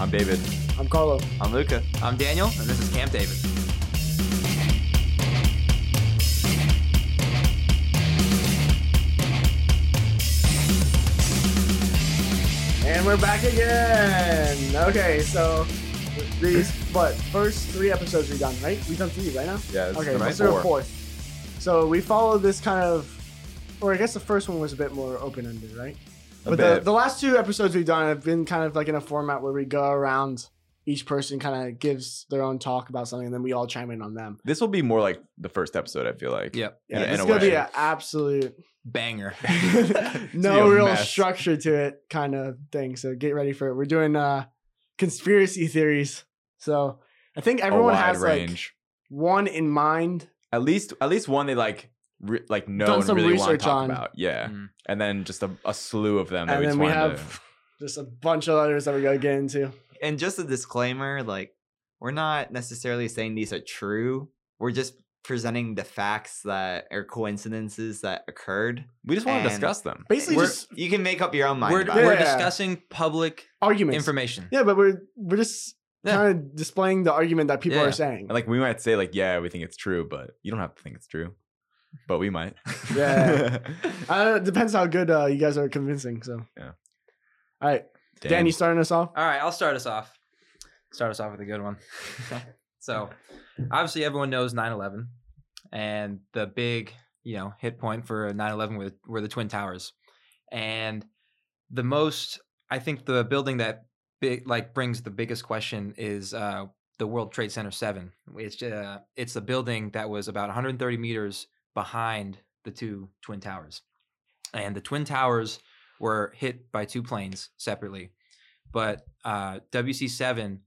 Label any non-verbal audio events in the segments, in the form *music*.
I'm David. I'm Carlo. I'm Luca. I'm Daniel, and this is Camp David. And we're back again. Okay, so these but first three episodes we've done, right? We've done three right now? Yeah, this is okay, number this is our four. fourth. So we follow this kind of or I guess the first one was a bit more open ended, right? A but The, bit. the last two episodes we've done have been kind of like in a format where we go around each person kind of gives their own talk about something and then we all chime in on them. this will be more like the first episode. I feel like. Yep. Yeah, Yeah, in it's a gonna way. be an absolute *laughs* Banger. It's gonna no be a real mess. structure to it kind of thing. So get ready for it. We're doing uh conspiracy theories. So I think A everyone wide has like range. one in mind. at least, at least one they like, re- like know Done and some really want research to talk on. about. Yeah, Mm. and then just a, a slew of them that and we just then we wanted have *laughs* just a bunch of others that we gotta get into. and just a disclaimer like, we're not necessarily saying these are true. We're just presenting the facts that are coincidences that occurred. to. We just want to and- discuss them. Basically We're- just you can make up your own mind. We're, about Yeah. we're it. discussing public arguments. information. Yeah, but we're we're just Yeah. kind of displaying the argument that people Yeah. are saying. And like we might say like, yeah, we think it's true, but you don't have to think it's true. But we might. *laughs* Yeah. I don't know, it depends how good uh, you guys are convincing. So Yeah. All right, Dan, you starting us off? All right, I'll start us off. Start us off with a good one. *laughs* so, obviously, everyone knows 9 11, and the big, you know, hit point for 9 11 were, were the Twin Towers. And the most, I think, the building that big, like brings the biggest question is uh, the World Trade Center 7, which uh, it's the building that was about 130 meters behind the two Twin Towers. And the Twin Towers were hit by two planes separately but uh, WC7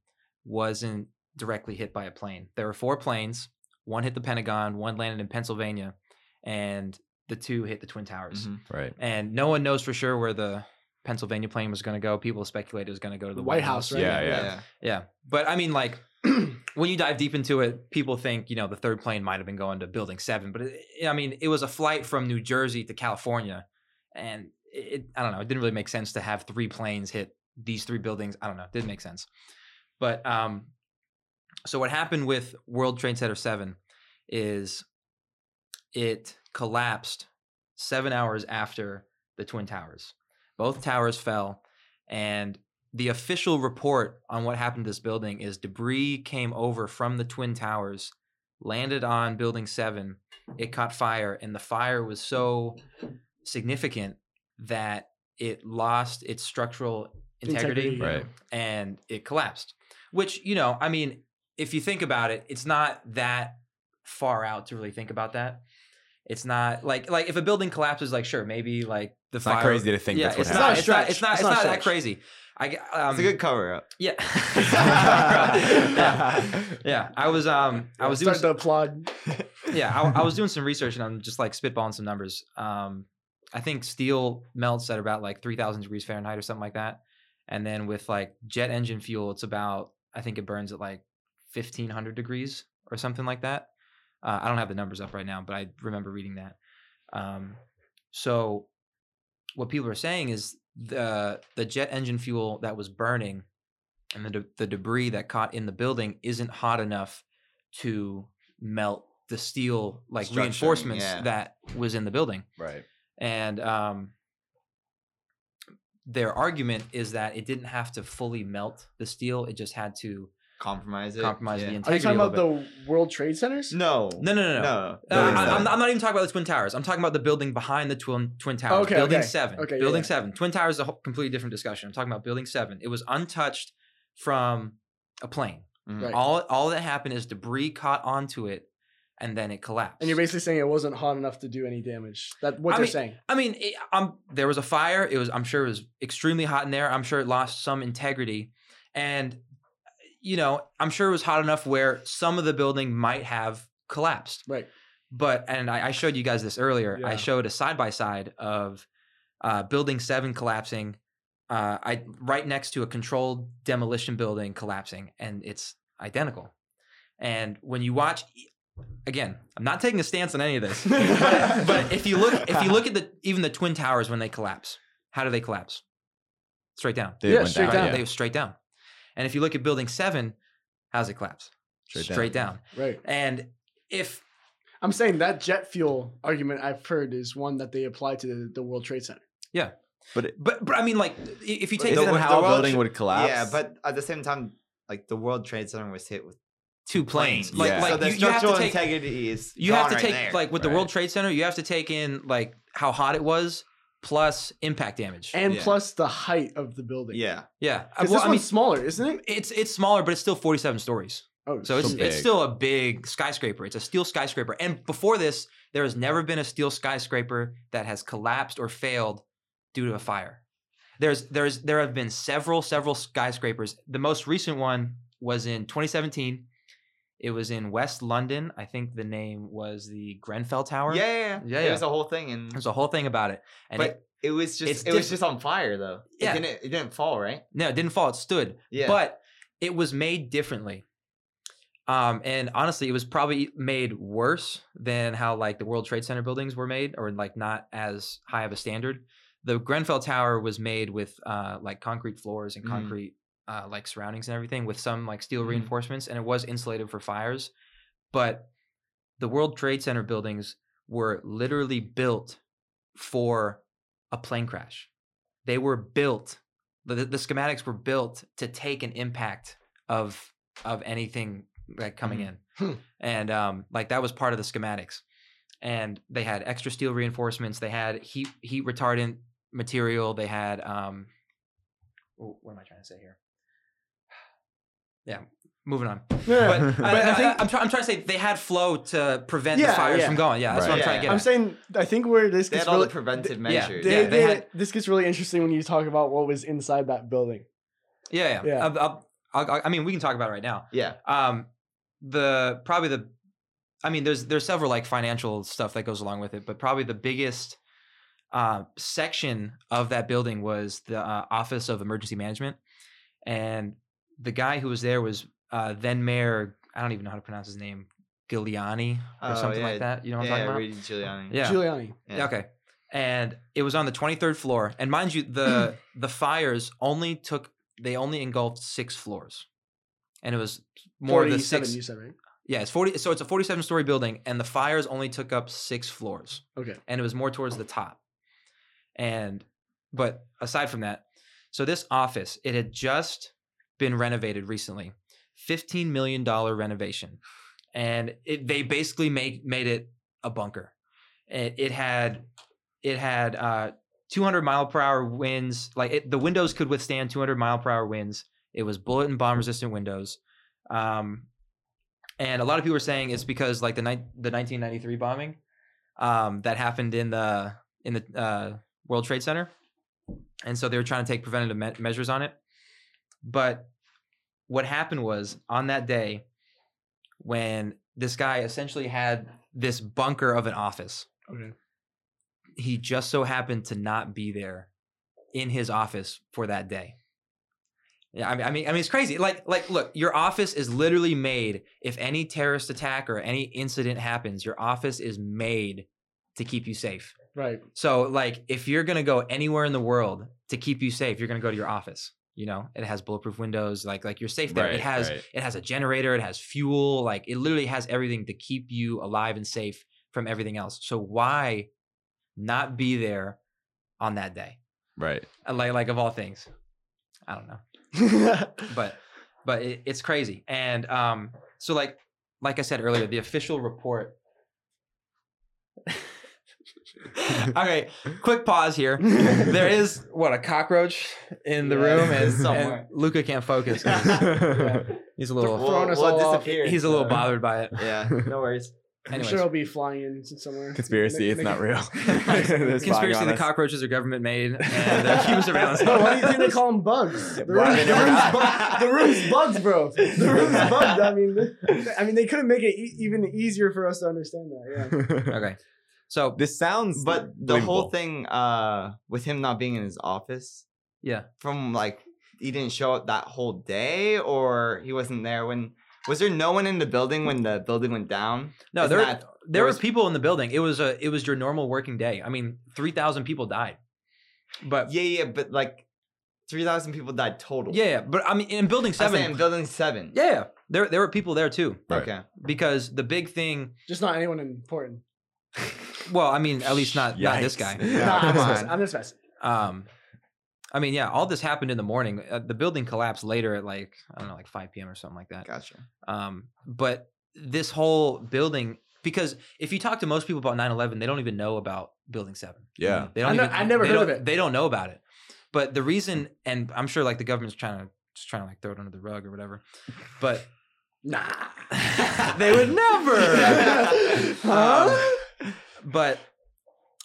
wasn't directly hit by a plane. There were four planes. One hit the Pentagon, one landed in Pennsylvania, and the two hit the Twin Towers. Mhm. Right. And no one knows for sure where the Pennsylvania plane was going to go. People speculate it was going to go to the White, House. right? Yeah, yeah. Yeah. But I mean, like, *clears throat* when you dive deep into it, people think, you know, the third plane might have been going to Building 7. But it, I mean, it was a flight from New Jersey to California. And it, I don't know, it didn't really make sense to have three planes hit these three buildings. I don't know, it didn't make sense. But um, so what happened with World Trade Center 7 is it collapsed seven hours after the Twin Towers. Both towers fell. And the official report on what happened to this building is debris came over from the twin towers landed on building 7 it caught fire and the fire was so sigsignificant that it lost its structural integrity, Integrity, Right. and it collapsed which you know i mean if you think about it it's not that far out to really think about that it's not like like if a building collapses like sure maybe like the It's fire not crazy to think yeah, that's what it's happened. not, it's not. It's It's not a not. It's stretch. It's not a stretch. not, that crazy. I g- um, It's a good cover *laughs* up. *laughs* yeah. yeah. *laughs* Yeah. Yeah. I was um I was doing start some, to *laughs* applaud. yeah I, I was *laughs* doing some research and I'm just like spitballing some numbers. Um, I think steel melts at about like three thousand degrees Fahrenheit or something like that, and then with like jet engine fuel, it's about I think it burns at like fifteen hundred degrees or something like that. Uh, I don't have the numbers up right now, but I remember reading that. Um, so what people are saying is the the jet engine fuel that was burning and the de- the debris that caught in the building isn't hot enough to melt the steel like Structure, reinforcements yeah. that was in the building. Right. And um, their argument is that it didn't have to fully melt the steel; it just had to Compromise it. compromise the yeah. Are you integrity. talking a about little the World Trade Centers? the. No. bit. no, no, no, no. No. Uh, Building I- I'm, seven. not, I'm not even talking about the twin towers. I'm talking about the building behind the twin twin towers. Okay, building okay. seven. Okay, yeah, building yeah. seven. Twin towers is a whole, completely different discussion. I'm talking about building seven. It was untouched from a plane. Mhm. Right. All all that happened is debris caught onto it, and then it collapsed. And you're basically saying it wasn't hot enough to do any damage. That what I they're mean- saying. I mean, it, um, there was a fire. It was, I'm sure, it was extremely hot in there. I'm sure it lost some integrity, and you know, I'm sure it was hot enough where some of the building might have collapsed. Right. But and I, I showed you guys this earlier. Yeah. I showed a side by side of uh, building seven collapsing, uh, I right next to a controlled demolition building collapsing, and it's identical. And when you watch, e, again, I'm not taking a stance on any of this, but, but if you look, if you look at the even the twin towers when they collapse, how do they collapse? Straight down. They Yeah, went straight down, down. yeah. They were straight down. And if you look at building seven, how's it collapse? Straight down. down. Right. And if I'm saying that jet fuel argument I've heard is one that they apply to the, the World Trade Center. but, but I mean like i- if you But take the, Isn't that wo- how the well building sh- would collapse. Yeah, but at the same time, like the World Trade Center was hit with two planes, like Yeah. like so the you, you have structural to take integrity is you have gone to right take there. like with the Right. World Trade Center, you have to take in like how hot it was plus impact damage. And Yeah. plus the height of the building. yeah. yeah, I- Because well, this I mean one's smaller, isn't it? it's it's smaller, but it's still forty seven stories. Oh, So it's So it's big. still a big skyscraper. It's a steel skyscraper. And before this, there has never been a steel skyscraper that has collapsed or failed due to a fire. There's there's there have been several several skyscrapers. The most recent one was in 2017. It was in West London. I think the name was the Grenfell Yeah, Tower. yeah, yeah, Yeah, It yeah. was a whole thing, and There's a whole thing about it. And But- it, it was just it's it was diff- just on fire though. Yeah. It didn't it didn't fall right? no, it didn't fall. It stood. Yeah, But it was made differently. Um, and honestly, it was probably made worse than how like the World Trade Center buildings were made, or like not as high of a standard. The Grenfell Tower was made with uh, like concrete floors and Mhm. concrete uh, like surroundings and everything, with some like steel Mhm. reinforcements, and it was insulated for fires. But the World Trade Center buildings were literally built for a plane crash. They were built the, the schematics were built to take an impact of of anything like coming Mhm. Hmm. in and um like that was part of the schematics and they had extra steel reinforcements they had heat heat retardant material they had um oh, what am i trying to say here *sighs* yeah *laughs* moving on but, yeah. I, I I, think- am trying to say they had flow to prevent Yeah, the fires yeah. from going yeah that's what i'm Right. trying to get I'm at. saying I think where this they gets had all really, the preventive yeah, measures. they- yeah, they they- had- this gets really interesting when you talk about what was inside that building. yeah yeah, Yeah. I'll- I'll- I'll- i mean we can talk about it right now yeah. um the probably the i mean there's there's several like financial stuff that goes along with it but probably the biggest uh, section of that building was the uh, office of emergency management and the guy who was there was uh, then mayor i don't even know how to pronounce his name Giuliani or Oh, something yeah. like that you know what yeah, i'm talking Rudy Giuliani. about yeah Giuliani. Yeah. *laughs* Okay. And it was on the 23rd floor. And *clears throat* mind you, the the fires only took they only engulfed six floors. And it was more of the 47, six. You said right? Yeah, it's 40 so it's a 47 story building and the fires only took up six floors. Okay. And it was more towards the top. And but aside from that, so this office, it had just been renovated recently. $15 million renovation. And it, they basically made made it a bunker. It, it had it had uh 200 mile per hour winds like it, the windows could withstand 200 mile per hour winds it was bullet and bomb resistant windows um and a lot of people are saying it's because like the night the 1993 bombing um that happened in the in the uh world trade center and so they were trying to take preventative me- measures on it but what happened was on that day when this guy essentially had this bunker of an office Okay. he just so happened to not be there in his office for that day. Yeah, I mean, I mean, I mean, it's crazy. Like, like, look, your office is literally made. If any terrorist attack or any incident happens, your office is made to keep you safe. Right. *laughs* So, like, if you're gonna go anywhere in the world to keep you safe, you're gonna go to your office. You know, it has bulletproof windows. Like, like you're safe there. Right, it has, right. it has a generator. It has fuel. Like, it literally has everything to keep you alive and safe from everything else. So why not be there on that day? *laughs* right. Uh, Like, like of all things, I don't know but but it, it's crazy and um so like like i said earlier the *laughs* official report okay quick pause here there is what a cockroach in the Yeah, *laughs* room it's and, somewhere. and luca can't focus he's a little Throwing us all off. disappeared. he's a *laughs* little so- bothered by it Yeah, no *laughs* worries. I'm anyways sure he'll be flying in somewhere. Conspiracy, Make- it's make not it- real. They're spying *laughs* conspiracy on the us. cockroaches are government made *laughs* and they're human surveillance No, *laughs* why do you think they call them bugs? The, room, the, room's, bu- the room's bugs, bro. The room's bugs. I mean, th- I mean, they couldn't make it e- even easier for us to understand that. *laughs* okay so This sounds But the believable. whole thing uh with him not being in his office yeah from like he didn't show up that whole day or he wasn't there when was there no one in the building when the building went down? no Isn't there that- there was- was people in the building it was a it was your normal working day i mean 3000 people died but Yeah, yeah, but like three thousand people died total. Yeah, yeah, but I mean, in building I'm saying seven, building seven. yeah, yeah, there there were people there too Right. Okay. because the big thing. Just not anyone important. Well, I mean, at least not not this guy. Yikes. Nah, *laughs* Yeah, I'm, come just messing. on. I'm just messing. Um, I mean, yeah, all this happened in the morning. Uh, the building collapsed later at like I don't know, like five p.m. or something like that. Gotcha. Um, but this whole building, because if you talk to most people about 9-11, they don't even know about Building Seven. Yeah. They don't. I ne- even, I never they heard of don't- it. They don't know about it. But the reason, and I'm sure like the government's trying to just trying to like throw it under the rug or whatever, *laughs* but *laughs* Nah. they would never. Huh? Um, but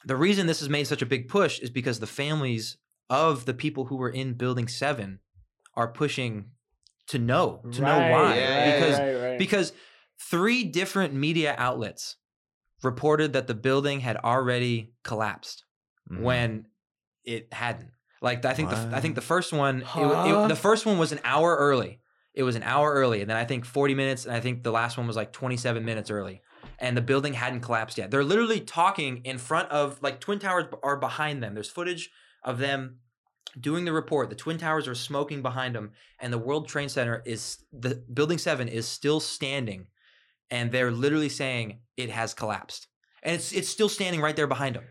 the reason this has made such a big push is because the families of the people who were in Building Seven are pushing to know to know why yeah, because right, right. because three different media outlets reported that the building had already collapsed Mhm. when it hadn't. Like I think the I think the first one it wa- it- Huh? the first one was an hour early. It was an hour early, and then I think 40 minutes, and I think the last one was like 27 minutes early. And the building hadn't collapsed yet. They're literally talking in front of like Twin Towers b- are behind them. There's footage of them doing the report. The Twin Towers are smoking behind them, and the World Trade Center is the Building Seven is still standing, and they're literally saying it has collapsed, and it's it's still standing right there behind them.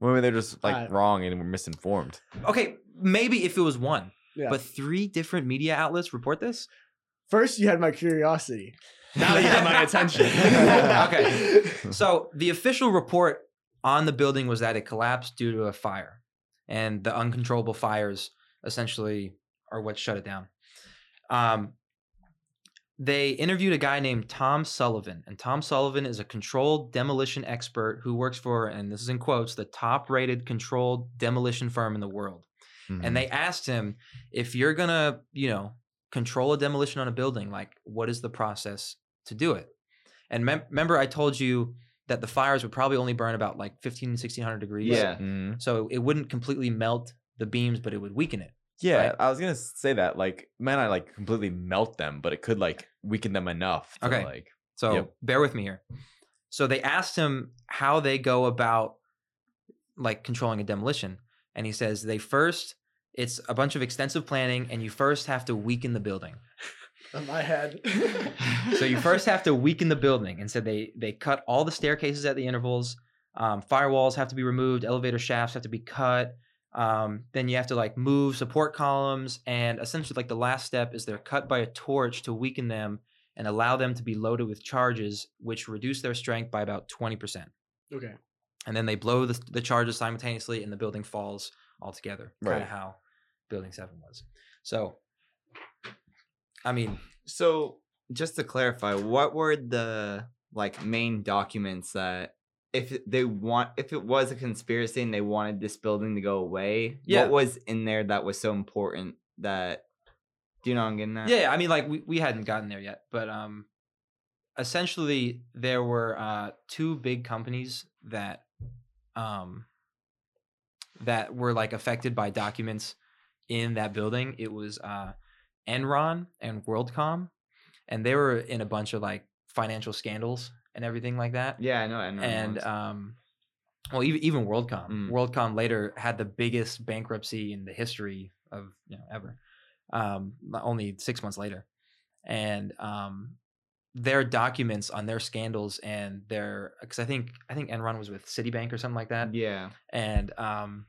Maybe they're just like Alright. wrong and we're misinformed. Okay, maybe if it was one, Yeah. but three different media outlets report this. first you had my curiosity. Now you have my attention. *laughs* *laughs* Okay. So the official report on the building was that it collapsed due to a fire, and the uncontrollable fires essentially are what shut it down. Um, they interviewed a guy named Tom Sullivan, and Tom Sullivan is a controlled demolition expert who works for, and this is in quotes, the top-rated controlled demolition firm in the world. Mm-hmm. and they asked him if you're gonna you know control a demolition on a building like what is the process to do it and mem- remember i told you that the fires would probably only burn about like 15 1600 degrees Yeah. Mhm. so it wouldn't completely melt the beams but it would weaken it Yeah, Right. I was gonna say that. Like, man, I like completely melt them, but it could like weaken them enough. To, Okay. Like, so Yep. bear with me here so they asked him how they go about like controlling a demolition and he says they first it's a bunch of extensive planning and you first have to weaken the building In my head. *laughs* so you first have to weaken the building and so they they cut all the staircases at the intervals um, firewalls have to be removed elevator shafts have to be cut um, then you have to like move support columns and essentially like the last step is they're cut by a torch to weaken them and allow them to be loaded with charges which reduce their strength by about 20% Okay. and then they blow the, the charges simultaneously and the building falls altogether kind Right. of how building 7 was so i mean So just to clarify, what were the like main documents that if it- they want if it was a conspiracy and they wanted this building to go away, Yeah. what was in there that was so important that do you know what I'm getting at? Yeah, I mean, like we, we hadn't gotten there yet, but um, essentially there were uh two big companies that um that were like affected by documents in that building. It was uh Enron and WorldCom, and they were in a bunch of like financial scandals and everything like that Yeah, I know. Enron and was. um well even, even worldcom Mm. worldcom later had the biggest bankruptcy in the history of you know ever um but only six months later and um their documents on their scandals and their because i think i think enron was with citibank or something like that yeah, and um,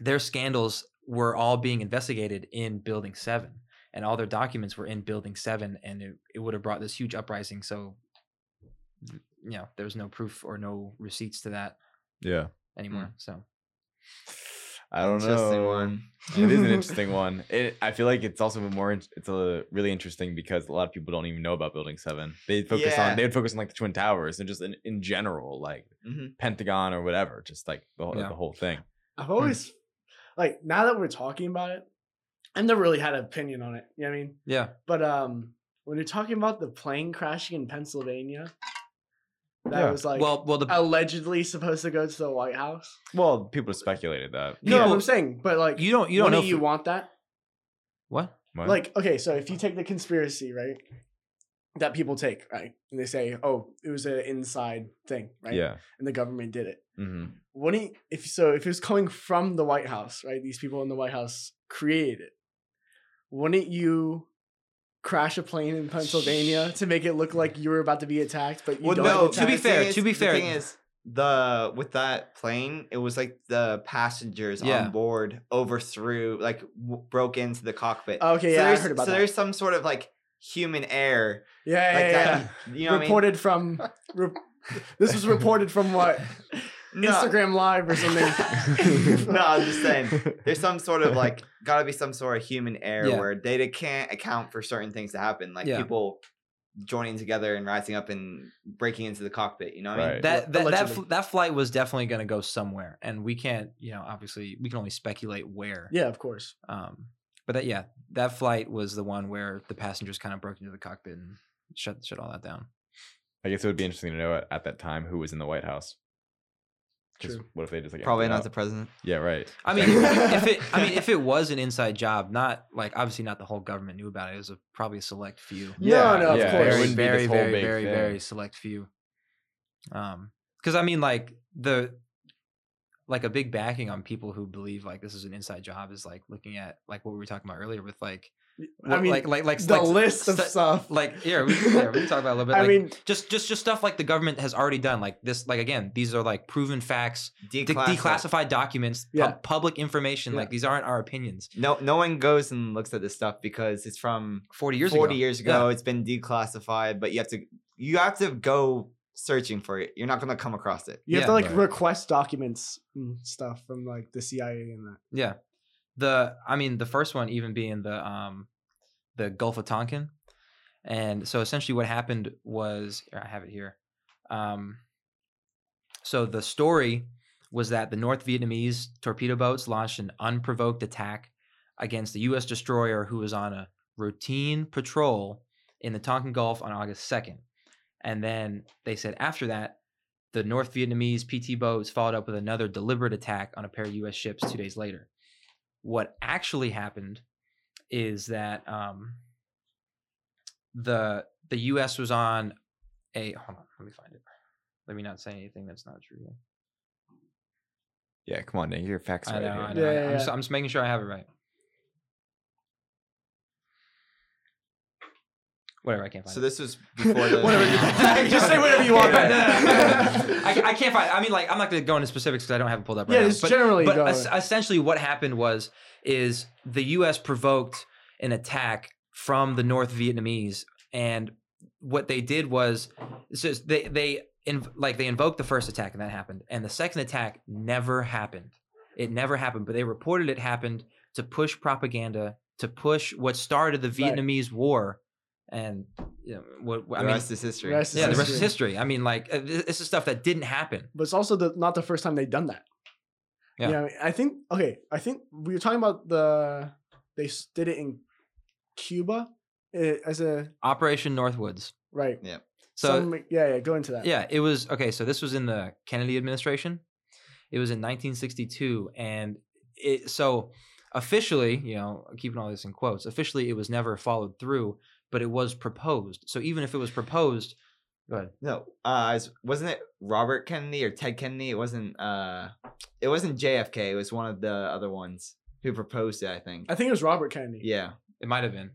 their scandals were all being investigated in Building Seven, and all their documents were in Building Seven, and it, it would have brought this huge uprising. So, th- you know, there was no proof or no receipts to that yeah, Hmm. anymore. So, I don't interesting know. one. it *laughs* is an interesting one. It, I feel like it's also more. in- It's a really interesting because a lot of people don't even know about Building Seven. They focus Yeah. on they would focus on like the Twin Towers and just in, in general, like Mhm. Pentagon or whatever, just like the, whole Yeah. the whole thing. Hmm. I've always like now that we're talking about it, I've never really had an opinion on it. You know what I mean? yeah, But um when you're talking about the plane crashing in Pennsylvania, that Yeah. was like well, well, the allegedly supposed to go to the White House. Well, people speculated that. No, People- I'm saying, but like you don't you don't know wouldn't you for- want that? what What? Like, okay, so if you take the conspiracy, right? that people take, right? And they say, "Oh, it was an inside thing, right?" Yeah. And the government did it. hmm *laughs* *laughs* Wouldn't if so? If it was coming from the White House, right? These people in the White House created it. Wouldn't you crash a plane in Pennsylvania to make it look like you were about to be attacked, but you Well, don't? no. get To be the attacked? thing fair, is- to be fair- the thing is the with that plane, it was like the passengers Yeah. on board overthrew, like w- broke into the cockpit. Oh, Okay, so yeah, I there's- heard about so that. there's some sort of like human error, Yeah, yeah, like yeah. that. *laughs* You know what I mean? reported from. Re- this was reported from what *laughs* No. Instagram Live or something. *laughs* no, I'm just saying. There's some sort of *laughs* like gotta be some sort of human error Yeah. where data can't account for certain things to happen, like Yeah. people joining together and rising up and breaking into the cockpit. You know what I mean? Right. that Well, that that, allegedly. fl- that flight was definitely going to go somewhere, and we can't, you know, obviously we can only speculate where. Yeah, of course. Um, but that yeah, that flight was the one where the passengers kind of broke into the cockpit and shut shut all that down. I guess it would be interesting to know at, at that time who was in the White House. 'Cause True. What if they just like Probably acted not out? the president. yeah, right. I mean, if it I mean if it was an inside job, not like obviously not the whole government knew about it. It was a, probably a select few. No, no, of yeah, it course. very wouldn't be this very whole very big very thing. very select few. Um, because I mean, like the like a big backing on people who believe like this is an inside job is like looking at like what we were talking about earlier with like I what- mean, like like like the like, list of stu- stuff. like *laughs* yeah we, yeah, we can talk about it a little bit. I like, mean, just just just stuff like the government has already done like this like again these are like proven facts de- Declassified. declassified documents pub- Yeah. public information Yeah. like these aren't our opinions No, no one goes and looks at this stuff because it's from 40 years 40 ago years ago. It's been declassified, but you have to you have to go searching for it. You're not gonna come across it. you have yeah, to like right. request documents and stuff from like the CIA and that. yeah the i mean the first one even being the um the gulf of tonkin and so essentially what happened was here, i have it here um so the story was that the north vietnamese torpedo boats launched an unprovoked attack against the u.s destroyer who was on a routine patrol in the tonkin gulf on august 2nd and then they said after that the north vietnamese pt boats followed up with another deliberate attack on a pair of u.s ships two days later what actually happened is that um, the the U.S. was on a hold on, let me find it. Let me not say anything that's not true. Yeah, come on, Nick. Your facts I right know, here. I know. Yeah, I know. yeah, I'm, just, yeah. I'm just making sure I have it right. Whatever, I can't find So it. this *laughs* was before the Whatever *laughs* *laughs* you- *laughs* just say whatever you want. *laughs* No, no, no, no, no. *laughs* I, I can't find. I mean, like, I'm not going to go into specifics because I don't have it pulled up. Right yeah, now, it's but- generally but going. es- essentially what happened was is the US provoked an attack from the North Vietnamese and what they did was so they they inv- like they invoked the first attack and that happened and the second attack never happened. It never happened, but they reported it happened to push propaganda, to push what started the Right. Vietnamese war and you know, what, what- the I mean rest is history. Rest is yeah, the rest history. is history. I mean like uh, th- this is stuff that didn't happen. but it's also the, not the first time they've done that. Yeah. You know, I think okay. I think we were talking about the they s- did it in Cuba eh, as a Operation Northwoods. right. So Some- yeah, yeah, go into that. Yeah, it was okay. So this was in the Kennedy administration. It was in 1962, and it so officially, you know, keeping all this in quotes. Officially, it was never followed through, but it was proposed. So even if it was proposed, go ahead. No, uh, it's- wasn't it Robert Kennedy or Ted Kennedy? It wasn't. Uh, it wasn't JFK. It was one of the other ones who proposed it. I think. I think it was Robert Kennedy. Yeah, It might have been.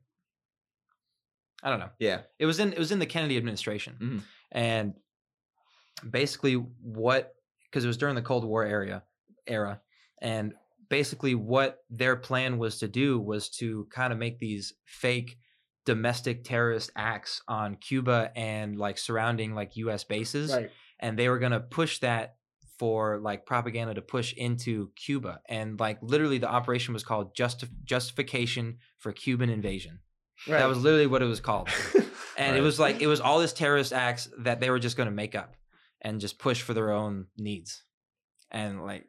I don't know. yeah. It was in it was in the Kennedy administration, Mm. Mhm. and basically what because it was during the Cold War area era, and basically what their plan was to do was to kind of make these fake domestic terrorist acts on Cuba and like surrounding like U.S. bases, Right. and they were going to push that for like propaganda to push into Cuba and like literally the operation was called Justi- justification for Cuban invasion. Right. *laughs* That was literally what it was called. And it Right. was like it was all this terrorist acts that they were just going to make up and just push for their own needs. And like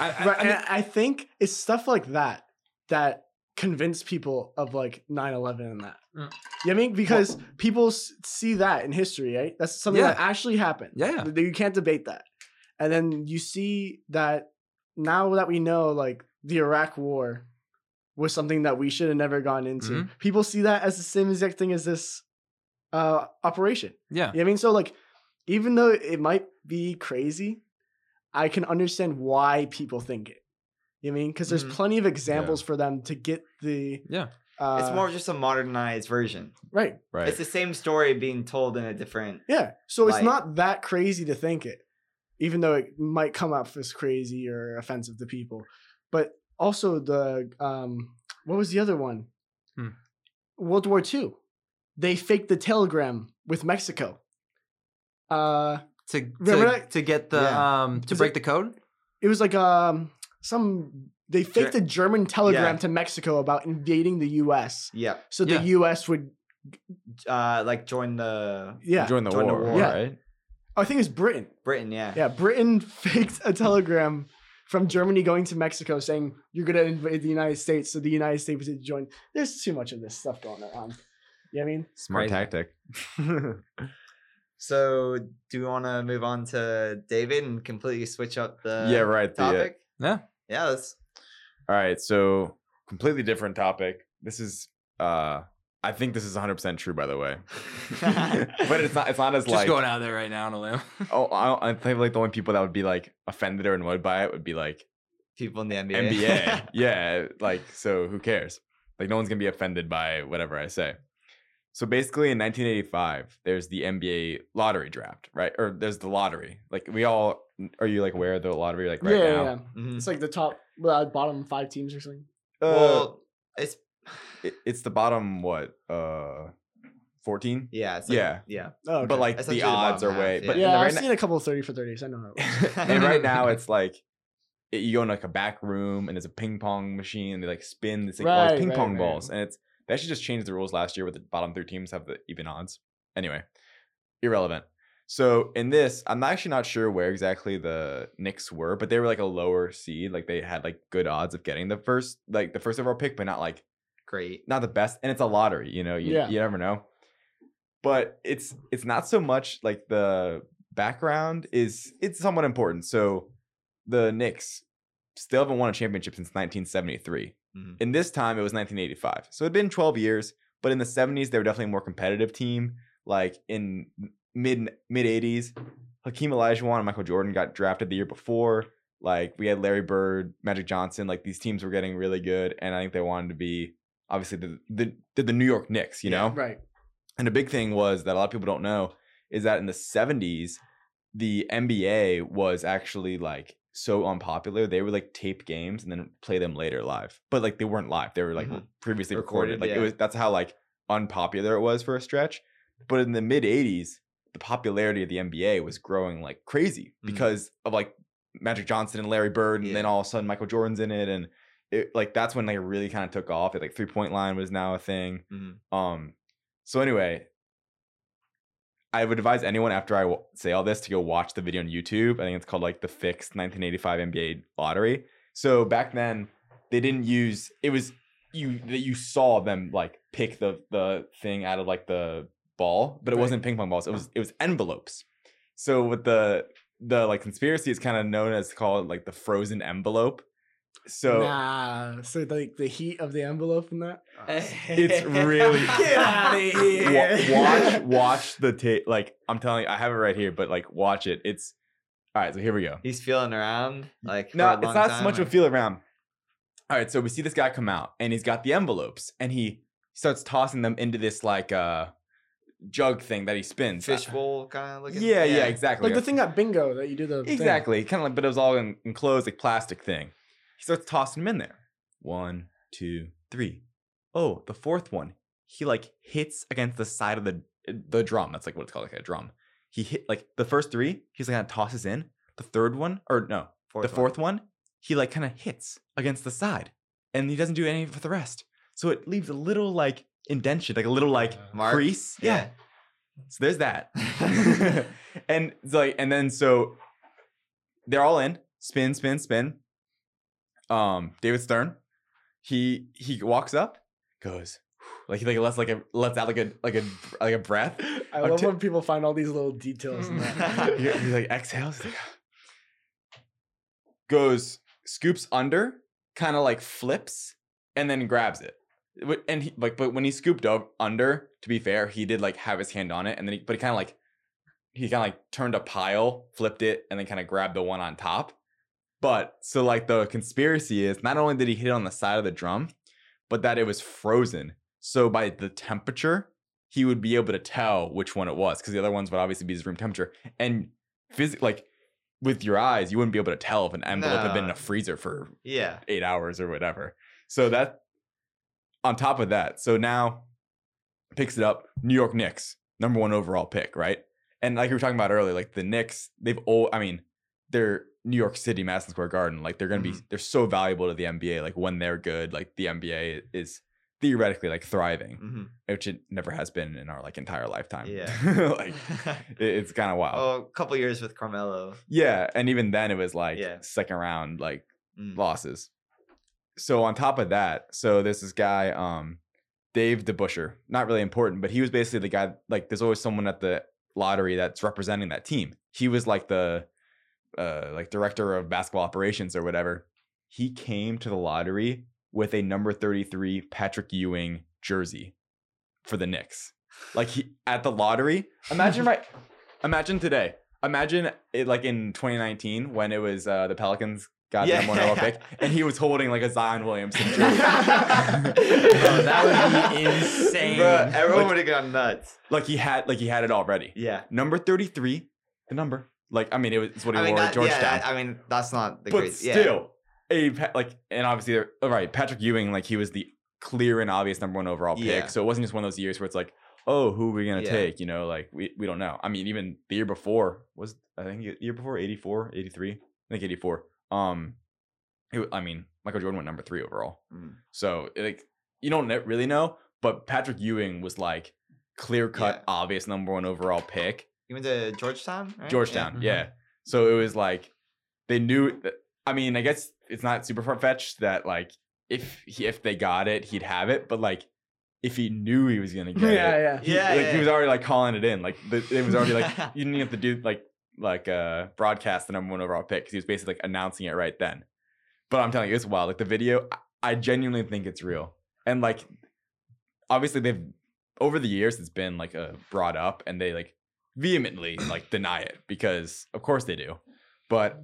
I, I, right, I mean, and I think it's stuff like that that convince people of like 9-11 and that. You Mm. know what I mean? Because people s- see that in history, right? That's something that actually happened. Yeah. Th- You can't debate that. And then you see that now that we know like the Iraq war Mm-hmm. was something that we should have never gone into. People see that as the same exact thing as this uh, operation. Yeah. You know what I mean? So like, even though it might be crazy, I can understand why people think it. You know what I mean? Because there's Mhm. plenty of examples for them to get the Mm-hmm. Yeah. uh, it's more of just a modernized version. right. Right. It's the same story being told in a different. Yeah. So it's Like- not that crazy to think it, even though it might come up as crazy or offensive to people. But also the um what was the other one? Hmm. World War II. They faked the telegram with Mexico. Uh To to, Remember that? to get the Yeah. um to Is break it- the code. it was like um some they faked a German telegram to Mexico about invading the US. Yeah. So Yeah. the US would Uh, like join the yeah. Join the Join the war, war. Yeah. right? I think it was Britain. Britain. Yeah. Yeah, Britain *laughs* faked a telegram from Germany going to Mexico saying you're going to invade the United States, so the United States would join. There's too much of this stuff going on. You know what I mean? Smart Crazy. tactic. So do we want to move on to David and completely switch up the yeah, right. The, uh, topic? Yeah. Yeah. Let's. all right, so completely different topic. This is uh I think this is 100% true by the way. *laughs* but it's not it's not as Just like going out there right now on a limb. oh I, I think like the only people that would be like offended or annoyed by it would be like people in the NBA. *laughs* NBA. yeah, like so who cares? Like no one's going to be offended by whatever I say. So basically in 1985, there's the NBA lottery draft, right? Or there's the lottery. Like we all are you like aware of the lottery like right yeah, now? yeah, yeah. Mhm. It's like the top, well, bottom five teams or something. Uh, well, it's it, it's the bottom what? Uh 14? yeah. It's like, yeah. Yeah. Oh, okay. But like Essentially the the bottom odds are half, way but yeah. in yeah, the I've right now- seen a couple of 30 for 30s. I know how it works. and right now it's like it, you go in like a back room and it's a ping pong machine and they like spin this like all Right, these ping right, pong right. balls and it's they actually just changed the rules last year where the bottom three teams have the even odds anyway irrelevant so in this i'm actually not sure where exactly the Knicks were but they were like a lower seed like they had like good odds of getting the first like the first overall pick but not like Great. not the best and it's a lottery you know you, Yeah. you never know but it's it's not so much like the background is it's somewhat important so the Knicks still haven't won a championship since 1973 Mhm. in this time it was 1985 so it'd been 12 years but in the 70s they were definitely a more competitive team like in mid mid 80s Hakeem Olajuwon and Michael Jordan got drafted the year before like we had Larry Bird Magic Johnson like these teams were getting really good and I think they wanted to be obviously the the, the, the New York Knicks *laughs* you know right. and a big thing was that a lot of people don't know is that in the 70s, the NBA was actually like so unpopular. They would like tape games and then play them later live. But like they weren't live. They were like Mhm. previously recorded. Recorded, Like it yeah. was that's how like unpopular it was for a stretch. But in the mid 80s, the popularity of the NBA was growing like crazy Mhm. because of like Magic Johnson and Larry Bird, and then Yeah. all of a sudden Michael Jordan's in it, and it like that's when like it really kind of took off. It, like three point line was now a thing. Mhm. Um, so anyway, I would advise anyone after I w- say all this to go watch the video on YouTube. I think it's called like the Fixed 1985 NBA Lottery. So back then they didn't use it was you that you saw them like pick the the thing out of like the ball, but it Right. wasn't ping pong balls. It was it was envelopes. So with the the like conspiracy is kind of known as called like the frozen envelope. So nah. So like the heat of the envelope and that? *laughs* it's really- *laughs* Get outta wa- here. *laughs* watch watch the tape. Like I'm telling you, I have it right here, but like watch it. It's all right. So here we go. He's feeling around like for No, a it's long not so time, much or- of a feel around. All right, so we see this guy come out, and he's got the envelopes, and he starts tossing them into this like uh jug thing that he spins. fishbowl kind of looking. Yeah, yeah, exactly. Like the thing at bingo that you do the thing. Exactly. Kind of like, but it was all en- enclosed, like plastic thing. He starts tossing them in there. One, two, three. Oh, the fourth one. He like hits against the side of the eh, the drum. That's like what it's called, like a drum. He hit like the first three. He's like kind of tosses in. The third one, or no, the fourth one, he like kind of hits against the side, and he doesn't do any for the rest. So it leaves a little like indentation, like a little like Mark? crease. yeah. Yeah. So there's *laughs* that. *laughs* and it's like, and then so they're all in. Spin, spin, spin. Um, David Stern, he he walks up, goes like he like lets like a lets out like a like a like a breath. I Or love t- when people find all these little details *laughs* in that. he, he, like exhales, he's like, goes scoops under, kind of like flips, and then grabs it. Wh- and he like but when he scooped up under to be fair he did like have his hand on it and then he but he kind of like he kind of like turned a pile flipped it and then kind of grabbed the one on top but so like the conspiracy is not only did he hit it on the side of the drum but that it was frozen so by the temperature he would be able to tell which one it was because the other ones would obviously be his room temperature and phys- like with your eyes you wouldn't be able to tell if an envelope had been in No. a freezer for *laughs* *laughs* Yeah. eight hours or whatever. So that on top of that, so now picks it up New York Knicks, number one overall pick, right? And like we were talking about earlier, like the Knicks, they've all I mean, they're New York City, Madison Square Garden, like they're gonna be Mm-hmm. they're so valuable to the NBA. Like when they're good, like the NBA is theoretically like thriving, hmm which it never has been in our like entire lifetime. Yeah. *laughs* like *laughs* it- it's kind of wild. oh, a couple years with Carmelo. Yeah, and even then it was like Yeah. second round like Mm. losses. So on top of that, so there's this guy, um, Dave DeBuscher, not really important, but he was basically the guy. Like, there's always someone at the lottery that's representing that team. He was like the, uh, like director of basketball operations or whatever. He came to the lottery with a number 33 Patrick Ewing jersey for the Knicks. Like he at the lottery. Imagine *laughs* right. Imagine today. Imagine it like in 2019 when it was uh, the Pelicans got Yeah. the number one overall pick, and he was holding like a Zion Williamson *laughs* jersey. Oh, that would be insane. *laughs* Bruh, Everyone like, would have gone nuts. like he had like he had it already. Yeah. Number 33, the number. Like I mean, it was it's what he I mean, wore that, at Georgetown. yeah, I mean, that's not the but great. yeah. still, a pa- like and obviously they're all right. Patrick Ewing, like he was the clear and obvious number one overall pick. Yeah. So it wasn't just one of those years where it's like, oh, who are we gonna Yeah. take? You know, like we we don't know. I mean, even the year before was I think the year before 84, 83, I think 84. Um, it, wa- I mean, Michael Jordan went number three overall. Mm. So it, like you don't ne- really know, but Patrick Ewing was like clear cut, Yeah. obvious number one overall pick. You went to Georgetown? right? Georgetown, Mhm. yeah. So it was like they knew. That, I mean, I guess it's not super far fetched that like if he, if they got it, he'd have it. But like if he knew he was gonna get *laughs* yeah, it, yeah. he- Yeah, like yeah, he was yeah. already like calling it in. Like the, it was already like *laughs* you didn't have to do like like uh broadcast the number one overall pick because he was basically like announcing it right then. But I'm telling you, it's wild. Like the video, I, I genuinely think it's real. And like obviously they've over the years it's been like uh, brought up and they like vehemently like deny it because of course they do. But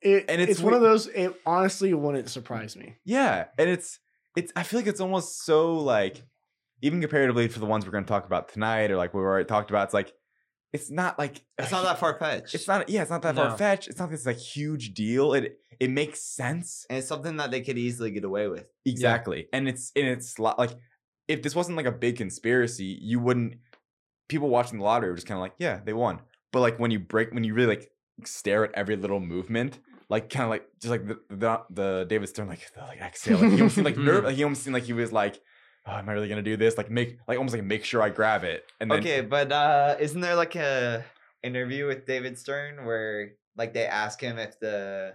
It, And and it's it's, one of weird. those. It honestly wouldn't surprise me. yeah, and it's it's I feel like it's almost so like even comparatively for the ones we're gonna talk about tonight or like we already talked about, it's like it's not like It's not that far fetched. It's not yeah, it's not that No. far fetched. It's not this like huge deal. It it makes sense. And it's something that they could easily get away with. Exactly. And it's and it's lo- like if this wasn't like a big conspiracy, you wouldn't people watching the lottery were just kind of like, yeah, they won. But like when you break when you really like stare at every little movement, like kind of like just like the the, the David Stern like the, like exhale. Like, he almost seemed like nerve like he almost seemed like he was like, oh, am I really gonna do this? Like make like almost like make sure I grab it. And then okay, but uh, isn't there like a interview with David Stern where like they ask him if the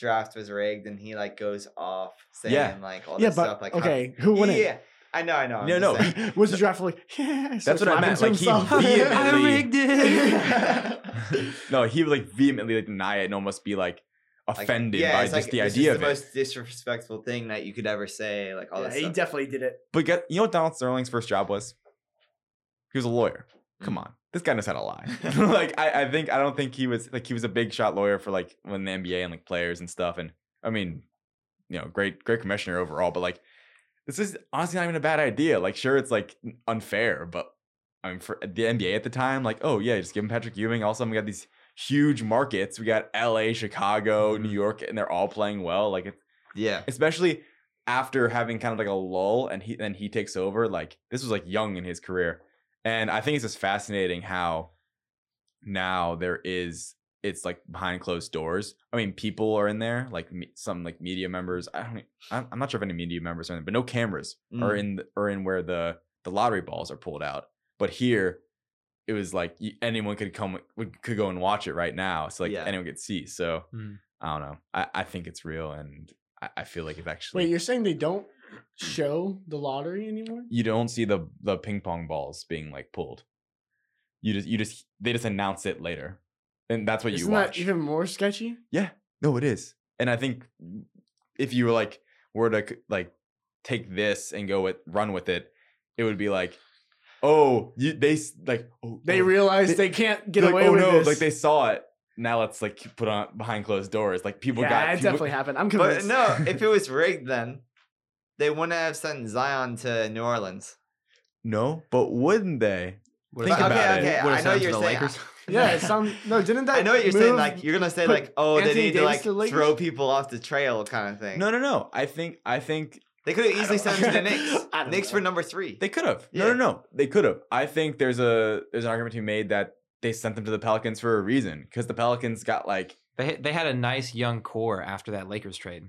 draft was rigged and he like goes off saying Yeah. like all yeah, this but stuff like how- okay, who wouldn't? Yeah, I know, I know. I'm No, just no. saying. *laughs* Was the draft like? Yeah, That's what I meant, like, he *laughs* *laughs* I vehemently- rigged it. *laughs* no, he would like vehemently like deny it and almost be like Like, offended yeah, by it's just like, the this is idea of the it. most disrespectful thing that you could ever say. Like all Yeah, this he stuff. definitely did it. But get, you know what Donald Sterling's first job was? He was a lawyer. Come on, this guy knows how to lie. *laughs* like I, I think I don't think he was like he was a big shot lawyer for like when the NBA and like players and stuff. And I mean, you know, great great commissioner overall. But like this is honestly not even a bad idea. Like sure, it's like unfair, but I mean for the NBA at the time, like oh yeah, just give him Patrick Ewing. Also, we got these huge markets. We got L.A., Chicago, New York, and they're all playing well. Like it, *laughs* yeah. especially after having kind of like a lull and he then he takes over like this was like young in his career and i think it's just fascinating how now there is it's like behind closed doors i mean people are in there like me, some like media members i don't e, i'm I'm not sure if any media members are in there, but no cameras are Mm. in the, are in where the the lottery balls are pulled out but here it was like y- anyone could come would- could go and watch it right now so like Yeah. anyone could see so Mm. i don't know i i think it's real and I, I feel like it actually Wait, you're saying they don't show the lottery anymore? you don't see the the ping pong balls being like pulled. You just you just they just announce it later, and that's what Isn't you watch. that even more sketchy? no, it is, and I think if you were like were to c- like take this and go with run with it, it would be like, oh, you, they s- like oh, They oh, realize They- they, can't get like, away oh with no, this. like they saw it. Now let's like put on behind closed doors. Like people yeah, got it people- definitely happened. I'm But convinced. no, if it was rigged, then they wouldn't have sent Zion to New Orleans. no, but wouldn't they? What Think But about okay, it. okay, It I know what you're the saying. Lakers. *laughs* yeah, *laughs* it sound, no, didn't that? I know what you're saying. move- Like you're gonna say put like, oh, Anthony they need Davis to to like Lakers? throw people off the trail, kind of thing. No, no, no. I think I think they could have *laughs* easily don't sent him to the know. Knicks. I don't Knicks know. for number three. They could have. Yeah. No, no, no. They could have. I think there's a there's an argument to be made that they sent them to the Pelicans for a reason because the Pelicans got like They they had a nice young core after that Lakers trade.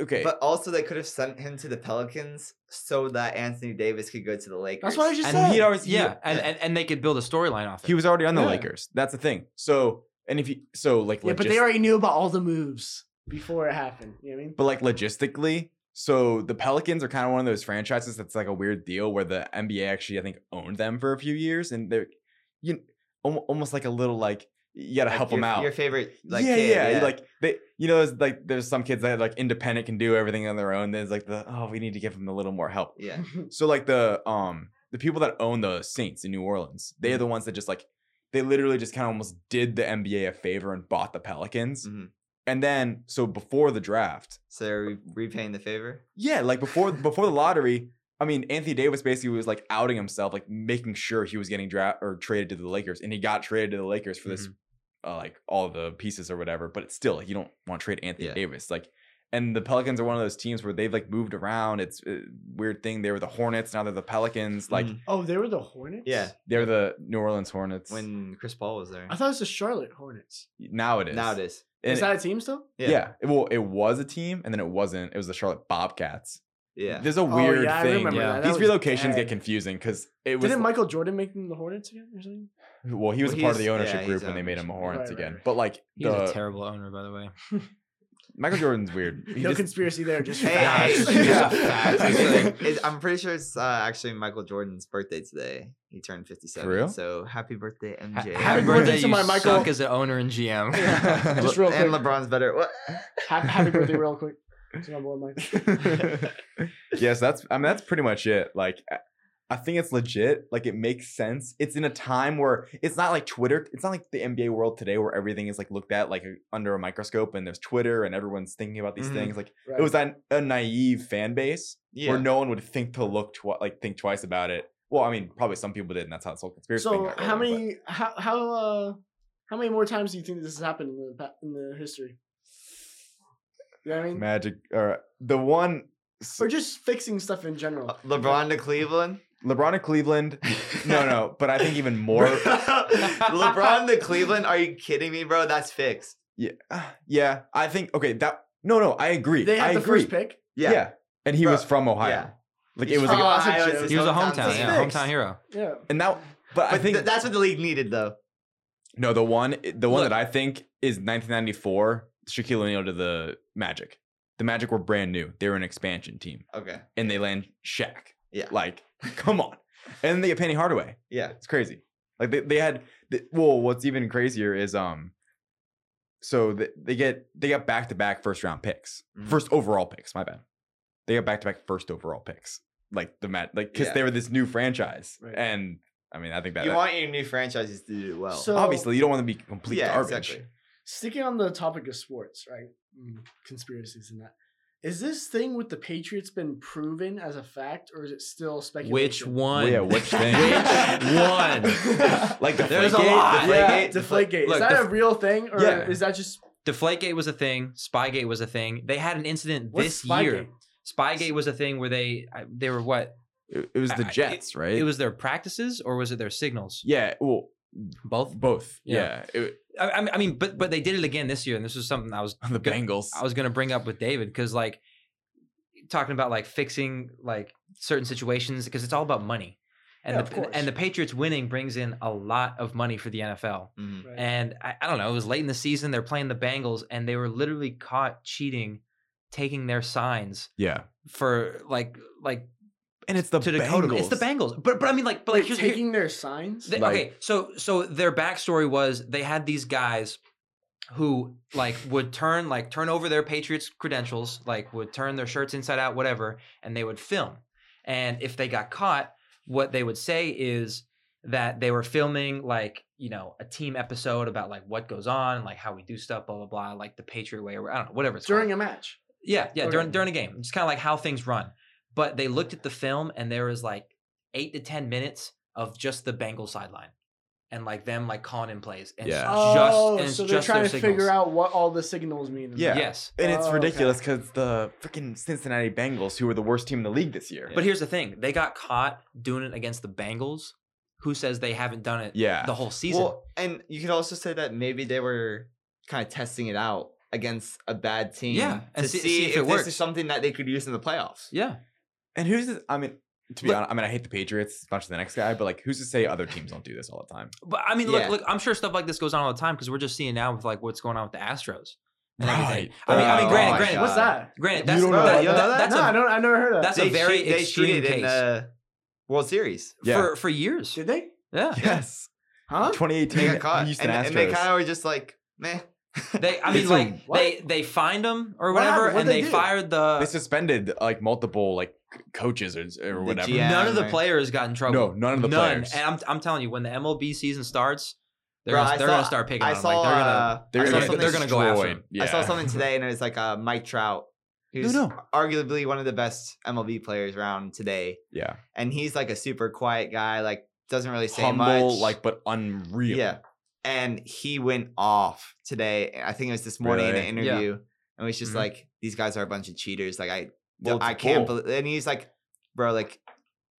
okay. But also, they could have sent him to the Pelicans so that Anthony Davis could go to the Lakers. That's what I just And said. he'd always Yeah, yeah. And, and and they could build a storyline off it. He was already on the Yeah. Lakers. That's the thing. So and if you so like yeah, but logis- they already knew about all the moves before it happened. You know what I mean? but like logistically. So the Pelicans are kind of one of those franchises that's like a weird deal where the NBA actually I think owned them for a few years and they're you almo- almost like a little like you got to Like, help your, them out. Your favorite, like, yeah, kid, yeah, Like they, you know, there's like there's some kids that like independent can do everything on their own. There's like the oh, we need to give them a little more help. yeah. So like the um the people that own the Saints in New Orleans, Mm-hmm. they are the ones that just like they literally just kind of almost did the NBA a favor and bought the Pelicans. Mhm. And then so before the draft, So are we repaying the favor? yeah, like before before the lottery, I mean Anthony Davis basically was like outing himself, like making sure he was getting draft or traded to the Lakers, and he got traded to the Lakers for this, Mm-hmm. uh, like all the pieces or whatever. But it's still like, you don't want to trade Anthony Yeah. Davis, like. And the Pelicans are one of those teams where they've like moved around. It's a weird thing. They were the Hornets, now they're the Pelicans. Like Mhm. *laughs* oh, they were the Hornets. Yeah. they're the New Orleans Hornets. when Chris Paul was there. I thought it was the Charlotte Hornets. now it is. Now it is. And Is that a team still? yeah. it- well, it was a team, and then it wasn't. It was the Charlotte Bobcats. Yeah. There's a Oh, weird yeah, I thing. remember yeah. that. That These was relocations bad. get confusing because it was Didn't Michael Jordan make them the Hornets again or something? Well, he was Well, a part of he's- the ownership yeah, he's group when they made him a ownership. Hornets Right, right, again. right. But like He's a the- *laughs* terrible owner, by the way. Michael Jordan's weird. He no just- conspiracy there, just Hey, facts. hey, hey, Yeah. facts. Yeah. It's like- it's- I'm pretty sure it's uh, actually Michael Jordan's birthday today. He turned 57. real? So happy birthday, Ha- MJ. Happy birthday to you my Michael- suck as an owner and *laughs* GM. *laughs* Yeah. Just *laughs* Le- real and quick. LeBron's better. What? *laughs* Ha- Happy birthday, real quick. To my boy Mike. yes, that's. I mean, that's pretty much it. Like, I- I think it's legit. Like, it makes sense. It's in a time where it's not like Twitter. It's not like the NBA world today where everything is like looked at like a- under a microscope and there's Twitter and everyone's thinking about these Mhm. things. Like, Right. it was a, a naive fan base Yeah. where no one would think to look twi- like think twice about it. Well, I mean, probably some people did, and that's how this whole conspiracy. thing so got how rolling, but- many how how uh how many more times do you think this has happened in the pa- in the history? You know what I mean? Magic or the one Or just fixing stuff in general. Uh, LeBron to Cleveland? LeBron to Cleveland. No, no, but I think even more. *laughs* LeBron to Cleveland? Are you kidding me, bro? That's fixed. Yeah, ah, yeah. I think okay. That no, no. I agree. they I had the agree. first pick. Yeah. and he Bro, was from Ohio. yeah. Like it was Oh, from like, Ohio. Ohio's He his he was a hometown, team. yeah, hometown hero. Yeah. and that. But I But think th- that's what the league needed, though. no. The one, eh, the one Look. that I think is 1994. Shaquille O'Neal to the Magic. The Magic were brand new. They were an expansion team, Okay. and they land Shaq. Yeah. like come on. And then they get Penny Hardaway. Yeah. It's crazy. Like they, they had the, well, what's even crazier is um so they, they get they got back to back first round picks. Mhm. First overall picks, my bad. They got back to back first overall picks. Like the mat like cuz Yeah. they were this new franchise. Right. And I mean, I think that, You that- want your new franchises to do well. So- obviously you don't want to be complete yeah, garbage. exactly. Sticking on the topic of sports, right? Mm, conspiracies and that. Is this thing with the Patriots been proven as a fact, or is it still speculation? Which Well, one? yeah, *laughs* which thing? Which one? Like the There's a Deflategate, lot. Deflategate, Yeah, Deflategate, Deflategate. look, is that def- a real thing, or Yeah. is that just Deflategate was a thing. Spygate was a thing. They had an incident what's this year. Spygate? Spygate was a thing where they I- they were what? It, it was I- the I- Jets, right? It was their practices or was it their signals? yeah, well, Both. both. Yeah. Yeah, It- I, I mean- I mean, but but they did it again this year, and this was something I was the Go- Bengals. I was gonna bring up with David because like talking about like fixing like certain situations because it's all about money. And Yeah, of the, course. and the Patriots winning brings in a lot of money for the NFL. Mhm. Right. And I, I don't know, it was late in the season. They're playing the Bengals, and they were literally caught cheating, taking their signs yeah. for like like And it's the to Dakota. Bengals. It's the Bengals, but but I mean like but like They're here's, here- taking their signs. they- like- okay, so so their backstory was they had these guys who like would turn like turn over their Patriots credentials, like would turn their shirts inside out, whatever, and they would film. And if they got caught, what they would say is that they were filming like you know a team episode about like what goes on, like how we do stuff, blah blah blah, like the Patriot way, or I don't know, whatever it's during called. a match. yeah yeah okay. during during a game. It's kind of like how things run. But they looked at the film and there was like eight to ten minutes of just the Bengal sideline and like them like calling in plays and it's Yeah. just Oh, and it's so they're just trying their to figure signals. out what all the signals mean. Yeah. Yes. And it's Oh, okay. ridiculous because the freaking Cincinnati Bengals, who were the worst team in the league this year. But here's the thing: they got caught doing it against the Bengals. Who says they haven't done it yeah, the whole season? Well, and you could also say that maybe they were kind of testing it out against a bad team. Yeah, and to see- see, see if if, it this works. is something that they could use in the playoffs. yeah, and who's this, I mean, to be Look- honest, I mean, I hate the Patriots as much as the next guy, but like, who's to say other teams don't do this all the time? but I mean, Yeah. look, look, I'm sure stuff like this goes on all the time because we're just seeing now with like what's going on with the Astros and everything. I mean, I mean, Oh granted, my granted, What's God. that? granted, You that's don't know that- about that- that? that's no, I a, don't. I never heard of that. that's a very cheat- extreme cheated case in the World Series. Yeah. for for years. Did they? Yeah, *laughs* Yes. Huh? 2018 *laughs* They got caught, and, Houston Astros. and they kind of were just like, meh. they. I They mean, told like him, "What?" they they find them or What happened? whatever, What'd and they they, do? fired the. they suspended like multiple like c- coaches or, or The whatever. GM. none of the right. players got in trouble. No, none of the None. players. And I'm, I'm telling you, when the MLB season starts, they're, Bro, gonna, I they're saw- gonna start picking I on 'em. saw, Like, they're gonna, uh, They're I saw gonna, something get they're gonna go after destroyed. him. Yeah. I saw *laughs* something today, and it was like uh, Mike Trout, who's no. arguably one of the best MLB players around today, Yeah. and he's like a super quiet guy, like doesn't really say Humble, much, like, but unreal. yeah. And he went off today. I think it was this morning in Really? an Yeah. interview, and was just Mhm. like, "These guys are a bunch of cheaters." Like I, Well, I it's can't cool. believe. And he's like, "bro, like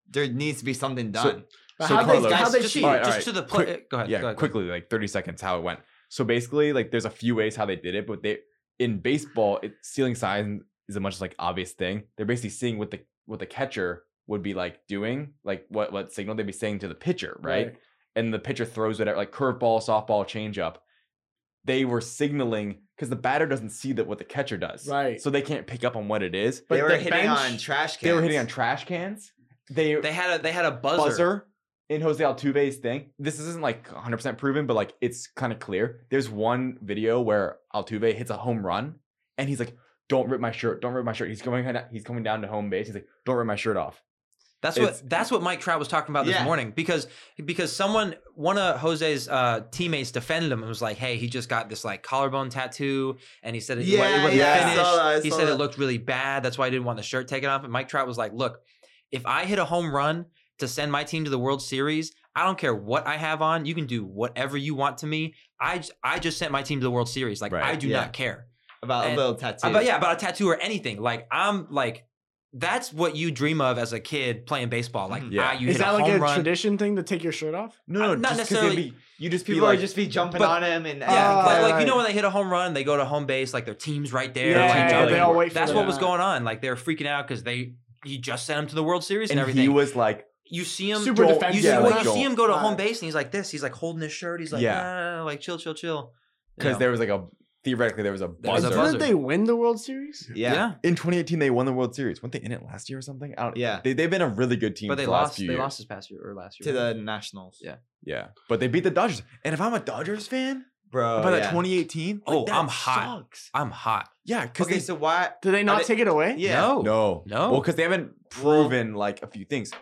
there needs to be something So- done. But So how they Carlos- how Guys, they just, cheat? All right, all just right. to the play. Quick- Uh, go ahead. yeah, go ahead. quickly, like 30 seconds, how it went. So basically, like there's a few ways how they did it, but they in baseball, it, stealing signs is a much like obvious thing. They're basically seeing what the what the catcher would be like doing, like what what signal they'd be saying to the pitcher, right? And the pitcher throws it at like curveball, softball, changeup. They were signaling because the batter doesn't see that what the catcher does, Right. So they can't pick up on what it is. But they were the hitting bench- on trash cans. They were hitting on trash cans. They They had a they had a buzzer. buzzer. in Jose Altuve's thing. This isn't like 100% proven, but like it's kind of clear. There's one video where Altuve hits a home run and he's like, "Don't rip my shirt. Don't rip my shirt." He's going he's coming down to home base. He's like, "Don't rip my shirt off." That's It's- what that's what Mike Trout was talking about this Yeah. morning because because someone one of Jose's uh, teammates defended him and was like, "Hey, he just got this like collarbone tattoo, and he said it, yeah, Yeah, it wasn't yeah, I finished. saw that, I he saw said it that. looked really bad. That's why I didn't want the shirt taken off." And Mike Trout was like, "Look, if I hit a home run to send my team to the World Series, I don't care what I have on. You can do whatever you want to me. I j- I just sent my team to the World Series. Like Right. I do Yeah. not care." about and- a little tattoo. about Uh, yeah about a tattoo or anything like i'm like that's what you dream of as a kid playing baseball like Mhm. Mm-hmm. Yeah. ah, you Is hit that a like home a run tradition thing to take your shirt off? No, Uh, no, not just 'cause it'd necessarily- be- you just people be would like, just be jumping But- on him and yeah Oh, Ah, like, like, right, you know when they hit a home run they go to home base like their team's right there Yeah, like, yeah, jumping. they all wait for that's them. what was going on like they were freaking out because they he just sent him to the world series and, and he everything was like, you see him Super Joel- you defensive. see, Yeah, well, like you see him Joel. go to home Right. base and he's like this he's like holding his shirt he's like Yeah. yeah like chill chill chill You because know. there was like a theoretically there was a There was a buzzer. buzzer. Didn't they win the World Series? yeah. yeah In 2018, they won the World Series. weren't they in it last year or something? I don't. Yeah. They, they've been a really good team. but they for the last lost few they years. lost this past year or last year to the Nationals. Yeah. Yeah, but they beat the Dodgers. And if I'm a Dodgers fan, bro. by the yeah. 2018, like, Oh, that I'm hot. sucks. i'm hot Yeah, because Okay, so why? Did they Are not they- take it away? Yeah. no No. No. Well, because they haven't proven like a few things.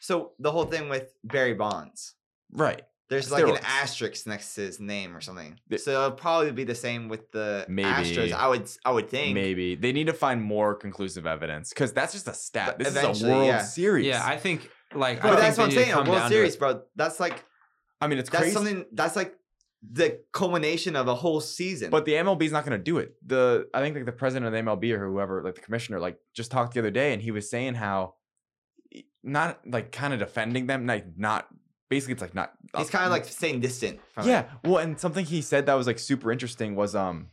So the whole thing with Barry Bonds. Right. There's like an Steroids. asterisk next to his name or something. The- so it'll probably be the same with the Astros. Maybe. I would I would think. Maybe. They need to find more conclusive evidence because that's just a stat. But This is a eventually, World yeah. Series. yeah i think like I But think that's they what I'm need to saying. come A World down to it. Series, bro. That's like I mean, it's that's crazy. something that's like the culmination of a whole season. But the MLB's not going to do it. The I think like the president of the MLB or whoever, like the commissioner, like just talked the other day, and he was saying how e, not like kind of defending them, like not basically it's like not. uh, he's kind of like staying distant from yeah. it. Well, and something he said that was like super interesting was um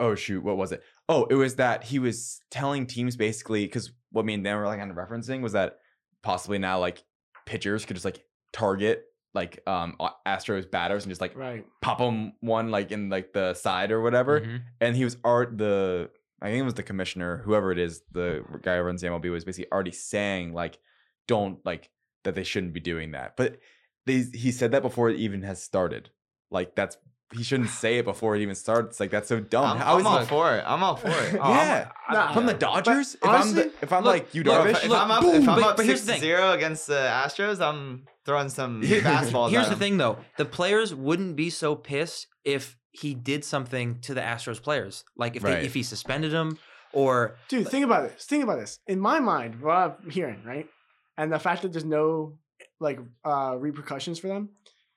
oh shoot, what was it? Oh, it was that he was telling teams basically because what me and them were like kind of referencing was that possibly now like pitchers could just like target like um A- Astros batters and just like Right. pop them one like in like the side or whatever. Mhm. And he was art the I think it was the commissioner, whoever it is, the guy who runs the MLB was basically already saying like don't like that they shouldn't be doing that. But they, he said that before it even has started. Like that's he shouldn't say it before it even starts. Like that's so dumb. I'm, How I'm is all it? for it. I'm all for *laughs* it. Oh, I'm- yeah, Nah. from the Dodgers. If honestly, I'm the, if I'm look- like you look, Darvish, If, if Look, I'm up, boom, if I'm but- up but here's the thing. 6-0 against the Astros, I'm throwing some fastballs. *laughs* Here's at the 'em. thing, though: the players wouldn't be so pissed if he did something to the Astros players, like if Right. they, if he suspended them or Dude, think about this. Think about this. In my mind, what I'm hearing, right? And the fact that there's no like uh repercussions for them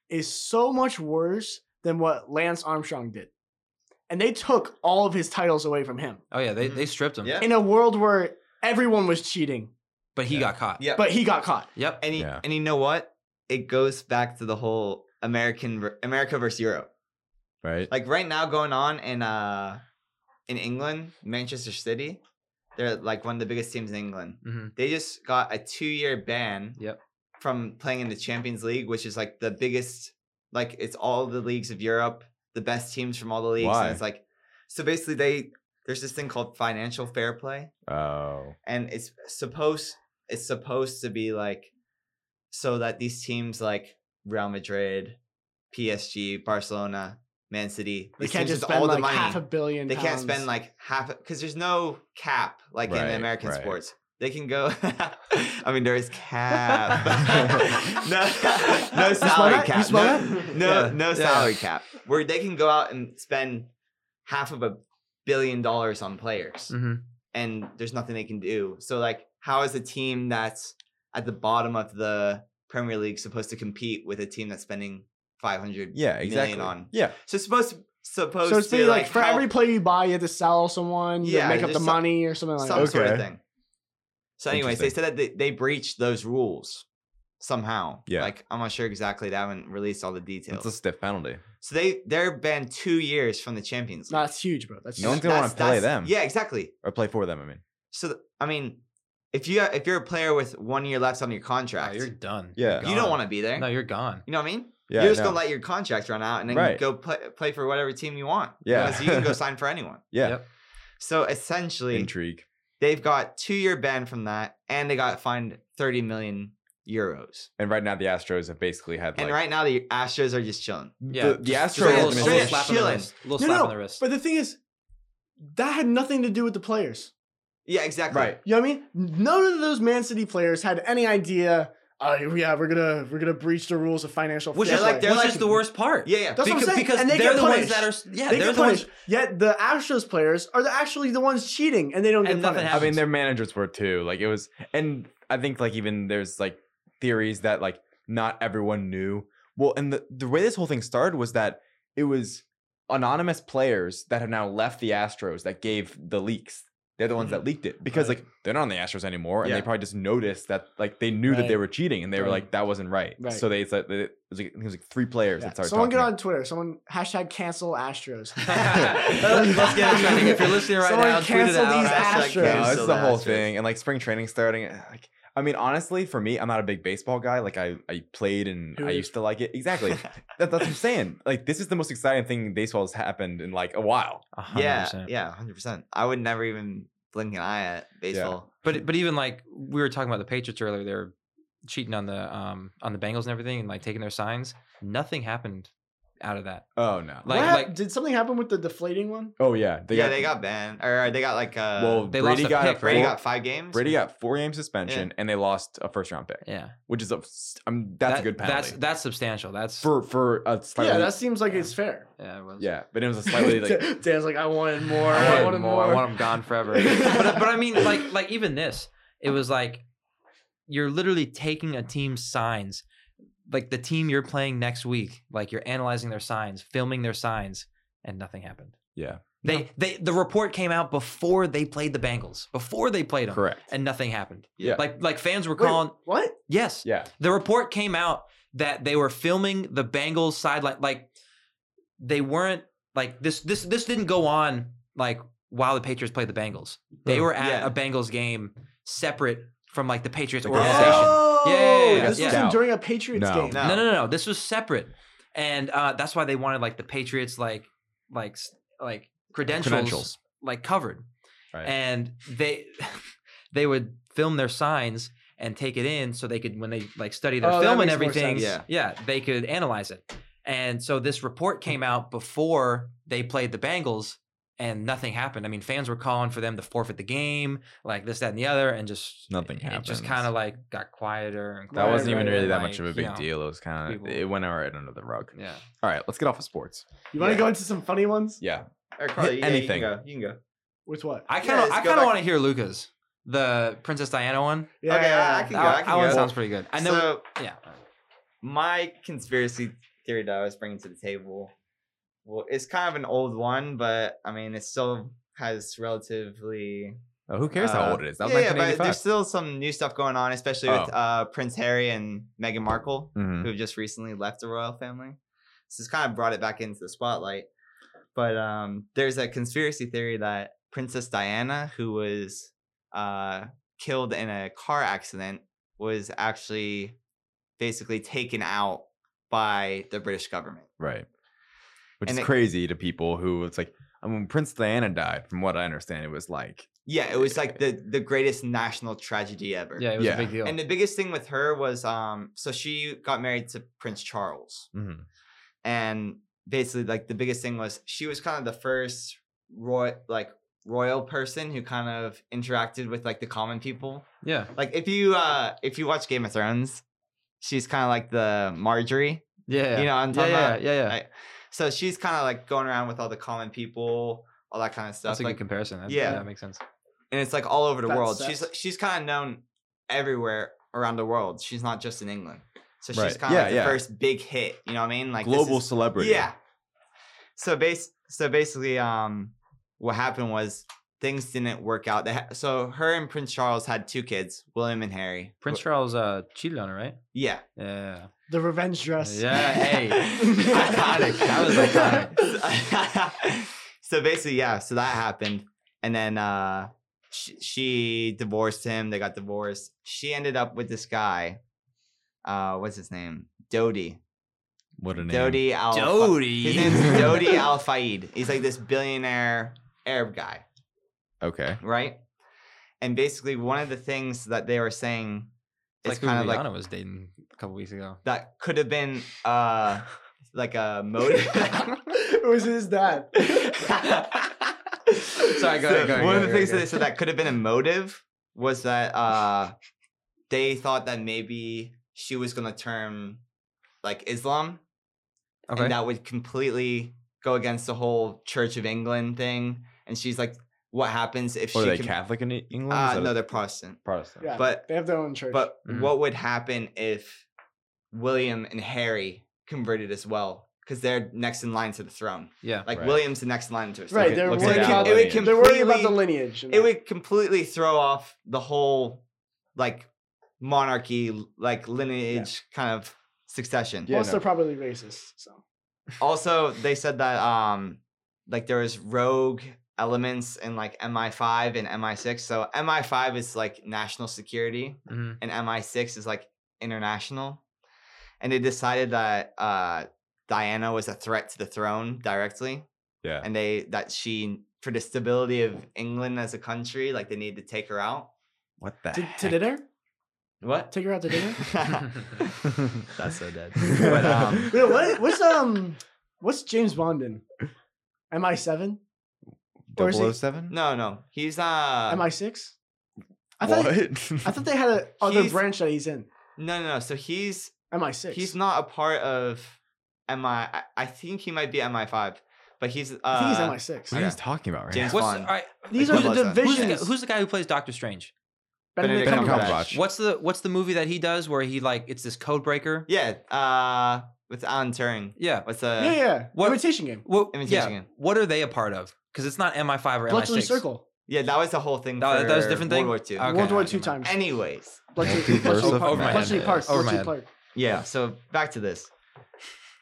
is so much worse than what Lance Armstrong did. And they took all of his titles away from him oh yeah, they, Mhm. they stripped him. Yeah. in a world where everyone was cheating, but he Yeah. got caught. Yeah, but he got caught. Yep. and you- Yeah. and you know what? It goes back to the whole American ver- America versus Europe. right? Like right now, going on in uh in England, Manchester City, they're like one of the biggest teams in England. Mm-hmm. hmm They just got a two year ban. Yep. From playing in the Champions League, which is like the biggest, like it's all the leagues of Europe, the best teams from all the leagues, Why? and it's like, so basically they there's this thing called financial fair play, oh, and it's supposed it's supposed to be like so that these teams like Real Madrid, PSG, Barcelona, Man City, They these can't teams just with spend like half a billion. they can't pounds. spend like half because there's no cap like in Right, American right. sports. They can go. *laughs* I mean, there *laughs* is cap. *laughs* no, no You smell salary that? You cap. smell no, that? no, Yeah, no yeah. salary cap. Where they can go out and spend half of a billion dollars on players hmm and there's nothing they can do. So like, how is a team that's at the bottom of the Premier League supposed to compete with a team that's spending 500? yeah, exactly. on. Yeah, So it's supposed to, supposed so it's to be like, for help every *laughs* play you buy, you have to sell someone, you yeah, Yeah, make up there's the some- money or something like some that. sort of Okay. thing. So anyways, they Interesting. said that they, they breached those rules somehow. Yeah. Like I'm not sure exactly. They haven't released all the details. it's a stiff penalty. so they they're banned two years from the Champions League. No, that's huge, bro. That's No huge. one's gonna want to That's- play them that's- Yeah, exactly. or play for them. I mean, So th- I mean, if you if you're a player with one year left on your Oh, contract, you're done. Yeah. you don't want to be there. No, you're gone. you know what I mean? yeah, you're just no. gonna let your contract run out and then Right. go play, play for whatever team you want. Yeah. because you can *laughs* go sign for anyone. yeah, Yep. So essentially, intrigue. they've got two year ban from that, and they got fined thirty million euros. And right now the Astros have basically had like and right now the Astros are just chilling. Yeah. the, the Just a Astros Straight up little, a commission- little straight up slap on the chilling. wrist. A little No, slap no, on the wrist. But the thing is, that had nothing to do with the players. Yeah, exactly. Right. You know what I mean? None of those Man City players had any idea. Uh, yeah, we're gonna we're gonna breach the rules of financial. which fair is they're like, like- play. which is the worst part. Yeah, yeah. That's what I'm because, saying, because and they they're get the ones punished. that are yeah, they they're get the ones punished. Yet the Astros players are the, actually the ones cheating, and they don't And get nothing punished. I mean, happens. their managers were too. Like it was, and I think like even there's like theories that like not everyone knew. Well, and the the way this whole thing started was that it was anonymous players that have now left the Astros that gave the leaks. They're the ones that leaked it because Mm-hmm. Right. like they're not on the Astros anymore, and they Yeah. probably just noticed that like they knew that they Right. were cheating, and they were Right. like that wasn't right. Right. So they said it was like, I think it was like three players Yeah. that started. Someone talking get about- on Twitter. Someone hashtag cancel Astros. *laughs* *laughs* Let's- *laughs* let's get it trending. If you're listening right Someone now, tweet it cancel out. these Hashtag Astros. No, cancel it's so the whole that's just- thing. And like spring training starting, like I mean, honestly, for me, I'm not a big baseball guy. Like I, I played and Who I is? used to like it. *laughs* Exactly. that, that's what I'm saying. Like this is the most exciting thing baseball has happened in like a while. A hundred Yeah, percent. yeah, hundred percent. I would never even blink an eye at baseball. But but even like we were talking about the Patriots earlier, they're cheating on the um on the Bengals and everything, and like taking their signs. Nothing happened out of that. Oh no. *laughs* Like- What hap- like- did something happen with the deflating one? oh yeah. They yeah, got, they got banned, or they got like uh, well. They Brady lost a got pick, a right? Brady four, got five games. Brady got four game suspension, and they lost a first round pick, Yeah, which is a. s- I mean, that's That- a good penalty That's that's substantial. That's for for a slightly. Yeah, that seems like it's fair. yeah, it was. yeah, but it was a *laughs* slightly like *laughs* Dan's like, I wanted more. I wanted, I wanted more. more. I want them gone forever. *laughs* but, but I mean, like, like even this, it was like you're literally taking a team's signs, like the team you're playing next week, like you're analyzing their signs, filming their signs, and nothing happened. yeah, They, they, the report came out before they played the Bengals, before they played them, correct. and nothing happened. Yeah. Like, like fans were Wait, calling, what? yes, yeah, the report came out that they were filming the Bengals sideline. Like they weren't like this. This this didn't go on like while the Patriots played the Bengals. They Hmm. were at Yeah. a Bengals game separate from like the Patriots Like the organization. Oh! Yeah, yeah, yeah, this yeah. wasn't No. during a Patriots No. game. No. No, no, no, no. This was separate, and uh, that's why they wanted like the Patriots like like s- like credentials, Credentials. like covered, Right. and they *laughs* they would film their signs and take it in so they could when they like study their Oh, that film and makes more everything. sense. yeah, they could analyze it, And so this report came out before they played the Bengals and nothing happened. I mean, fans were calling for them to forfeit the game, like this, that, and the other, and just Nothing It just happens. kind of like got quieter and That quieter wasn't even right, really and, that much of like, a you big know, deal. It was kind of people- it went right under the rug. Yeah. All right, let's get off of sports. You want to Yeah. go into some funny ones? Yeah, Or Carly, yeah, anything. You can go. You can go. With what? I Yeah, kind of let's go I kind of back- want to hear Luca's the Princess Diana one. Yeah, Okay, yeah, I yeah. can go. I That, can that one go. sounds pretty good. I know. So yeah. my conspiracy theory that I was bringing to the table, well, it's kind of an old one, but I mean, it still has relatively Oh, who cares how Uh, old it is? That was yeah, yeah, but 1985. there's still some new stuff going on, especially with Oh. uh, Prince Harry and Meghan Markle, Mhm. who have just recently left the royal family. So it's kind of brought it back into the spotlight. But um, there's a conspiracy theory that Princess Diana, who was uh, killed in a car accident, was actually basically taken out by the British government. Right. Which And is it- crazy to people who it's like, I mean, Prince Diana died, from what I understand, it was like, Yeah, it was like the the greatest national tragedy ever. Yeah, it was Yeah. a big deal. And the biggest thing with her was um so she got married to Prince Charles mhm. and basically like the biggest thing was she was kind of the first roy like royal person who kind of interacted with like the common people. yeah. Like if you uh if you watch Game of Thrones, she's kind of like the Marjorie, Yeah. you know what I'm yeah, talking yeah, about? yeah, yeah. Like, So she's kind of like going around with all the common people, all that kind of stuff. That's a like, good comparison. That, yeah. that makes sense. and it's like all over the That's world. She's sex. she's kind of known everywhere around the world. She's not just in England. So she's Right. kind of Yeah, like yeah. the first big hit. You know what I mean? Like this global is- celebrity. Yeah. So base so basically, um, what happened was things didn't work out. They ha- so her and Prince Charles had two kids, William and Harry. Prince Wh- Charles uh, cheated on her, right? Yeah. Yeah. The revenge dress. Yeah. *laughs* Hey. Iconic. That was iconic. *laughs* so basically, yeah. So that happened, and then uh, she, she divorced him. They got divorced. She ended up with this guy. Uh, what's his name? Dodi. What a name. Dodi Al. Jody. Oh, *laughs* His name's Dodi Al Faid. He's like this billionaire Arab guy, Okay. right? And basically, one of the things that they were saying It's is like who kind of Rihanna like was dating a couple weeks ago. that could have been *laughs* uh like a motive. *laughs* it was his dad. Sorry, go ahead, go ahead, One go of the ahead, things go that they said that could have been a motive was that *laughs* uh, they thought that maybe she was gonna turn like Islam, Okay. and that would completely go against the whole Church of England thing. And she's like, "What happens if What she are they com- Catholic in E- England? Is Uh, that no, a- they're Protestant. Protestant. Yeah, But- they have their own church. But Mhm. what would happen if William and Harry converted as well? Because they're next in line to the throne. yeah. Like Right. William's the next in line to his right, it- they're looks worried, like that about, it would they're worried about the completely- lineage. and it that. would completely throw off the whole like monarchy l- like lineage kind of succession Yeah, Plus, no. they're probably racist. So also they said that um like there was rogue elements in like mi5 and mi6 so mi5 is like national security hmm and mi6 is like international and they decided that uh diana was a threat to the throne directly Yeah. and they that she for the stability of england as a country like they need to take her out What the to, to heck? dinner, what take her out to dinner. Mm-hmm. *laughs* *laughs* That's *laughs* so dead. But *laughs* um, *laughs* Wait, what, what's um, what's James Bond in? MI seven, Or is he- 007? *laughs* no, no, he's uh, MI six. I what? thought *laughs* I thought they had a other He's- branch that he's in. no, no, no. So he's MI six. he's not a part of MI. I, I think he might be MI5, but he's uh, I think he's MI six. what are yeah. you talking about right James- now? What's fine. all right? These are Like the Bloodline. Who's the, guy, divisions. who's the guy who plays Doctor Strange? Benedict Benedict Cumberbatch. Cumberbatch. What's the What's the movie that he does where he like it's this code breaker? yeah, uh, with Alan Turing. Yeah. What's uh, yeah, yeah. What- Imitation game. Well, yeah. Imitation Game. What are they a part of? Because it's not MI5 or Bloodstone MI6. circle. yeah, that was the whole thing. No, that- that was a for different World War Two. thing? Okay, World War okay, II never mind. times. Anyways, *laughs* Bloodstone Multiverse Bloodstone of Park. Madness. Bloodstone Park. Over my Bloodstone head. Park. yeah. So back to this.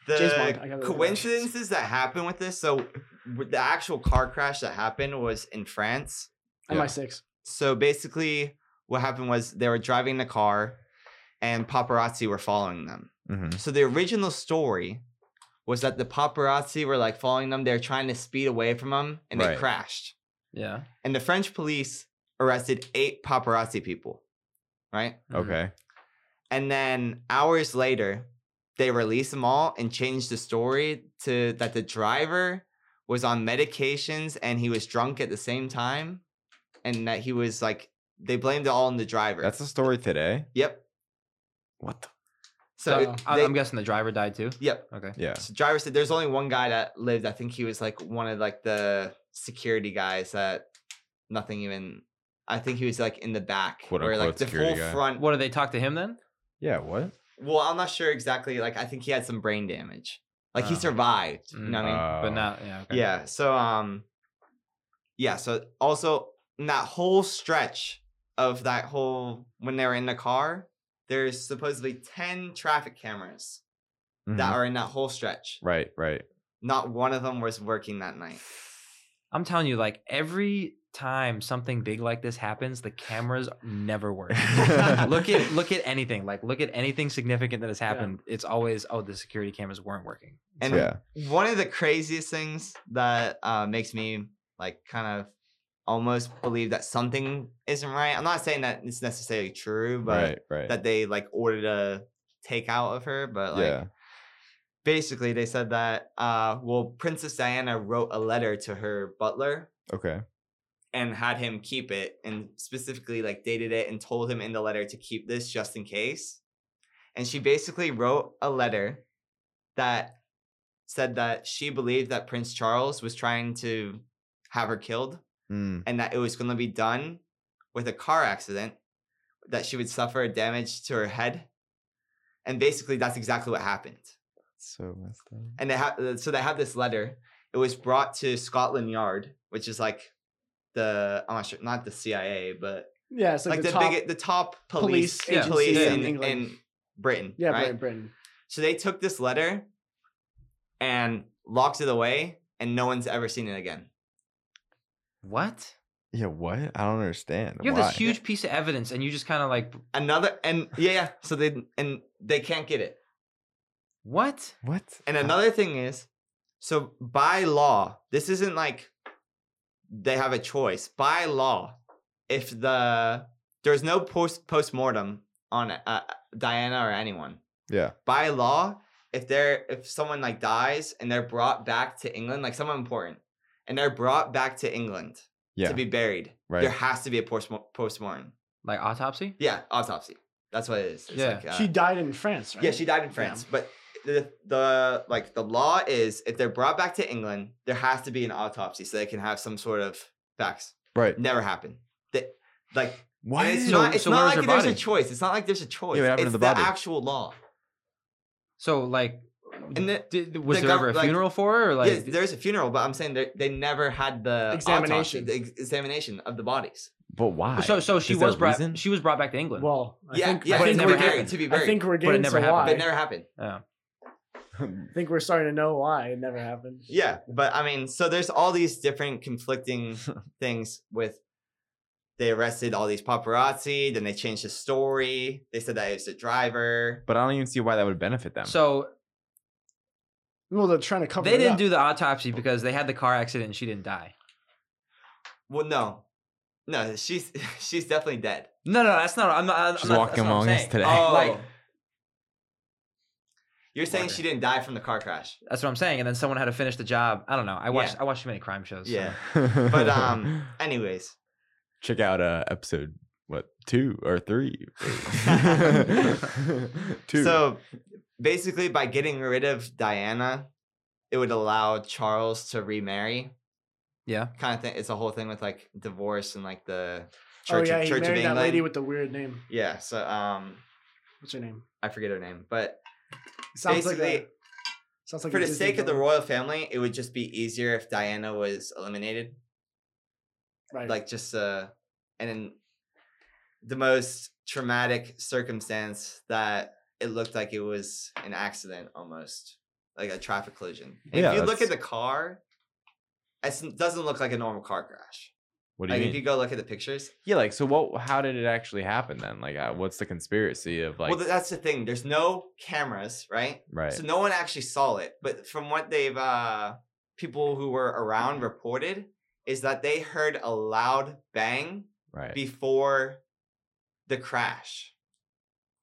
James Bond, I The gotta look it up. coincidences that happened with this. So with the actual car crash that happened was in France. Yeah. MI6. so basically what happened was they were driving the car and paparazzi were following them Mhm. so the original story was that the paparazzi were like following them they're trying to speed away from them and they Right. crashed Yeah. and the french police arrested eight paparazzi people right Mhm. Okay. and then hours later they released them all and changed the story to that the driver was on medications and he was drunk at the same time, and that he was like they blamed it all on the driver. That's the story today. yep. What the? So Wow. I, they- I'm guessing the driver died too. yep. Okay. Yeah. So driver said there's only one guy that lived. I think he was like one of like the security guys that nothing even. I think he was like in the back Quote, where like unquote, the full security guy. front. What do they talk to him then? Yeah. What? Well, I'm not sure exactly. Like I think he had some brain damage. Like he Uh-huh. Oh. survived. You know what I mean? Oh. But not. Yeah. Okay. Yeah. So um, yeah. So also in that whole stretch of that whole when they were in the car, there's supposedly ten traffic cameras Mhm. that are in that whole stretch. Right. Right. Not one of them was working that night. I'm telling you, like every time something big like this happens, the cameras never *laughs* work. look at look at anything. Like look at anything significant that has happened. It's always oh the security cameras weren't working. And yeah. one of the craziest things that uh, makes me like kind of almost believe that something isn't right. I'm not saying that it's necessarily true, but Right. Right. that they like ordered a takeout of her. But like yeah. basically, they said that uh, well, Princess Diana wrote a letter to her butler Okay. and had him keep it and specifically like dated it and told him in the letter to keep this just in case. And she basically wrote a letter that said that she believed that Prince Charles was trying to have her killed Mm. and that it was going to be done with a car accident that she would suffer damage to her head. And basically that's exactly what happened. So messed up. And they have so they have this letter. It was brought to Scotland Yard, which is like the I'm not sure, not the CIA, but Yeah, it's like, like, the, the, top. big the top police police police, agency in in, in, England. Britain. yeah, right? Britain, Britain. So they took this letter and locked it away, and no one's ever seen it again. What? Yeah. What? I don't understand. You have Why? this huge piece of evidence and you just kind of like Another and yeah, yeah. So they and they can't get it. what? What? And How- another thing is, so by law, this isn't like they have a choice. By law, if the there's no post postmortem on uh, Diana or anyone. *sighs* Yeah. By law, if they're if someone like dies and they're brought back to England, like someone important, and they're brought back to England Yeah. to be buried, Right. there has to be a post postmortem. Like autopsy? Yeah, autopsy. That's what it is. It's Yeah. like, uh, she died in France, right? yeah, she died in France. But the the like the law is if they're brought back to England, there has to be an autopsy so they can have some sort of facts. right. Never happened. That like and Why? it's So- not it's so where not was like her there's a body? choice. It's not like there's a choice. happened to it's the the, body? actual law. So like And the- did, was the there ever a gov- like- funeral for her? Or like yes, there's a funeral, but I'm saying they they never had the autopsy, Examination. the ex- examination of the bodies. But why? so so she Is there was a brought reason? *laughs* she was brought back to England. Well, I yeah, think, yeah, I but think it it's never we're never happened. getting, happened to be I buried. think we're getting never to happened. why. but it never happened. yeah. I think we're starting to know why it never happened. Yeah, but I mean, so there's all these *laughs* different conflicting things with they arrested all these paparazzi, then they changed the story. They said that it was the driver. but I don't even see why that would benefit them. So Well, they're trying to cover. they it didn't up. do the autopsy because they had the car accident and she didn't die. Well, no. No, she's *laughs* she's *laughs* definitely dead. No, no, that's not. I'm not. I'm She's not- walking that's not what among I'm us saying. today. Oh, like, You're saying she didn't die from the car crash. that's what I'm saying. And then someone had to finish the job. I don't know. I watched. Yeah. I watched too many crime shows. so- Yeah. But, um, Anyways, *laughs* check out uh episode what two or *laughs* three. *laughs* two. so basically by getting rid of Diana, it would allow Charles to remarry. Yeah. Kind of thing. It's a whole thing with like divorce and like the Oh Church, yeah, of, he Church of married England. that lady with the weird name. Yeah, so um, What's her name? I forget her name, but Sounds like Basically, a- sounds like for a the Disney sake of the villain. royal family, it would just be easier if Diana was eliminated, right. like just uh, and in the most traumatic circumstance that it looked like it was an accident almost, like a traffic collision. And Yeah, if you look that's- at the car, it's- it doesn't look like a normal car crash. what do you Like mean? if you go look at the pictures, yeah, like so. What? How did it actually happen then? Like, uh, what's the conspiracy of like? well, th- that's the thing. There's no cameras, right? right. So no one actually saw it, but from what they've uh people who were around Mm-hmm. reported is that they heard a loud bang right. before the crash.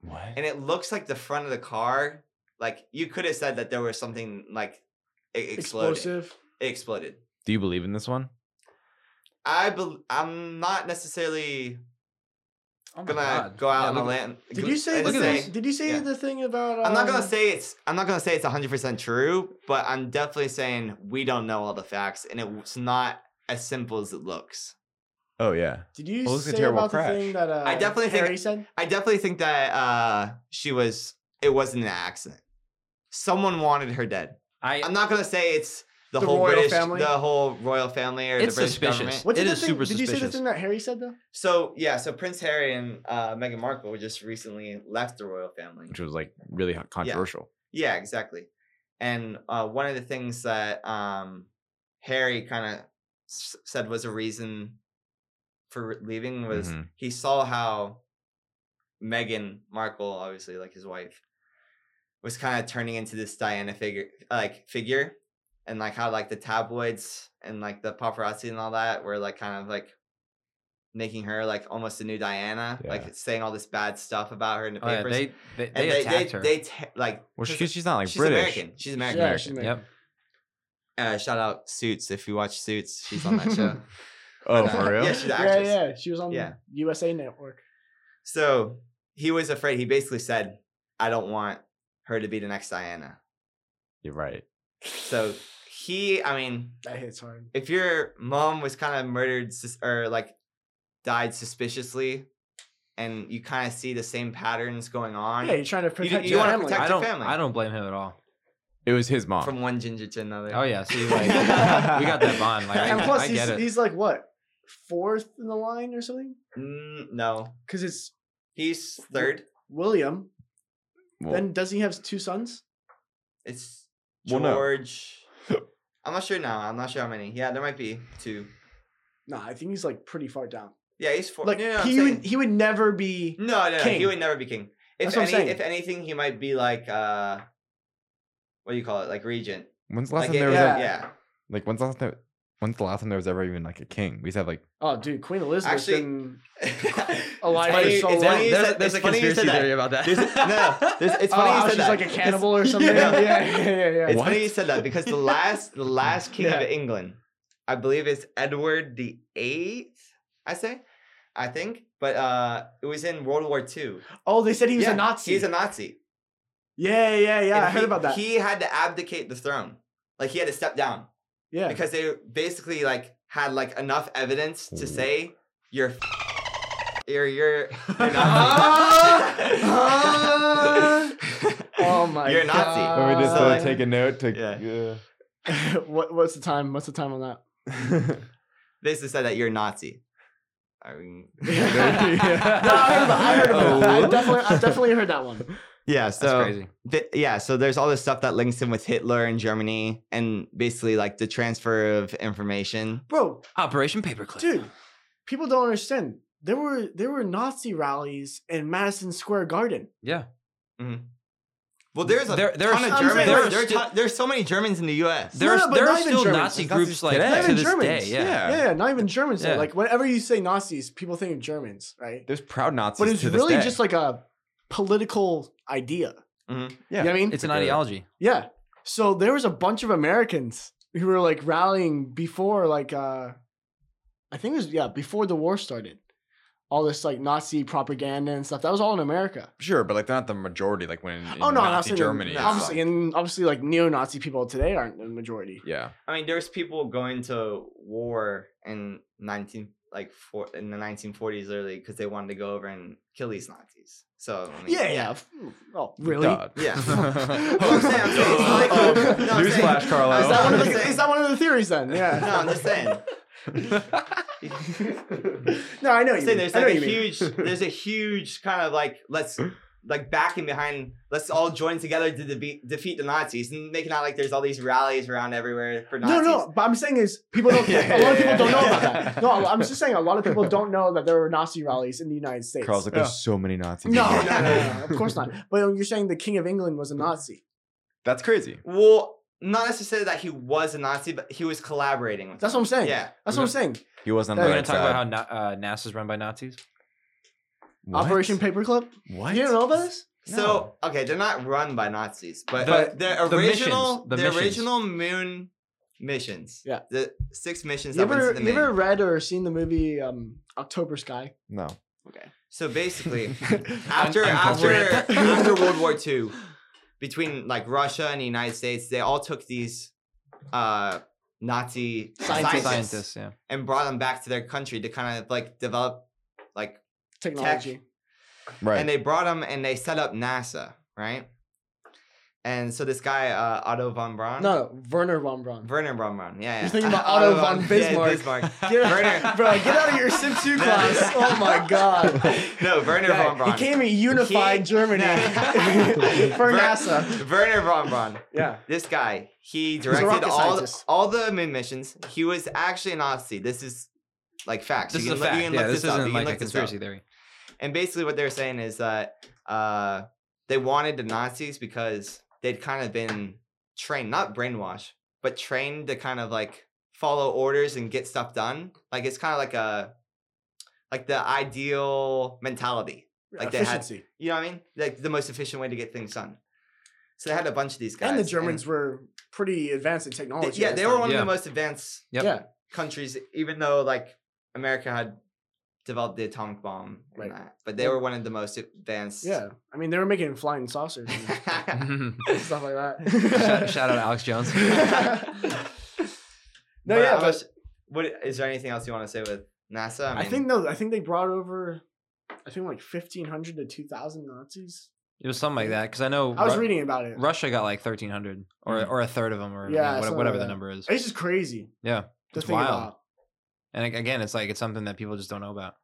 what? And it looks like the front of the car Like you could have said that there was something like it exploded. Explosive. It exploded. Do you believe in this one? I bel I'm not necessarily Oh my gonna God. go out Yeah, on a look at- land. Did go- you say? and The, look at say- this. Did you say yeah. the thing about? Uh, I'm not gonna say it's. I'm not gonna say it's 100 percent true, but I'm definitely saying we don't know all the facts, and it's not as simple as it looks. Oh yeah. Did you Well, this is a say terrible about crash. the thing that uh, I definitely think- Harry said? I definitely think that uh, she was. It wasn't an accident. Someone wanted her dead. I, I'm not gonna say it's the, The whole royal British, family? the whole royal family, or It's the British suspicious. government. What did It the is thing- super Did you say the suspicious. thing that Harry said though? So yeah, so Prince Harry and uh, Meghan Markle just recently left the royal family. Which was like really hot- controversial. Yeah, exactly. And uh, one of the things that um, Harry kind of s- said was a reason for leaving was Mm-hmm. Mhm. he saw how Meghan Markle, obviously like his wife, was kind of turning into this Diana figure, like figure, and like how like the tabloids and like the paparazzi and all that were like kind of like making her like almost a new Diana, Yeah. like saying all this bad stuff about her in the oh, yeah, papers. they, they, and they they attacked they, her. they ta- like Well, because she, she's not like she's British. American. She's American. Yeah, she's American. yep. Uh, shout out Suits if you watch Suits. She's on that show. Oh, But, uh, for real? Yeah, she's an Yeah, actress. yeah. She was on Yeah. USA Network. So he was afraid. He basically said, "I don't want her to be the next Diana." You're right. So he, I mean, That hits hard. if your mom was kind of murdered sus- or like died suspiciously, and you kind of see the same patterns going on Yeah, you're trying to protect you your wanna family. protect- I your don't, family. I don't blame him at all. It was his mom. *laughs* from *laughs* one ginger to another. Oh yeah, see, like, we *laughs* got that bond. Like, I, and plus, I he's, get it. he's like what fourth in the line or something? Mm, no, Because it's he's third. William. Well, Then doesn't he have two sons? It's Well, no. George. I'm not sure now. I'm not sure how many. Yeah, there might be two. No, I think he's like pretty far down. Yeah, he's four. Like no, no, no, I'm he would saying- he would never be. no, no, no, he king. would never be king. If That's what I'm any, saying. if anything, he might be like uh, what do you call it? Like regent. when's the last like, time there was yeah, ever, a- yeah. *laughs* like when's the last time when's the last time there was ever even like a king? We used to have like Oh, dude, Queen Elizabeth. Actually- been- It's Alive for funny- so long. it's funny you there's said- there's it's a funny you said conspiracy that. theory about that. There's- no, *laughs* no, there's- it's oh, funny you how said she's that. like a It's- cannibal or something. Yeah, yeah, yeah. yeah. *laughs* It's funny What? you said that because the *laughs* last the last king Yeah. of England, I believe is Edward the Eighth. I say, I think, but uh, it was in World War II. Oh, they said he was Yeah, a Nazi. He's a Nazi. yeah, yeah, yeah. And I heard he- about that. He had to abdicate the throne. Like he had to step down yeah. because they basically like had like enough evidence to say you're f- you're *laughs* you're, you're Ah! *laughs* Nazi. *laughs* oh my. You're a Nazi. God. Let me just uh, so- take a note to Yeah. *laughs* what what's the time? What's the time on that? yeah. basically said that you're Nazi. I *laughs* mean, No, I heard about. I heard Oh. about. that. I definitely, I definitely heard *laughs* that one. yeah. That's So crazy. th- yeah, so there's all this stuff that links him with Hitler and Germany, and basically like the transfer of information. Bro, Operation Paperclip. dude, people don't understand. There were there were Nazi rallies in Madison Square Garden. yeah, Well, there's a There- there's- ton of I'm Germans. saying there, there's there are sti- ton- there's so many Germans in the U.S. there's no, but there not are even still Germans. Nazi It's not groups just like today. that Not to even this Germans. day. Yeah. Yeah. yeah, yeah, not even Germans. though. Yeah. Like whenever you say Nazis, people think of Germans, right? There's proud Nazis. But it's to this really day. Mm-hmm. just like a political idea. Mhm. Yeah. You know what I mean? it's an Like a- ideology. Yeah. So there was a bunch of Americans who were like rallying before like uh I think it was yeah, before the war started. All this like Nazi propaganda and stuff. That was all in America. sure, but like they're not the majority. Like when in oh no, Nazi obviously, Germany, it's obviously, like- and obviously, like neo-Nazi people today aren't the majority. yeah, I mean, there's people going to war in 19 like four, in the 1940s literally because they wanted to go over and kill these Nazis. So I mean, Yeah, yeah. f- Oh, really? Duh. *laughs* Yeah. I'm saying- I'm saying it's like- Oh, no, I'm Newsflash, saying- Carlo. Is that, one of I'm the, saying- is that one of the theories then? Oh. *laughs* *laughs* No, Yeah. I'm just saying. No, I know what you I'm saying mean. there's I know like a what you mean. huge, there's a huge kind of like let's like backing behind. Let's all join together to debe- defeat the Nazis and making out like there's all these rallies around everywhere for No, Nazis. no, but I'm saying is people don't. *laughs* a Yeah, lot of yeah, people don't know yeah. about that. No, I'm just saying a lot of people don't know that there were Nazi rallies in the United *laughs* States. Carl's like, there's so many Nazis. no, no, no, *laughs* no, no, of course not. But you're saying the King of England was a Nazi. That's crazy. Well, not necessarily that he was a Nazi, but he was collaborating with. That's what I'm saying. Yeah. That's what I'm saying. He wasn't. We're on the We're gonna right talk side. about how Na- uh, NASA's run by Nazis. What? Operation Paperclip. What? You didn't know about this? So okay, they're not run by Nazis, but, The- but their the original missions, the their missions. original moon missions. Yeah. the six missions You that went ever, to the you moon. ever read or seen the movie um, October Sky? *laughs* No. Okay. So *laughs* basically, after after Uncultured. after World War II, between like Russia and the United States, they all took these uh, Nazi Scientists. scientists. Scientists, yeah. and brought them back to their country to kind of like develop, like, Technology. Right. and they brought them and they set up NASA, right? And so this guy uh, Otto von Braun, No, no, Werner von Braun. Werner von Braun, yeah, yeah. You're *laughs* thinking about Otto von Bismarck. yeah, Bismarck. *laughs* Get- *laughs* Werner- bro, *laughs* get out of your Sim *laughs* 2 No. class. Oh my god. *laughs* no, Werner Yeah, von Braun. He came and unified *laughs* He- Germany No. *laughs* for Ver- NASA. Werner von Braun. Yeah. This guy, he a directed rocket all the, scientist. all the moon missions. He was actually an Nazi. This is like facts. This You is a can look- you fact. can Yeah, look this up. You isn't can like a look this up. conspiracy theory. And basically, what they're saying is that uh, they wanted the Nazis because they'd kind of been trained, not brainwashed, but trained to kind of like follow orders and get stuff done. Like it's kind of like a like the ideal mentality. Like they had- Efficiency. You know what I mean? Like the most efficient way to get things done. So they had a bunch of these guys. and the Germans were pretty advanced in They- technology. yeah, at they this were time. one of Yeah. the most advanced Yep. Yeah. countries, even though like America had developed the atomic bomb, and Right. that, but they were one of the most advanced. Yeah. I mean, they were making flying *laughs* saucers and *laughs* Mm-hmm. stuff like shout, that. *laughs* shout out *laughs* Alex Jones. No, But yeah, I but- was- what is there anything else you want to say with NASA? I, mean, think no, I think they brought over, I think like fifteen hundred to two thousand Nazis. It was something like that because I know I was Ru- reading about it. Mm-hmm. Russia got like thirteen hundred or Mhm. or a third of them or you Yeah, know, something whatever, like whatever the that. number is. It's just crazy. Yeah. to It's think wild. about. And ag- again, it's like it's something that people just don't know about.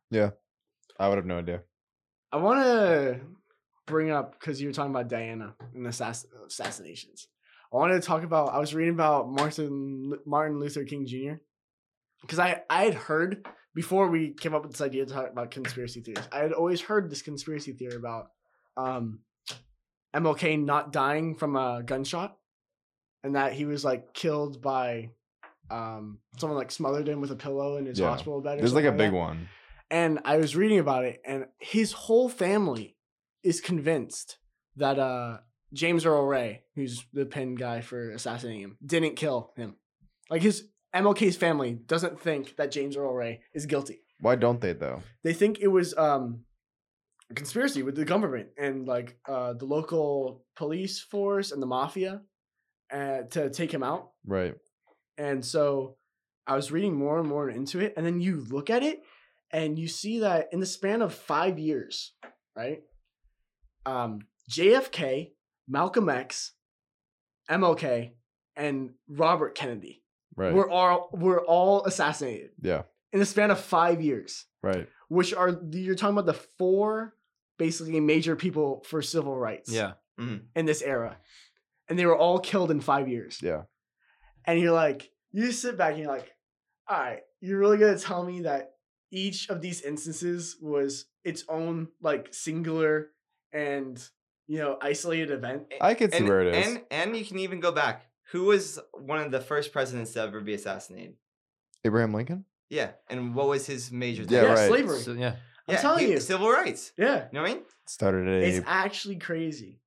I would have no idea. I want to bring up because you were talking about Diana and assass- assassinations. I wanted to talk about. I was reading about Martin Lu- Martin Luther King Jr. because I I had heard before we came up with this idea to talk about conspiracy theories. I had always heard this conspiracy theory about um, MLK not dying from a gunshot, and that he was like killed by um, someone like smothered him with a pillow in his Yeah. hospital bed. Or There's like a something big that one. and I was reading about it, and his whole family is convinced that uh, James Earl Ray, who's the pen guy for assassinating him, didn't kill him. Like his MLK's family doesn't think that James Earl Ray is guilty. Why don't they though? They think it was um, a conspiracy with the government and like uh, the local police force and the mafia uh, to take him out. Right. And so I was reading more and more into it. And then you look at it and you see that in the span of five years, right? Um, JFK, Malcolm X, MLK, and Robert Kennedy Right. were all were all assassinated yeah. in the span of five years, Right. which are you're talking about the four basically major people for civil rights Yeah. in this era. And they were all killed in five years Yeah. and you're like, you just sit back and you're like, all right, you're really gonna tell me that each of these instances was its own like singular and you know isolated event. I could see and, where it is. and and you can even go back. Who was one of the first presidents to ever be assassinated? Abraham Lincoln. Yeah, and what was his major? Yeah, Yeah, right. slavery. So, yeah. I'm telling you. civil rights. yeah, You know what I mean? Started at it's a- actually crazy.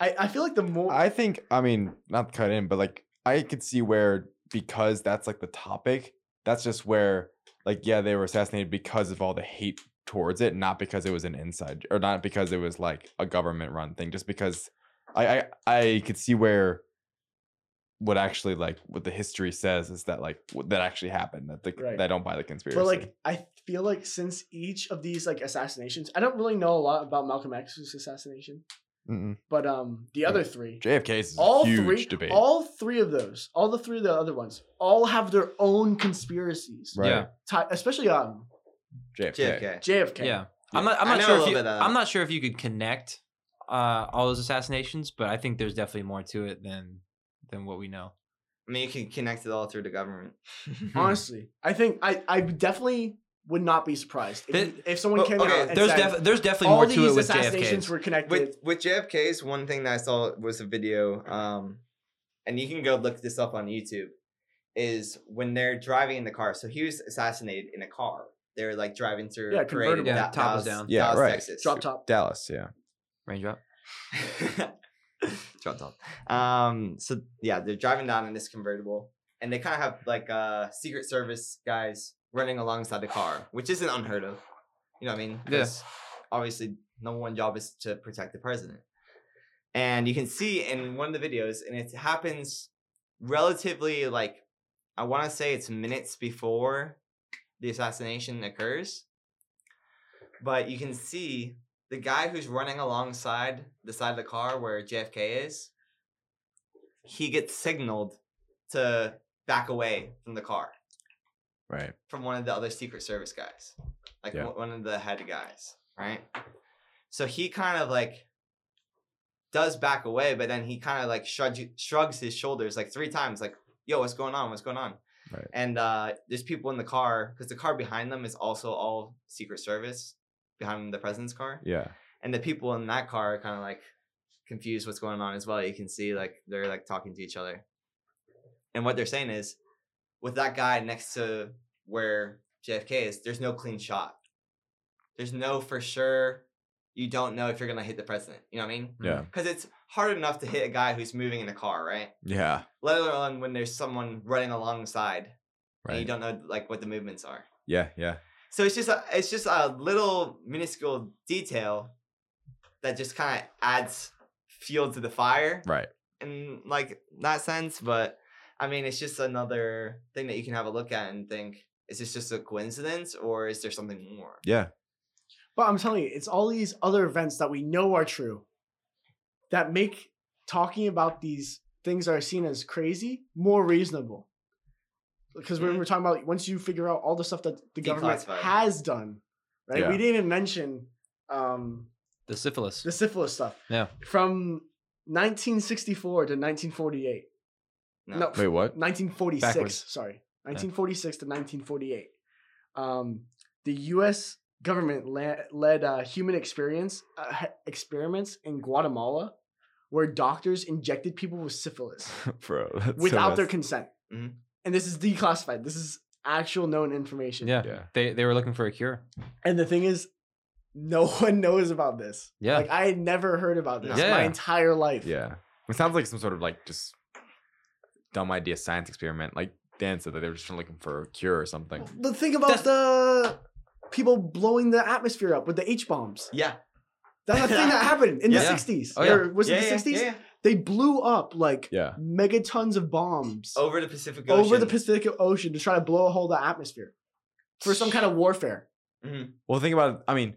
I, I feel like the more I think. I mean, not to cut in, but like I could see where because that's like the topic. That's just where like yeah they were assassinated because of all the hate towards it, not because it was an inside or not because it was like a government run thing. Just because I I, I could see where what actually like what the history says is that like what, that actually happened that the, Right. that I don't buy the conspiracy. but like I feel like since each of these like assassinations, I don't really know a lot about Malcolm X's assassination, Mm-mm. but um the other three, JFK's is all a huge three debate. all three of those all the three of the other ones all have their own conspiracies right. Yeah. Ti- especially um JFK. JFK. jfk Yeah. I'm not. I'm I not know a sure. If little you, bit of that. I'm not sure if you could connect uh, all those assassinations, but I think there's definitely more to it than than what we know. I mean, you can connect it all through the government. honestly Mm-hmm. i think i i definitely would not be surprised if, Th- if someone but, came okay, out and There's said, def- there's definitely all more these to it with assassinations JFK. were connected with with JFK's one thing that I saw was a video, um, and you can go look this up on YouTube. Is when they're driving in the car. So he was assassinated in a car. They're like driving through. Yeah, a parade in convertible. Da- Yeah, top was Dallas- down. Yeah, Dallas, right. Texas. drop top Dallas. Yeah. Raindrop. *laughs* Dropped off. Um, so yeah, they're driving down in this convertible, and they kind of have like uh Secret Service guys running alongside the car, which isn't unheard of. You know what I mean? Yeah. 'Cause Obviously, number one job is to protect the president, and you can see in one of the videos, and it happens relatively like I want to say it's minutes before the assassination occurs, but you can see the guy who's running alongside the side of the car where JFK is, he gets signaled to back away from the car Right. from one of the other Secret Service guys, like Yeah. one- one of the head guys, right? So he kind of like does back away, but then he kind of like shrugs, shrugs his shoulders like three times, like, yo, what's going on? What's going on? Right. And uh, there's people in the car because the car behind them is also all Secret Service behind the president's car Yeah. and the people in that car are kind of like confused what's going on as well. You can see like they're like talking to each other, and what they're saying is, with that guy next to where JFK is, there's no clean shot. There's no for sure. You don't know if you're gonna hit the president. You know what I mean? Mm-hmm. Yeah. Because it's hard enough to hit a guy who's moving in a car, right? Yeah. Let alone when there's someone running alongside and you Right. don't know like what the movements are. Yeah. Yeah. So it's just a, it's just a little minuscule detail that just kind of adds fuel to the fire Right. in like that sense. But I mean, it's just another thing that you can have a look at and think: Is this just a coincidence, or is there something more? Yeah. But I'm telling you, it's all these other events that we know are true that make talking about these things that are seen as crazy more reasonable. Because when Mhm. we're talking about once you figure out all the stuff that the government Declassified. has done, right? Yeah. We didn't even mention um, The syphilis. the syphilis stuff. Yeah. From 1964 to 1948. No. Wait, what? *laughs* 1946. Backwards. Sorry, 1946 to 1948. Um, the U.S. government la- led uh, human experience uh, he- experiments in Guatemala, where doctors injected people with syphilis Bro. that's so without their messed- consent. Mm-hmm. Mhm. And this is declassified. This is actual known *laughs* information. Yeah. Yeah. They they were looking for a cure. And the thing is, no *laughs* one knows about this. Yeah. Like I had never heard about this Yeah. my entire life. Yeah. It sounds like some sort of like just dumb idea science experiment. Like Dan said that they were just trying to looking for a cure or something. But think about That's- the people blowing the atmosphere up with the H bombs. Yeah. That's a thing that happened in Yeah. the 60s. Oh, yeah. Or was it yeah, the yeah, 60s? yeah, yeah. They blew up like Yeah. megatons of bombs Over the Pacific Ocean. over the Pacific Ocean to try to blow a hole in the atmosphere for some kind of warfare. *laughs* Well, think about it. I mean,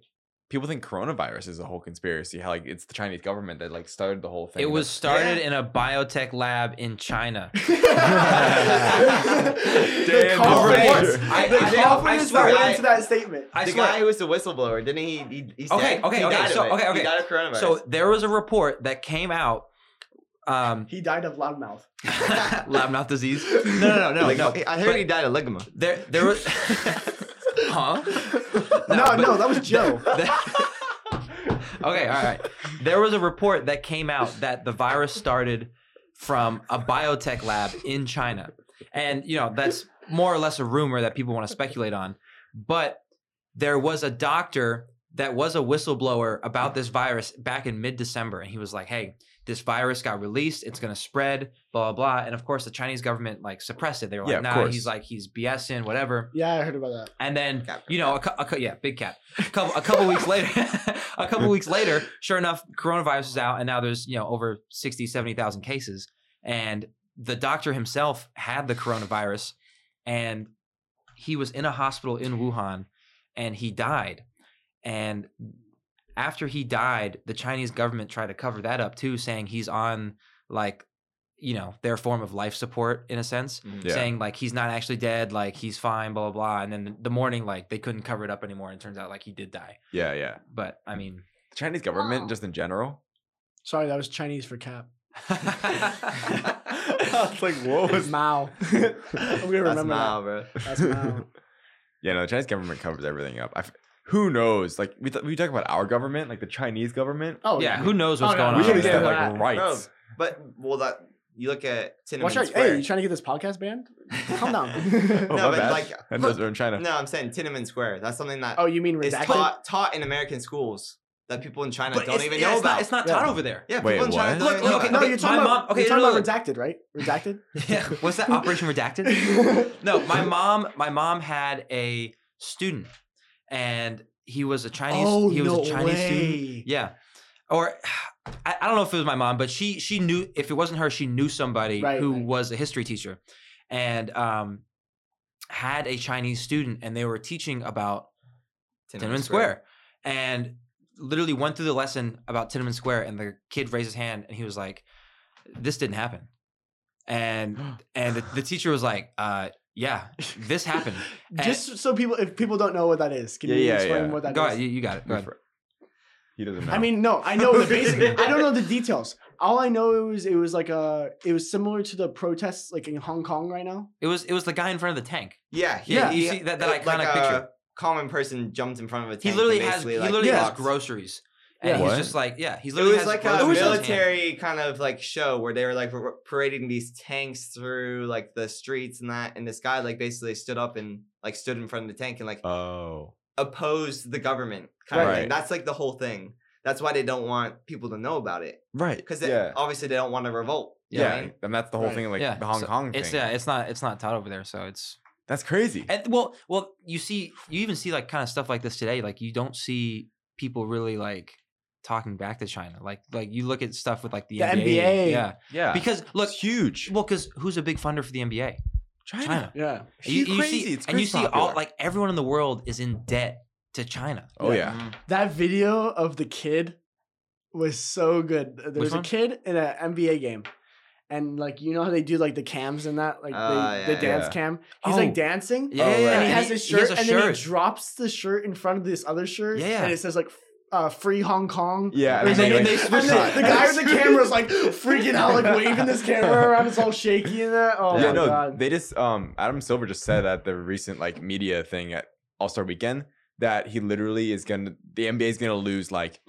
people think coronavirus is a whole conspiracy. How like it's the Chinese government that like started the whole thing. It that- was started in a biotech lab in China. the Damn confidence, right. I- the I- I confidence swear that went I- into that statement. *laughs* I the swear- guy who was the whistleblower, didn't he? he, he's Okay, dead. okay, He okay, died of so- it. okay, He okay. died of coronavirus. So there was a report that came out. Um, *laughs* he died of loudmouth. loudmouth disease. *laughs* No, no, no, no, no. Ligma- I heard But- he died of *laughs* ligma. *laughs* There, there was. huh? No, no, but- that was Joe. *laughs* okay, all right. There was a report that came out that the virus started from a biotech lab in China. And, you know, that's more or less a rumor that people want to speculate on. But there was a doctor that was a whistleblower about this virus back in mid December. And he was like, hey, this virus got released. It's going to spread, blah, blah, blah. And of course, the Chinese government like suppressed it. They were like, Yeah, of nah, course. he's like, he's BSing, whatever. Yeah, I heard about that. And then Cap, you know, a, cou- a, cou- yeah, big cap. A couple, a couple weeks later, *laughs* a couple weeks later, sure enough, coronavirus is out, and now there's you know over 60, 70,000 cases, and the doctor himself had the coronavirus, and he was in a hospital in Wuhan, and he died, and after he died, the Chinese government tried to cover that up too, saying he's on like, you know, their form of life support in a sense Mm-hmm. Yeah. saying like he's not actually dead, like he's fine, blah blah blah. And then the morning, like they couldn't cover it up anymore, and it turns out like he did die. Yeah. Yeah. But I mean, *laughs* The Chinese government, Wow. just in general. Sorry, that was Chinese for cap. I was like, what was Mao. *laughs* I'm gonna That's remember Mao, bro. that. That's Mao. Yeah, no, the Chinese government covers everything up. I f- who knows? Like we, th- we talk about our government, like the Chinese government. Oh yeah, who knows what's Oh, no, going we on? should over yeah. have there. like Yeah. rights. But well, that you look at Tiananmen Watch out! Hey, Square. you trying to get this podcast *laughs* banned? *laughs* Calm down. *laughs* Oh, my No, but bad. like, that look- does are in China. no, I'm saying Tiananmen Square. That's something that oh, you mean is redacted? taught taught in American schools. that people in China But don't it's- even yeah, know it's about. Not, it's not Yeah. taught over there. yeah, people Wait, in China what? don't Look, even look, know okay, about no, it. you're my talking about mom- okay, you're talking no, about redacted, right? Redacted. *laughs* Yeah. What's that? Operation Redacted. No, *laughs* my mom, my mom had a student, and he was a *laughs* Chinese. Oh, he was no a Chinese student. way. Yeah, or *sighs* I, I don't know if it was my mom, but she she knew if it wasn't her, she knew somebody Right, who right. was a history teacher, and um, had a Chinese student, and they were teaching about Tiananmen Square. And literally went through the lesson about Tiananmen Square, and the kid raised his hand and he was like, This didn't happen. *gasps* And and the, the teacher was like, uh, Yeah, this happened. And- Just so people, if people don't know what that is, can Yeah, you yeah, explain yeah. what *laughs* that is? Go ahead, you, you got it. Go ahead. He doesn't know. I mean, no, I know the *laughs* basic. I don't know the details. All I know it was it was like a it was similar to the protests like in Hong Kong right now. It was it was the guy in front of the tank. Yeah, he- Yeah, you he- see that- that like, iconic like picture. a Common person jumped in front of a tank. He and literally has basically, he like, literally has walked. groceries. And Yeah. he's What? just like, yeah, he's It literally was has like a groceries in his hand. military kind of like show where they were like r- parading these tanks through like the streets and that, and this guy like basically stood up and like stood in front of the tank and like oh. opposed the government kind of Right. thing. That's like the whole thing. That's why they don't want people to know about it Right. because yeah. obviously they don't want to revolt. you know what I yeah. mean? And that's the whole Right. thing, like yeah, the Hong so Kong thing. It's yeah, it's not it's not taught over there, so it's That's crazy. And well, well, you see, you even see like kind of stuff like this today. Like you don't see people really like talking back to China. Like like you look at stuff with like the, The NBA, NBA. yeah. yeah. Because look, it's huge. well, because who's a big funder for the NBA? China. Yeah, You, crazy. see, it's and you crazy see all popular. like everyone in the world is in debt to China. Oh yeah. Mhm. that video of the kid was so good. There was a one? kid in an NBA game, and like you know how they do like the cams and that, like Ah, they, yeah, the dance yeah. cam. He's Oh. like dancing. Yeah, Oh, yeah, yeah. right. And he has his shirt, a and then he drops the shirt in front of this other shirt. Yeah, yeah. And it says like, f- uh, "Free Hong Kong." Yeah. And then- *laughs* and they And switch the, sides. the guy with the camera's like freaking out, like waving this *laughs* camera around. It's all shaky and that. Oh yeah, my no, god. they just um Adam Silver just said at the recent like media thing at All Star Weekend that he literally is gonna the NBA is gonna lose like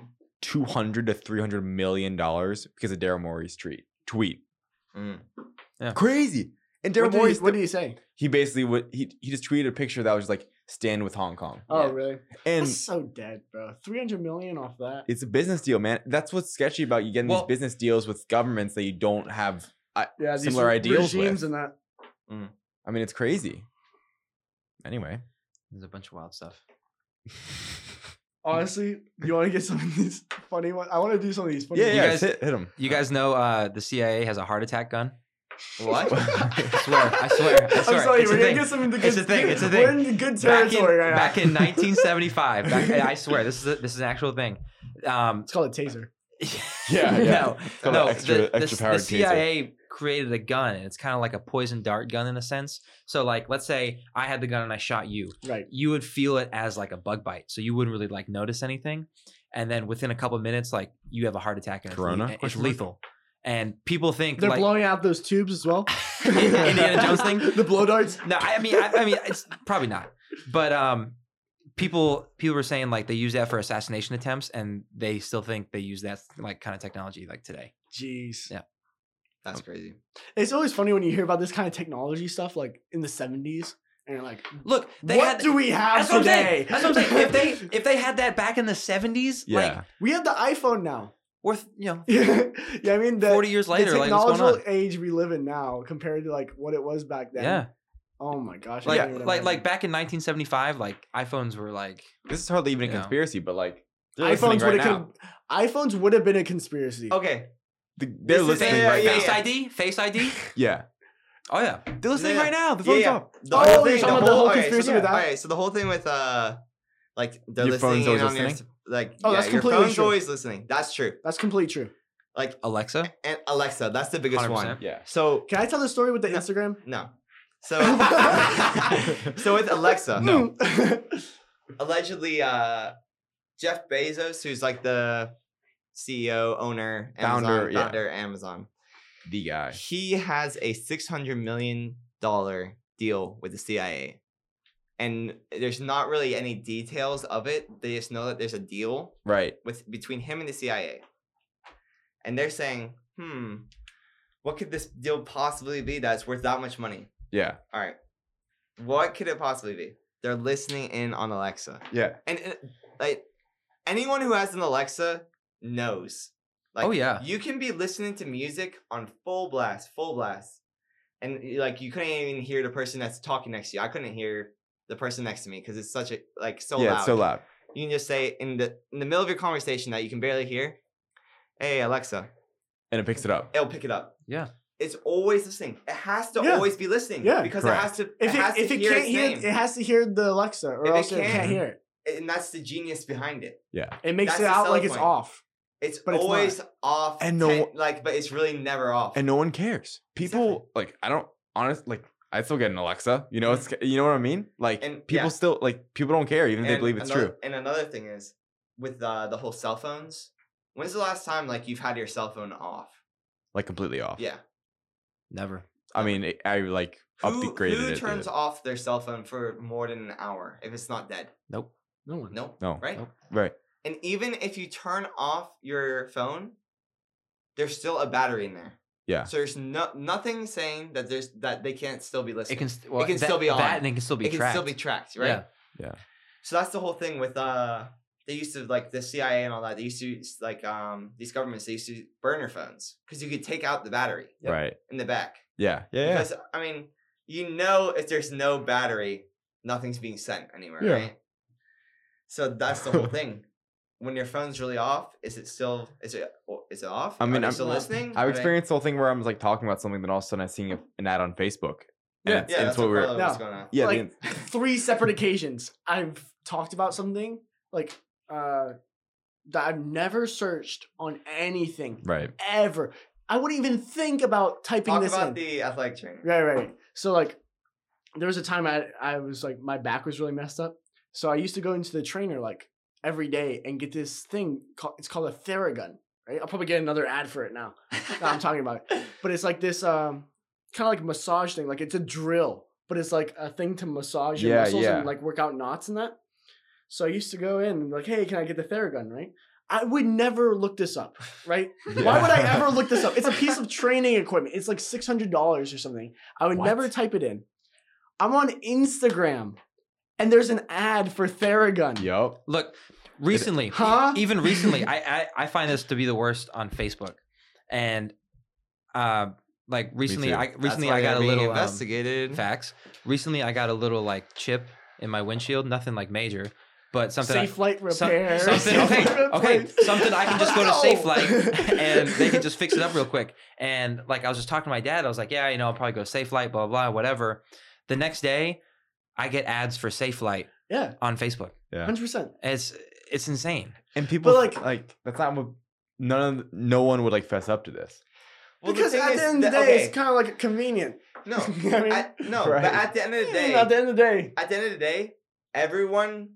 two hundred to three hundred million dollars because of Daryl Morey's tweet. Tweet Mm. crazy. And Daryl what, did Morey's he, what did he say? he basically would he he just tweeted a picture that was like stand with Hong Kong. Oh Yeah. really? And That's so dead, bro. Three hundred million off that. it's a business deal, man. That's what's sketchy about you getting Well- these business deals with governments that you don't have. Yeah, these similar re- ideals regimes with. and that. I mean, it's crazy. Anyway, There's a bunch of wild stuff. Honestly, you want to get some of these funny ones? I want to do some of these funny. yeah, You yeah, guys- hit, hit him. *laughs* You guys know uh, the CIA has a heart attack gun. *laughs* *laughs* What? I swear, I swear, I swear. am sorry, It's a we're gonna thing. get some of the good. It's a thing, it's a We're thing. in the good back in, territory right back now. *laughs* in 1975 back, i swear this is a, this is an actual thing um It's called a taser. *laughs* Yeah, yeah. no called no an extra- the, the- extra the powered taser. cia created a gun and it's kind of like a poison dart gun in a sense so like let's say i had the gun and i shot you Right. you would feel it as like a bug bite so you wouldn't really like notice anything and then within a couple minutes like you have a heart attack and it's le- Corona? and it's, Question mark? lethal and people think They're like blowing out those tubes as well. *laughs* Indiana Jones thing? *laughs* The blow darts. No, I mean, I, I mean, it's probably not. But um, people people were saying like they use that for assassination attempts, and they still think they use that like kind of technology like today. Jeez. Yeah. *laughs* That's crazy. It's always funny when you hear about this kind of technology stuff, like in the '70s, and you're like, Look, they "What had. do we have that's what I'm today?" saying. That's what I'm saying. If they if they had that back in the seventies, like Yeah. *laughs* we have the iPhone now. *laughs* worth you know yeah, I mean, the, forty years later, the like what's going technological on? age we live in now compared to like what it was back then. Yeah, Oh my gosh. I like can't even like like imagine. back in 1975, like iPhones were like This is hardly even a You know. conspiracy, but like they're listening iPhones right would have now. iPhones would have been a conspiracy. Okay. The- they're is listening it. right Yeah, now. Face yeah. ID, Face ID. Yeah, Oh yeah, they're listening Yeah. right now. The Yeah, phone's yeah. off. The Oh, whole you're thing, the talking whole, about the whole okay, conspiracy so, with that? Alright, so the whole thing with uh, like they're Your phone's always listening in on your listening? s- like Oh, yeah, that's your completely phone's true. always listening. That's true. That's completely true. Like Alexa. and Alexa, that's the biggest one. 100%. Yeah. So Can I tell the story with the No. Instagram? no, *laughs* so *laughs* so with Alexa, No. *laughs* allegedly uh Jeff Bezos, who's like the CEO, owner, Amazon, Founder, founder, yeah. Amazon. The guy. He has a six hundred million dollar deal with the CIA. And there's not really any details of it. They just know that there's a deal Right. with between him and the CIA. And they're saying, hmm, what could this deal possibly be that's worth that much money? Yeah. All right. What could it possibly be? They're listening in on Alexa. Yeah. And, and like anyone who has an Alexa knows. Like, Oh, yeah. you can be listening to music on full blast, full blast, and like you couldn't even hear the person that's talking next to you. I couldn't hear the person next to me because it's such a like so yeah, loud. it's so loud. You can just say in the in the middle of your conversation that you can barely hear, "Hey Alexa," And it picks it up. it'll pick it up. Yeah. It's always listening. It has to Yeah. always be listening. Yeah. Because Correct. it has to. If it, has it, to if it hear can't its hear, name. it has to hear the Alexa, or If it else it can't- can't hear it. and that's the genius behind it. Yeah. It makes That's it the out selling like it's point. off. It's But it's not. always off, And no ten- one- like, but it's really never off. And no one cares. People like I don't honest like I still get an Alexa. You know, it's you know what I mean? Like Mm-hmm. And- people yeah. still like people don't care even if they And believe it's another- true. And another thing is with uh, the whole cell phones. When's the last time like you've had your cell phone off? Like completely off. Yeah. Never. I mean, it, I like Who, upgraded it. who dude. turns off their cell phone for more than an hour if it's not dead? Nope. No one. Nope. No. Right? Nope. Right. And even if you turn off your phone, there's still a battery in there. Yeah. So there's no nothing saying that there's that they can't still be It listening. can. st- Well, can that- still be on. That and it can still be it can tracked. still be tracked, right? Yeah. Yeah. So that's the whole thing with uh they used to like the CIA and all that. They used to s- like um these governments they used to burn your phones because you could take out the battery Right. in the back. Yeah. Yeah. yeah. Because I mean, you know, if there's no battery, nothing's being sent anywhere, Yeah. right? So that's the whole thing. When your phone's really off, is it still is it o- is it off? I Are mean, they I'm- still Well, listening. I've Are they- experienced the whole thing where I'm like talking about something, then all of a sudden I see a- an ad on Facebook. And Yeah. it's, Yeah, and that's it's what we're. probably what's No. going on. *laughs* Yeah. Like, the- three separate occasions I've talked about something like uh that I've never searched on anything right. ever. I wouldn't even think about typing Talk this about in. the athletic trainer. *laughs* right, right. So like there was a time I I was like my back was really messed up. So I used to go into the trainer like every day and get this thing called it's called a Theragun, right? I'll probably get another ad for it now. No, *laughs* I'm talking about it. But it's like this um kind of like massage thing. Like it's a drill, but it's like a thing to massage your Yeah, muscles yeah. and like work out knots and that. So I used to go in and be like, hey, can I get the Theragun, right? I would never look this up, *laughs* right? Why would I ever look this up? It's a piece of training equipment. It's like six hundred dollars or something. I would What? never type it in. I'm on Instagram, and there's an ad for Theragun. Yup. Look, recently, e, Huh? even *laughs* recently, I, I I find this to be the worst on Facebook, and uh, like recently, too. I That's recently why I got they're a being little um, investigated. facts. Recently, I got a little like chip in my windshield. Nothing like major, but something. I- Safe light some- repair. *laughs* something, okay, okay, something I can just go to Let's Safe go. Light *laughs* and they can just fix it up real quick. And like I was just talking to my dad, I was like, yeah, you know, I'll probably go to Safe Light, blah blah, whatever. The next day, I get ads for Safe Light *laughs* Yeah, on Facebook. hundred percent. It's it's insane. And people like- like like that's not what none of no one would like fess up to this. Well, because thing at is the end of the that- day, okay, it's kind of like convenient. *laughs* no, You know what I mean? at- no. Right. But at the end of the day, at the end of the day, at the end of the day, everyone.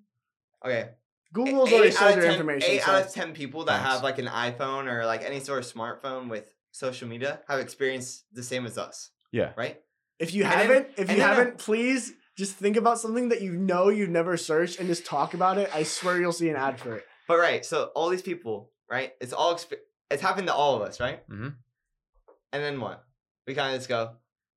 Okay. Google's eight already out sold of your 10 information. Eight so- out of ten people that Facts. have like an iPhone or like any sort of smartphone with social media have experienced the same as us, Yeah. right? if you and then- haven't, if and you then- haven't, please just think about something that you know you've never searched and just talk about it. I swear you'll see an ad for it. But right, so all these people, right? It's all exp- it's happened to all of us, right? Mm-hmm. Mhm. And then what? We kind of just go,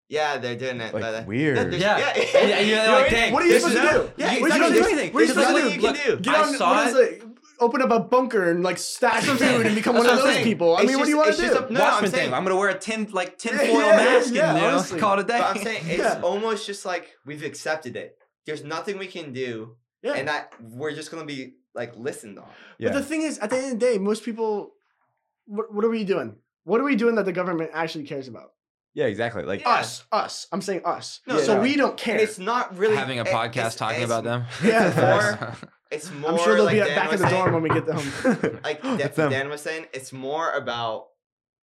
yeah, they're doing it. Like but, uh, weird. there's- Yeah. And- and you're You know what I like, mean? dang, What are you this supposed is- to do? Yeah, you What are exactly. you supposed do to anything. What are you There's This is supposed what to nothing do? you Like, can do. Get I on, saw what is it? Open up a bunker and like stash That's what I'm food saying. and become one That's of what I'm those saying. people. I It's mean, what just- do you want it's to just do? a- No, I'm Watchman saying- thing. I'm gonna wear a tin like tinfoil Yeah, yeah, mask yeah, and you know, honestly. call it a day. But I'm *laughs* saying it's Yeah. almost just like we've accepted it. There's nothing we can do, Yeah. and uh, that we're just gonna be like listened on. Yeah. But the thing is, at the end of the day, most people, what, what are we doing? What are we doing that the government actually cares about? yeah, exactly. Like Yeah. Us, us. I'm saying us. No, so yeah. we don't care. And it's not really Having a it- podcast it's- talking it's- about them. Yeah. It's *laughs* more. I'm sure they'll like be at- Dan back in was the saying, dorm when we get *laughs* home. *laughs* *gasps* Like Da- Um, That's them. Dan was saying, it's more about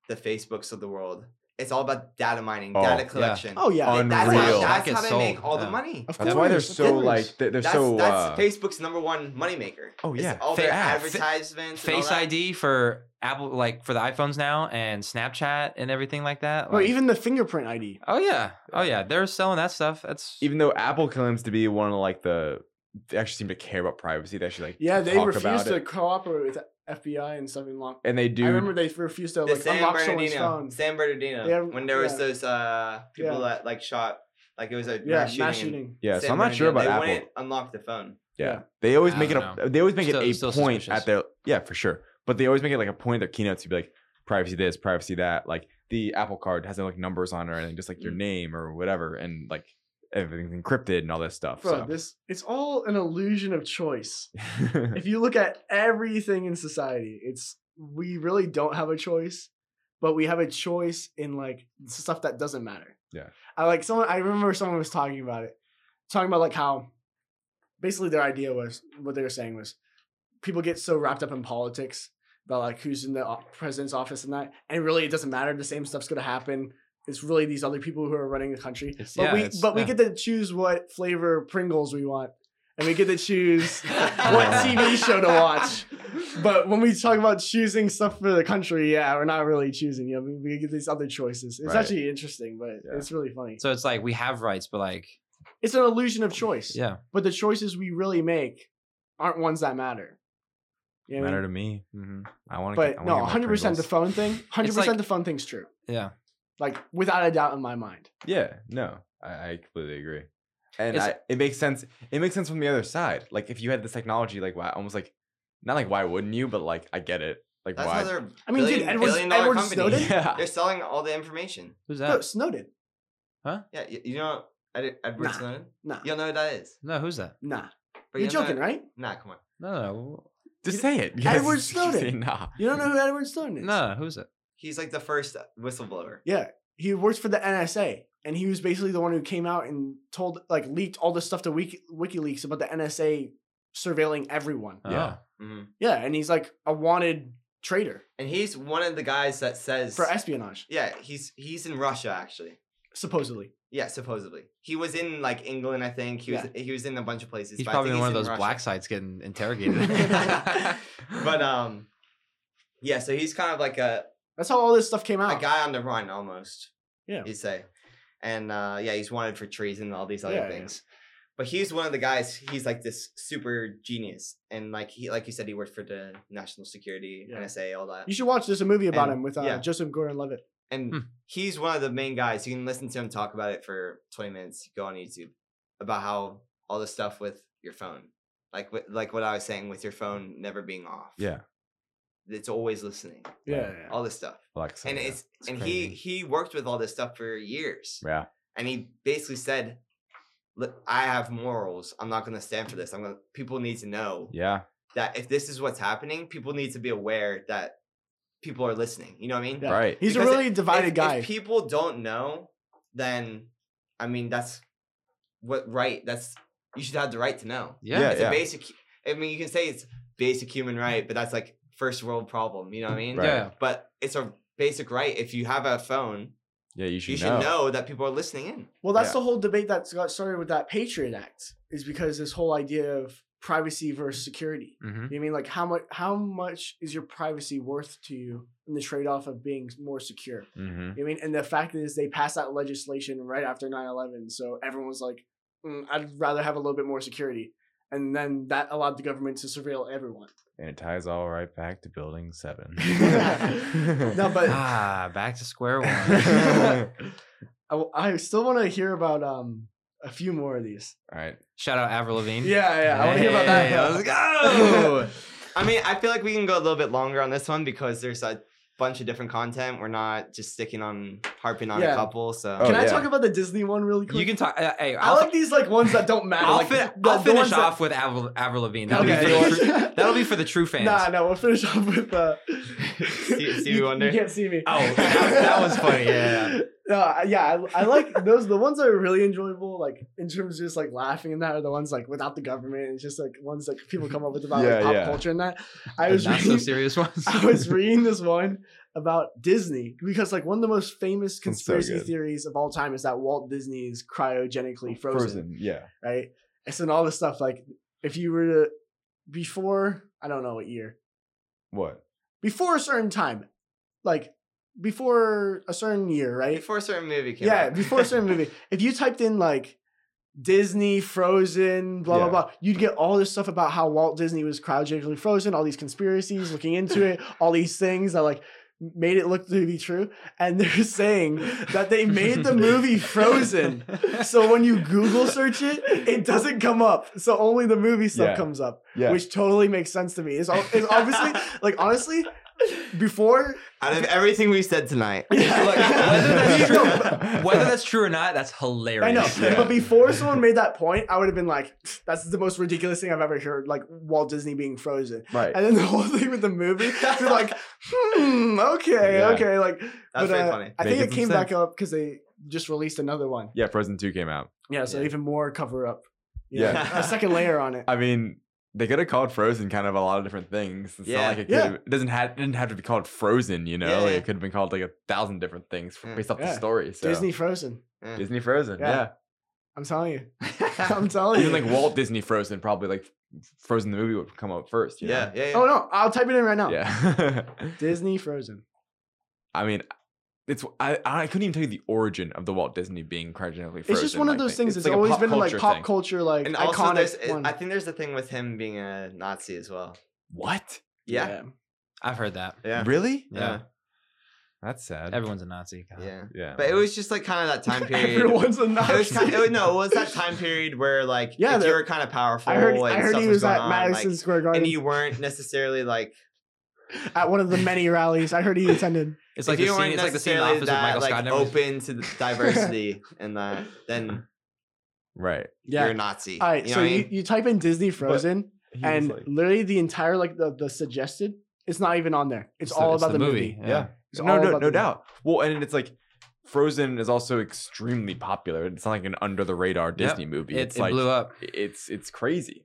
the Facebooks of the world. It's all about data mining, Oh, data yeah. collection. Oh yeah, On- And that's how, Unreal. that's That how gets they make sold, all the yeah. money. of that's why they're course, of so course. like they're, they're That's, so uh, that's Facebook's number one moneymaker. Oh, It's yeah. all their Fa- yeah, fa- advertisements. and all Face that. ID for Apple, like for the iPhones now, and Snapchat and everything like that. Or like- even the fingerprint ID. oh yeah, oh yeah, they're selling that stuff. That's even though Apple claims to be one of like the they actually seem to care about privacy. They actually like Yeah, they talk refuse about to it. cooperate with FBI and stuff in long. and they do I remember they refused to the like San unlock someone's Bernardino. phone. San Bernardino. They have- when there was yeah. those uh, people Yeah. that like shot Like it was a Yeah, mass shooting. in Yeah, so San I'm not sure about Bernardino. Apple. they wouldn't unlock the phone. Yeah. Yeah. They always I make it don't a they always make Still- it a still point suspicious. at their yeah, for sure. But they always make it like a point at their keynotes to be like privacy this, privacy that, like the Apple card has no like numbers on it or anything, just like your Mm. name or whatever and like everything's encrypted and all this stuff. Bro, so. *laughs* this *laughs* it's all an illusion of choice. *laughs* if you look at everything in society, it's we really don't have a choice, but we have a choice in like stuff that doesn't matter. Yeah. I like someone I remember someone was talking about it. Talking about like how basically their idea was what they were saying was people get so wrapped up in politics about like who's in the o- president's office and that and really it doesn't matter the same stuff's going to happen. It's really these other people who are running the country. It's- but yeah, we it's- but we yeah. get to choose what flavor Pringles we want and we get to *laughs* choose *laughs* what what TV show to watch. But when we talk about choosing stuff for the country, yeah, we're not really choosing. You know, we, we get these other choices. It's Right. actually interesting, but Yeah. it's really funny. So it's like we have rights, but like, It's an illusion of choice. yeah, But the choices we really make aren't ones that matter. You know what I matter mean? to me. Mm-hmm. hmm I want to But no, 100% the *laughs* phone thing, 100% the phone thing's true. yeah. Like, without a doubt in my mind. Yeah, no, I, I completely agree, and It's- I, it makes sense. It makes sense from the other side. Like if you had this technology, like why, almost like, not like why wouldn't you, but like I get it. Like That's why? how they're. *laughs* I mean, dude, billion- Edward, billion dollar Edward company. Snowden? *laughs* yeah, They're selling all the information. Who's No, that? Snowden. Yeah, you, you know Ed, Edward Nah. Snowden. Nah, You don't know who that is. No, who's that? nah. But You're you don't know- joking, right? Nah, come on. No, no, no. just say it. *laughs* Edward just keep saying Snowden. Nah. You don't know who Edward Snowden is? no, who's it? He's like the first whistleblower. Yeah, he works for the NSA, and he was basically the one who came out and told, like, leaked all the stuff to Wiki, WikiLeaks about the NSA surveilling everyone. Yeah. Oh. hmm Yeah, and he's like a wanted traitor And he's one of the guys that says. for espionage, yeah, he's he's in Russia actually. supposedly. Yeah, supposedly he was in like England, I think. He was he was in a bunch of places. he's but I probably think in one of he's those Russia. black sites getting interrogated. *laughs* *laughs* but um, yeah. So he's kind of like a That's how all this stuff came a out. guy on the run almost. Yeah. You'd say. And uh, yeah, he's wanted for treason and all these other Yeah, yeah. things. But he's one of the guys, he's like this super genius. And like he like you said, he worked for the national security, Yeah. NSA, all that. You should watch. There's a movie about And- him with uh, yeah. Joseph Gordon-Levitt. and Hmm. he's one of the main guys. You can listen to him talk about it for 20 minutes, go on YouTube, about how all the stuff with your phone. Like what like what I was saying with your phone never being off. Yeah, It's always listening. Yeah, Yeah. yeah, yeah. All this stuff. Alexa, and yeah. it's, It's and crazy. he he worked with all this stuff for years. yeah. and he basically said, "Look, I have morals. I'm not going to stand for this. I'm going. to People need to know Yeah. that if this is what's happening, people need to be aware that people are listening. You know what I mean? Yeah. Right. He's a Because really divided if, guy. If people don't know, then I mean that's what right. That's you should have the right to know. yeah. Yeah. It's a basic. I mean, you can say it's basic human right, but that's like first world problem. You know what I mean? Right. Yeah. But it's a basic right. If you have a phone, Yeah. You should, you should know. know that people are listening in. Well, that's Yeah. the whole debate that got started with that Patriot Act, is because this whole idea of privacy versus security. hmm You know what I mean like how much how much is your privacy worth to you in the trade off of being more secure? Mhm. You know what I mean, and the fact is they passed that legislation right after 9-11. so everyone was like, "Mm, I'd rather have a little bit more security, and then that allowed the government to surveil everyone. And it ties all right back to Building Seven. No, *laughs* *laughs* but Ah, back to square *laughs* one. all I, w- I still want to hear about um a few more of these. right. Shout out Avril Lavigne. Yeah, yeah, I want to hear about that. *laughs* Hey, let's go. I mean, I feel like we can go a little bit longer on this one because there's a bunch of different content. We're not just sticking on harping on Yeah. a couple. So Oh, Can I yeah. talk about the Disney one really quick? You can talk. Uh, hey, I I'll, like these like ones that don't matter. I'll, like, fin- the- I'll the finish ones that- off with Avril, Avril Lavigne. That'll, Okay. be *laughs* for the true, that'll be for the true fans. Nah, no, we'll finish off with *laughs* uh, Stevie you, Wonder? You can't see me. Oh, that- that was funny, yeah. No, I- yeah, I, I like those. The ones that are really enjoyable, like in terms of just like laughing and that, are the ones like without the government. It's just like ones that people come up with about Yeah, like, pop yeah. culture and that. The I was not reading, so serious ones. *laughs* I was reading this one about Disney because like one of the most famous That's so conspiracy good. theories of all time is that Walt Disney is cryogenically frozen Yeah. right? And so and all this stuff, like if you were to before, I don't know what year, What? before a certain time, like before a certain year, right? before a certain movie came yeah, out. before a certain movie. If you typed in like Disney Frozen, blah Yeah. blah blah, you'd get all this stuff about how Walt Disney was cryogenically frozen, all these conspiracies, looking into it, all these things that like made it look to be true, and they're *laughs* saying that they made the movie Frozen. So when you Google search it, it doesn't come up. So only the movie stuff Yeah. comes up, Yeah. which totally makes sense to me. It's, al- it's obviously like honestly, before *laughs* Out of everything we said tonight. *laughs* Look, whether *laughs* that's No, true- *laughs* Whether that's true or not, that's hilarious. I know, Yeah. *laughs* but before *laughs* someone made that point, I would have been like, "That's the most ridiculous thing I've ever heard." Like Walt Disney being frozen, right. and then the whole thing with the movie, you're *laughs* like, "Hmm, okay, Yeah. okay." Like, that's That's very funny. I Making think it some came back sense. up because they just released another one. yeah, Frozen 2 came out. Yeah, so Yeah. even more cover up. Yeah. a second layer on it. I mean, they could have called Frozen kind of a lot of different things. It's Yeah. not like it, could Yeah. have, it doesn't have, didn't have to be called Frozen, you know? Yeah, Like, yeah. It could have been called like a thousand different things f- Yeah. based off Mm, Yeah. the story. *laughs* So. Disney Frozen. *laughs* Disney Frozen, Yeah. yeah. I'm telling *laughs* you. I'm telling you. Even like Walt Disney Frozen, probably like Frozen the movie would come out first. you yeah, know? yeah, yeah. *laughs* oh no, I'll type it in right now. Yeah. *laughs* Disney Frozen. I mean, it's I I couldn't even tell you the origin of the Walt Disney being cryogenically frozen. it's just one of like, those thing. things that's like a always pop been like culture pop thing. culture, like And also, there's, iconic. it- one. I think there's the thing with him being a Nazi as well. What? Yeah, I've heard that. yeah, Really? yeah, Yeah. yeah. That's sad. Everyone's a Nazi. God. yeah. But it was just like kind of *laughs* that time period. Everyone's a It was Nazi. kind it was- no, it was that time period where like Yeah, if there- you were kind of powerful I heard. and I heard stuff he was going at on, like, Madison Square Garden and you weren't necessarily like at one of the many rallies. I heard he attended. It's if like the you scene. weren't It's like the scene in necessarily office with that Michael Scott. like and everything. open to the *laughs* diversity and that then right. you're Yeah. a Nazi. All right. you know so what I you, mean? you type in Disney Frozen, He was, and like- literally the entire like the, the suggested. It's not even on there. It's, the- all it's about the, movie. yeah. It's all No, no, about no the- doubt. Well, and it's like Frozen is also extremely popular. It's not like an under the radar Disney movie. It, it's it like blew up. it's it's crazy.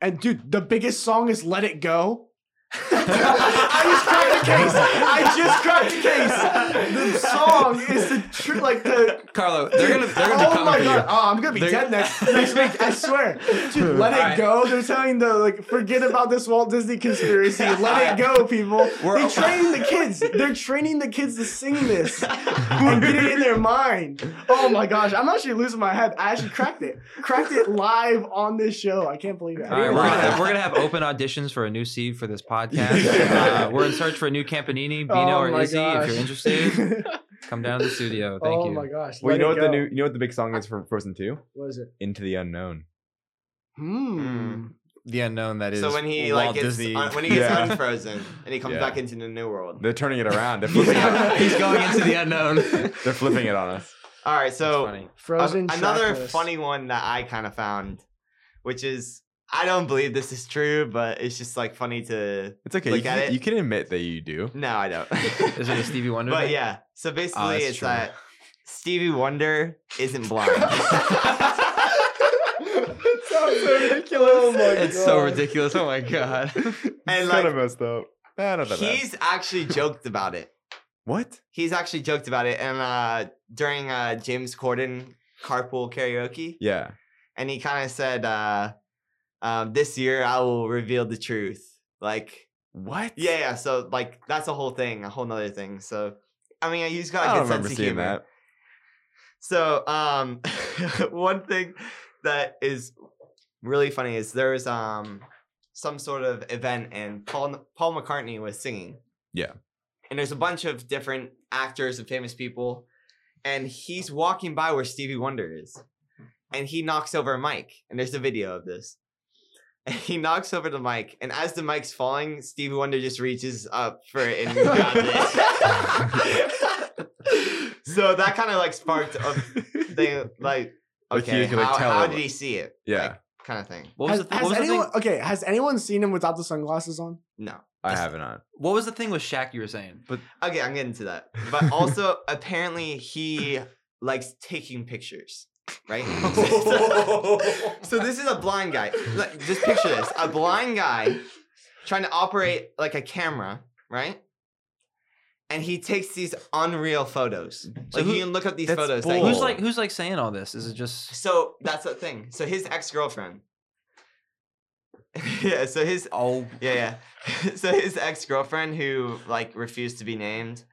And dude, the biggest song is "Let It Go." I just cracked the case. I just cracked the case. *laughs* The song is the tr- like the. Carlo, they're gonna they're gonna be *laughs* oh coming my for god! you. Oh, I'm gonna be They're- dead next next week. I *laughs* swear. Dude, let it Alright. go. They're telling the like, forget about this Walt Disney *laughs* conspiracy. Let it go, people. We're- They're training *laughs* the kids. They're training the kids to sing this and get it in their mind. Oh my gosh! I'm actually losing my head. I actually cracked it. Cracked it live on this show. I can't believe it. All right, we're Wow. gonna, we're gonna have open auditions for a new seed for this *laughs* podcast. Yeah. Uh, we're in search for a new Campanini, Oh Bino, or my Izzy. If gosh. you're *laughs* interested, come down to the studio. Thank oh you. my gosh! Well, Let you know It what the Go. new you know what the big song is for Frozen Two? what is it? Into the unknown. Hmm. The unknown that so when he like gets un- when he gets Yeah. unfrozen and he comes Yeah. back into the new world. They're turning it around. They're flipping, it. *laughs* he's going into the *laughs* unknown. They're flipping it on us. All right, so funny. Frozen. Um, another track list. funny one that I kind of found, which is I don't believe this is true, but it's just like funny to. It's okay. Look you, at can, it. you can admit that you do. No, I don't. *laughs* Is it *laughs* a Stevie Wonder? but thing? Oh, yeah, so basically, that's it's true. that Stevie Wonder *laughs* isn't blind. That sounds so ridiculous. Oh my it's so God. ridiculous. Oh my god. and kind like of messed up. Eh, Nah, nah, nah, nah. he's actually joked about it. what? He's actually joked about it, and uh, during uh, James Corden carpool karaoke, Yeah. and he kind of said, uh, um, "This year I will reveal the truth." Like What? Yeah, yeah. So like that's a whole thing, a whole nother thing. So I mean, he's I got a good don't remember sense of seeing humor. that. So um, *laughs* one thing that is really funny is there was um some sort of event and Paul Paul McCartney was singing. Yeah. And there's a bunch of different actors and famous people, and he's walking by where Stevie Wonder is, and he knocks over a mic. And there's a video of this. *laughs* And he knocks over the mic, and as the mic's falling, Stevie Wonder just reaches up for it and grabs *laughs* it. so that kind of like *laughs* sparked a thing like Like, okay, you can, like, how, tell how it- did he see it? Yeah, kind of thing. *laughs* What Has, was the th- has what was the anyone thing? okay? Has anyone seen him without the sunglasses on? No. I haven't on. What was the thing with Shaq you were saying? But Okay, I'm getting to that. But also, apparently, he likes taking pictures, *laughs* right? *laughs* so this is a blind guy. Like, Just picture this: a blind guy trying to operate like a camera, right? And he takes these unreal photos. So Like who- you can look up these that's photos. bull. who's Oh. like who's like saying all this? Is it just so that's the thing. So his ex girlfriend. *laughs* yeah. So his oh yeah, yeah. *laughs* so his ex girlfriend, who like refused to be named,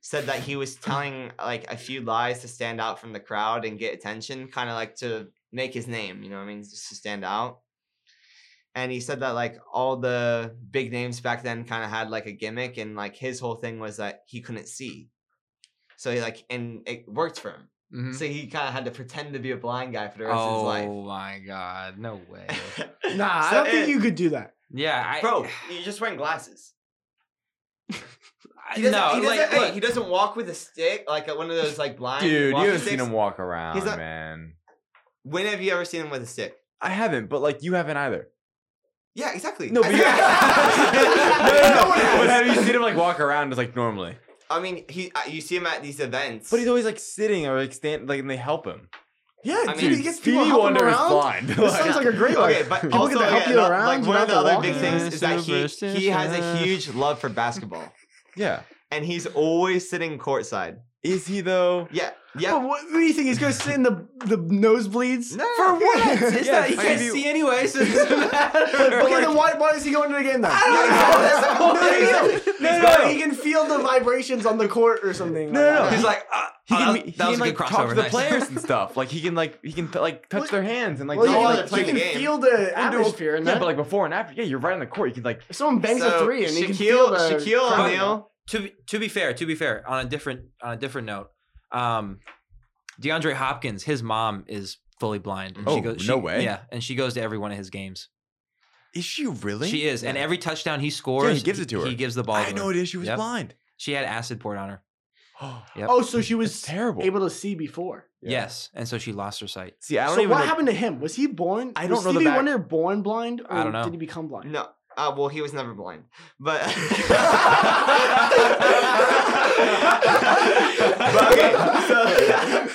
said that he was telling like a few lies to stand out from the crowd and get attention, kind of like to make his name. You know what I mean? Just to stand out. and he said that like all the big names back then kind of had like a gimmick and like his whole thing was that he couldn't see so he like and it worked for him Mhm. Mm-hmm. so he kind of had to pretend to be a blind guy for the rest of his life *laughs* Oh my god, no *laughs* way. Nah, I So don't think it- you could do that. Yeah, I, *laughs* bro you're just wearing glasses I- he doesn't, no, he doesn't, like, hey, look, he doesn't walk with a stick like uh, one of those like blind Dude, you walking haven't seen sticks. him walk around, not- man. when have you ever seen him with a stick I haven't, but like you haven't either. yeah exactly No, I but you- know. *laughs* no, No one *laughs* has. But have you seen him like walk around just like normally? i mean he uh, you see him at these events But he's always like sitting or like standing, like and they help him. Yeah, I dude, mean, he gets people Stevie helping Wonder is around. blind. This sounds like a great life. Okay, but People also, get to help yeah, you no, around. like you one don't have to of the other walk big anywhere. things is that he he has a huge love for basketball, yeah. and he's always sitting courtside. Is he *laughs* though? Yeah, *laughs* But yeah. what, what do you think? He's gonna sit in the the nosebleeds No, *laughs* for what? yeah, it's yeah, not, he I can't mean- see anyway, so it doesn't matter. okay, Like, then why, why is he going to the game then? I don't know, that's the whole No, no, He's no, going- He can feel the vibrations on the court or something. No, *laughs* no, no, like he's that. like, uh, He oh, can, that, he that was can a like good talk crossover. to the nice. players and stuff. Like he can like he can like touch their hands and like "Oh, well, know, while yeah, they're like, he playing can the game. feel the Yeah, but- atmosphere in yeah, that. but like before and after. Yeah, you're right on the court. You can like if someone bangs So, a three and he can feel Shaquille the Shaquille crowd. O'Neal. *laughs* to be, to be fair, to be fair, on a different on a different note, um, DeAndre Hopkins, his mom is fully blind. and Oh, no way. Yeah, and she goes to every one of his games. is she really? She is, and Yeah. every touchdown he scores, gives it to her. He gives the ball. I to know her. it is. She was Yep. *gasps* blind. She had acid poured on her. Yep. Oh, so she was was terrible. able to see before. Yeah. Yes, and so she lost her sight. See, I don't So even. what like- happened to him? Was he born? I was don't know the Stevie back- Wonder born blind? Or I don't know. Did he become blind? No, uh, well, he was never blind, but. *laughs* but okay, so *laughs*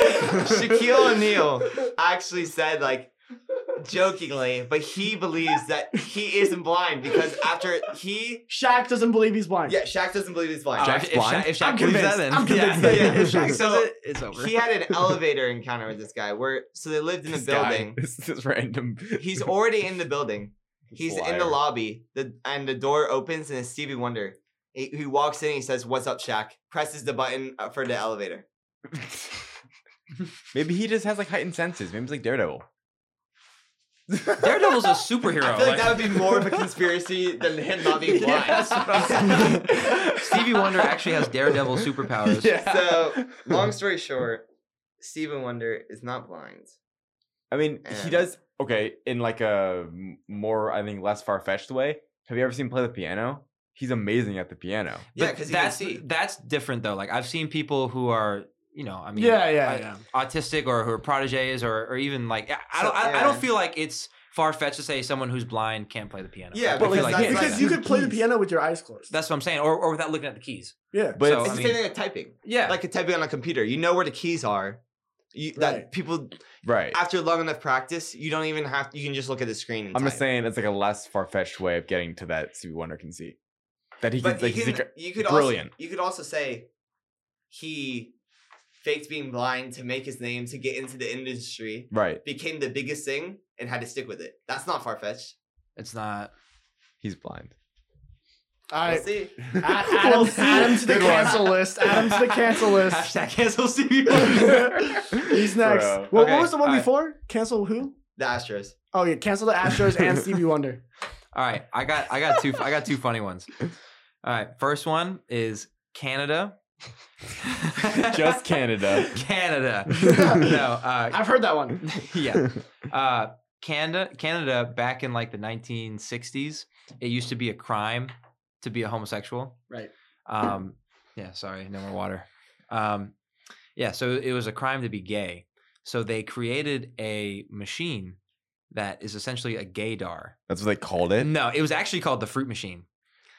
Shaquille O'Neal actually said like jokingly, but he believes that he isn't blind because after he. Shaq doesn't believe he's blind. Yeah, Shaq doesn't believe he's blind. Jack- Jack's if, Shaq- blind? If Shaq, I'm believes convinced. that, then I'm convinced *laughs* yeah, that- yeah, if yeah. Shaq So- says it, it's over. he had an elevator encounter with this guy where so they lived in a This guy, building. *laughs* This this random. He's already in the building. He's in the liar. lobby. The and the door opens and it's Stevie Wonder. He, he walks in and he says, "What's up, Shaq?" Presses the button uh, for the elevator. *laughs* Maybe he just has like heightened senses. Maybe he's like Daredevil. Daredevil's a superhero. I feel like like- that would be more of a conspiracy than him not *laughs* being blind. Yes. Stevie Wonder actually has Daredevil superpowers. *laughs* So, Long story short, Stevie Wonder is not blind. *laughs* I mean, he And- does okay in like a m- more, I think, less far fetched way. Have you ever seen him play the piano? He's amazing at the piano. Yeah, But because he can that's see. that's different though. Like I've seen people who are you know I mean Yeah, yeah, uh, yeah. autistic or who are proteges or or even like I, I don't So- I, I don't yeah. feel like it's far fetched to say someone who's blind can't play the piano. Yeah, I but feel like, like that's- it's- like- because you could play the keys. piano with your eyes closed. *laughs* that's what I'm saying, or or without looking at the keys. *laughs* yeah. But So, it's, it's I the mean- same thing with typing. Yeah, Like a typing on a computer, you know where the keys are. You, Right. That people right. after long enough practice, you don't even have. You can just look at the screen. And I'm just type. saying it's like a less far fetched way of getting to that Stevie Wonder can see. That he can, But like, you he's can, like, you could brilliant. Also, you could also say he faked being blind to make his name to get into the industry, right. became the biggest thing, and had to stick with it. That's not far fetched. it's not. He's blind. *laughs* All We'll right. see. Add, add him, We'll see. add him to the Good one. cancel list. Add him to the cancel list. Hashtag cancel Stevie *laughs* Wonder. He's next. Bro. Well, Okay, what was the one alright. before? Cancel who? The Astros. Oh yeah, cancel the Astros and Stevie Wonder. All right, I got I got two I got two funny ones. All right, first one is Canada. Just *laughs* Canada. Canada. No, uh, I've heard that one. yeah. Uh, Canada, Canada, back in like the 1960s, it used to be a crime to be a homosexual. Right. Um, yeah. Sorry, no more water. Um, yeah. So it was a crime to be gay. So they created a machine that is essentially a gaydar. That's what they called it. No, it was actually called the fruit machine.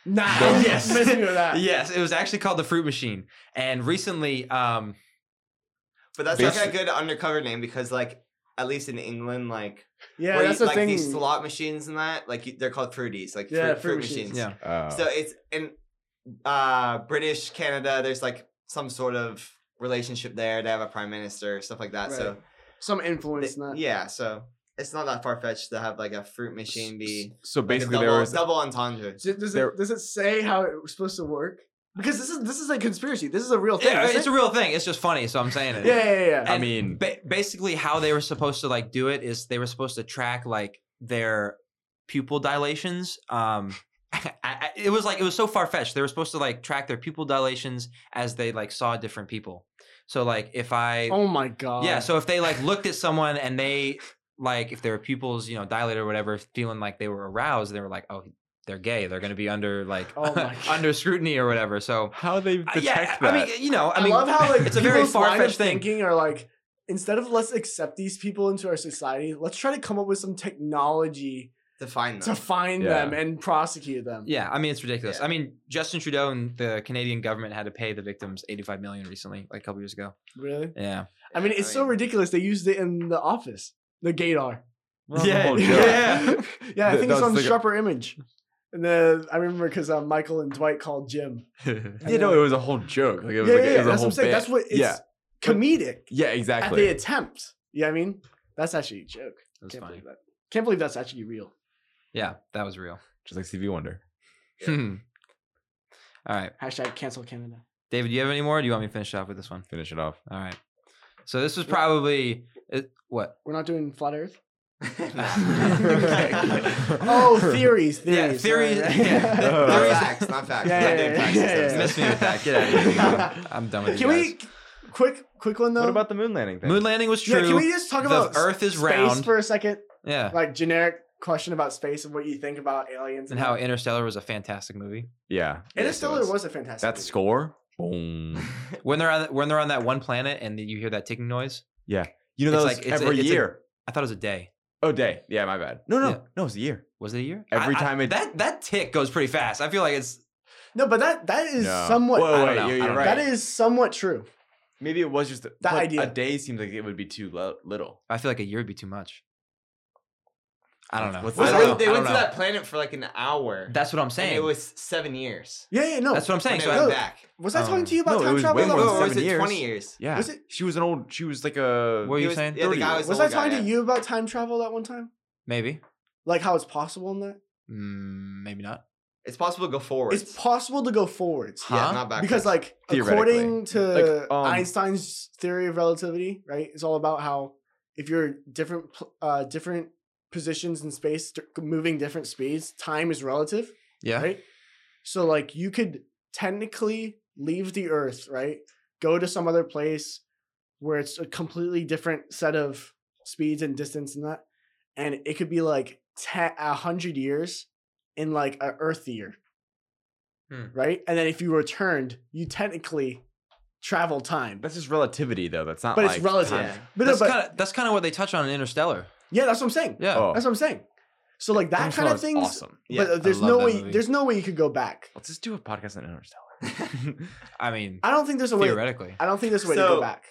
Nah, No. yes. Miss me with *laughs* that. Yes, it was actually called the fruit machine. And recently, um, But that's like Basi- a good undercover name because, like, at least in England, like, Yeah, where that's you, the like thing. these slot machines and that, like, you- they're called fruities, like Yeah, fruit, fruit fruit machines. machines. yeah, Uh, So it's in uh, British Canada. There's like some sort of relationship there. They have a prime minister, stuff like that. So Some influence, They- not Yeah, so it's not that far fetched to have like a fruit machine be so like, a basically, double, there was double entendre. So Does There- it, does it say how it was supposed to work? Because this is this is a conspiracy. This is a real thing. Yeah, isn't it's a it? real thing. It's just funny, so I'm saying *laughs* it. yeah, yeah, yeah, yeah. I and mean- ba- basically, how they were supposed to like do it is they were supposed to track like their pupil dilations. Um, *laughs* I, I, it was like it was so far fetched. They were supposed to like track their pupil dilations as they like saw different people. So like if I Oh my god. yeah, so if they like looked at someone and they like if their pupils, you know, dilated or whatever, feeling like they were aroused, they were like, oh, they're gay. They're going to be under like Oh my *laughs* under scrutiny or whatever. So How they uh, detect yeah, that? I mean, you know, I, I, mean, love *laughs* how like it's a very people's line of far fetched thing. Thinking are like instead of let's accept these people into our society, let's try to come up with some technology to find to them. find Yeah. them and prosecute them. Yeah, I mean it's ridiculous. Yeah. I mean Justin Trudeau and the Canadian government had to pay the victims 85 million recently, like a couple years ago. Really? Yeah. I mean, it's so riculous. They used it in the office, the gator. Well, the *laughs* whole joke. *laughs* Yeah. yeah, I Th- think that it's was on the- *laughs* Sharper Image. And then I remember because uh, Michael and Dwight called Jim. you know, it was a whole joke. Like it Yeah, was yeah, like it yeah. was a That's what whole I'm saying. bit. That's what it's yeah, comedic yeah, at exactly. the attempt. You know what I mean? That's actually a joke. That's Can't funny. believe that. Can't believe that's actually real. Yeah, that was real. Hmm. Just like Stevie Wonder. All right. Hashtag cancel Canada. David, do you have any more? Or do you want me to finish off with this one? Finish it off. All right. So this was probably it, what? We're not doing flat Earth. *laughs* *laughs* Oh, Oh, theories, theories. Yeah, theories, sorry. *laughs* yeah, Not There is- facts, not facts. Oh. Yeah, Not yeah, doing yeah, facts yeah, this yeah. episode. Miss me with that. Get out *laughs* of *laughs* here. I'm done with Can you we quick quick one though? What about the moon landing thing? Moon landing was yeah, true. can we just talk the about s- Earth is space round. for a second? yeah. Like generic question about space and what you think about aliens And how Interstellar was a *laughs* fantastic movie. yeah. Interstellar was was a fantastic. that movie. score. *laughs* Boom. When they're on when they're on that one planet and you hear that ticking noise, You know It's that like- was it's a- every it's a- year. I thought it was a day. oh, day. Yeah, my bad. No, no, Yeah. no. It's a year. Was it a year? Every I- I- time it- that that tick goes pretty fast. I feel like it's No, but that that is No. somewhat. Whoa, I don't wait, know. you're, I you're don't know. right. That is somewhat true. Maybe it was just that idea. A day seems like it would be too lo- little. I feel like a year would be too much. I don't know. What's I that? Well, don't they- know. They I went to don't know. that planet for like an hour. That's what I'm and saying. it was seven years. Yeah, yeah, no. That's what I'm saying. When So they I- went No. back. was I Oh. talking to you about No, it time was travel? way that more Wait, than one or time? was seven it years. twenty years? Yeah. Was it- She was an old. She was like a. What were you was- saying? Yeah, the 30 guy years. Was was. the I old guy, talking to yeah. you about time travel that one time? maybe, Like how it's possible in that? mm, maybe not. It's possible to go forward. It's possible to go forwards. Huh? yeah, not backwards. because like Theoretically. according to Like, um, einstein's theory of relativity right it's all about how if you're different pl- uh different positions in space d- moving different speeds time is relative Yeah. right so like you could technically leave the earth right go to some other place where it's a completely different set of speeds and distance and that and it could be like 10 a 100 years in like a earth year Hmm. right and then if you returned you technically travel time That's just relativity, though. That's not. but like it's relative time. time. but, no, That's but- kind of that's kind of what they touch on in Interstellar. yeah that's what i'm saying Yeah. Oh, that's what i'm saying so like that Interstellar kind of is things Awesome. Yeah, but uh, I there's love no that way movie. there's no way you could go back Let's just do a podcast on *laughs* Interstellar. I mean, i don't think there's a way theoretically, i don't think there's a way to So, go back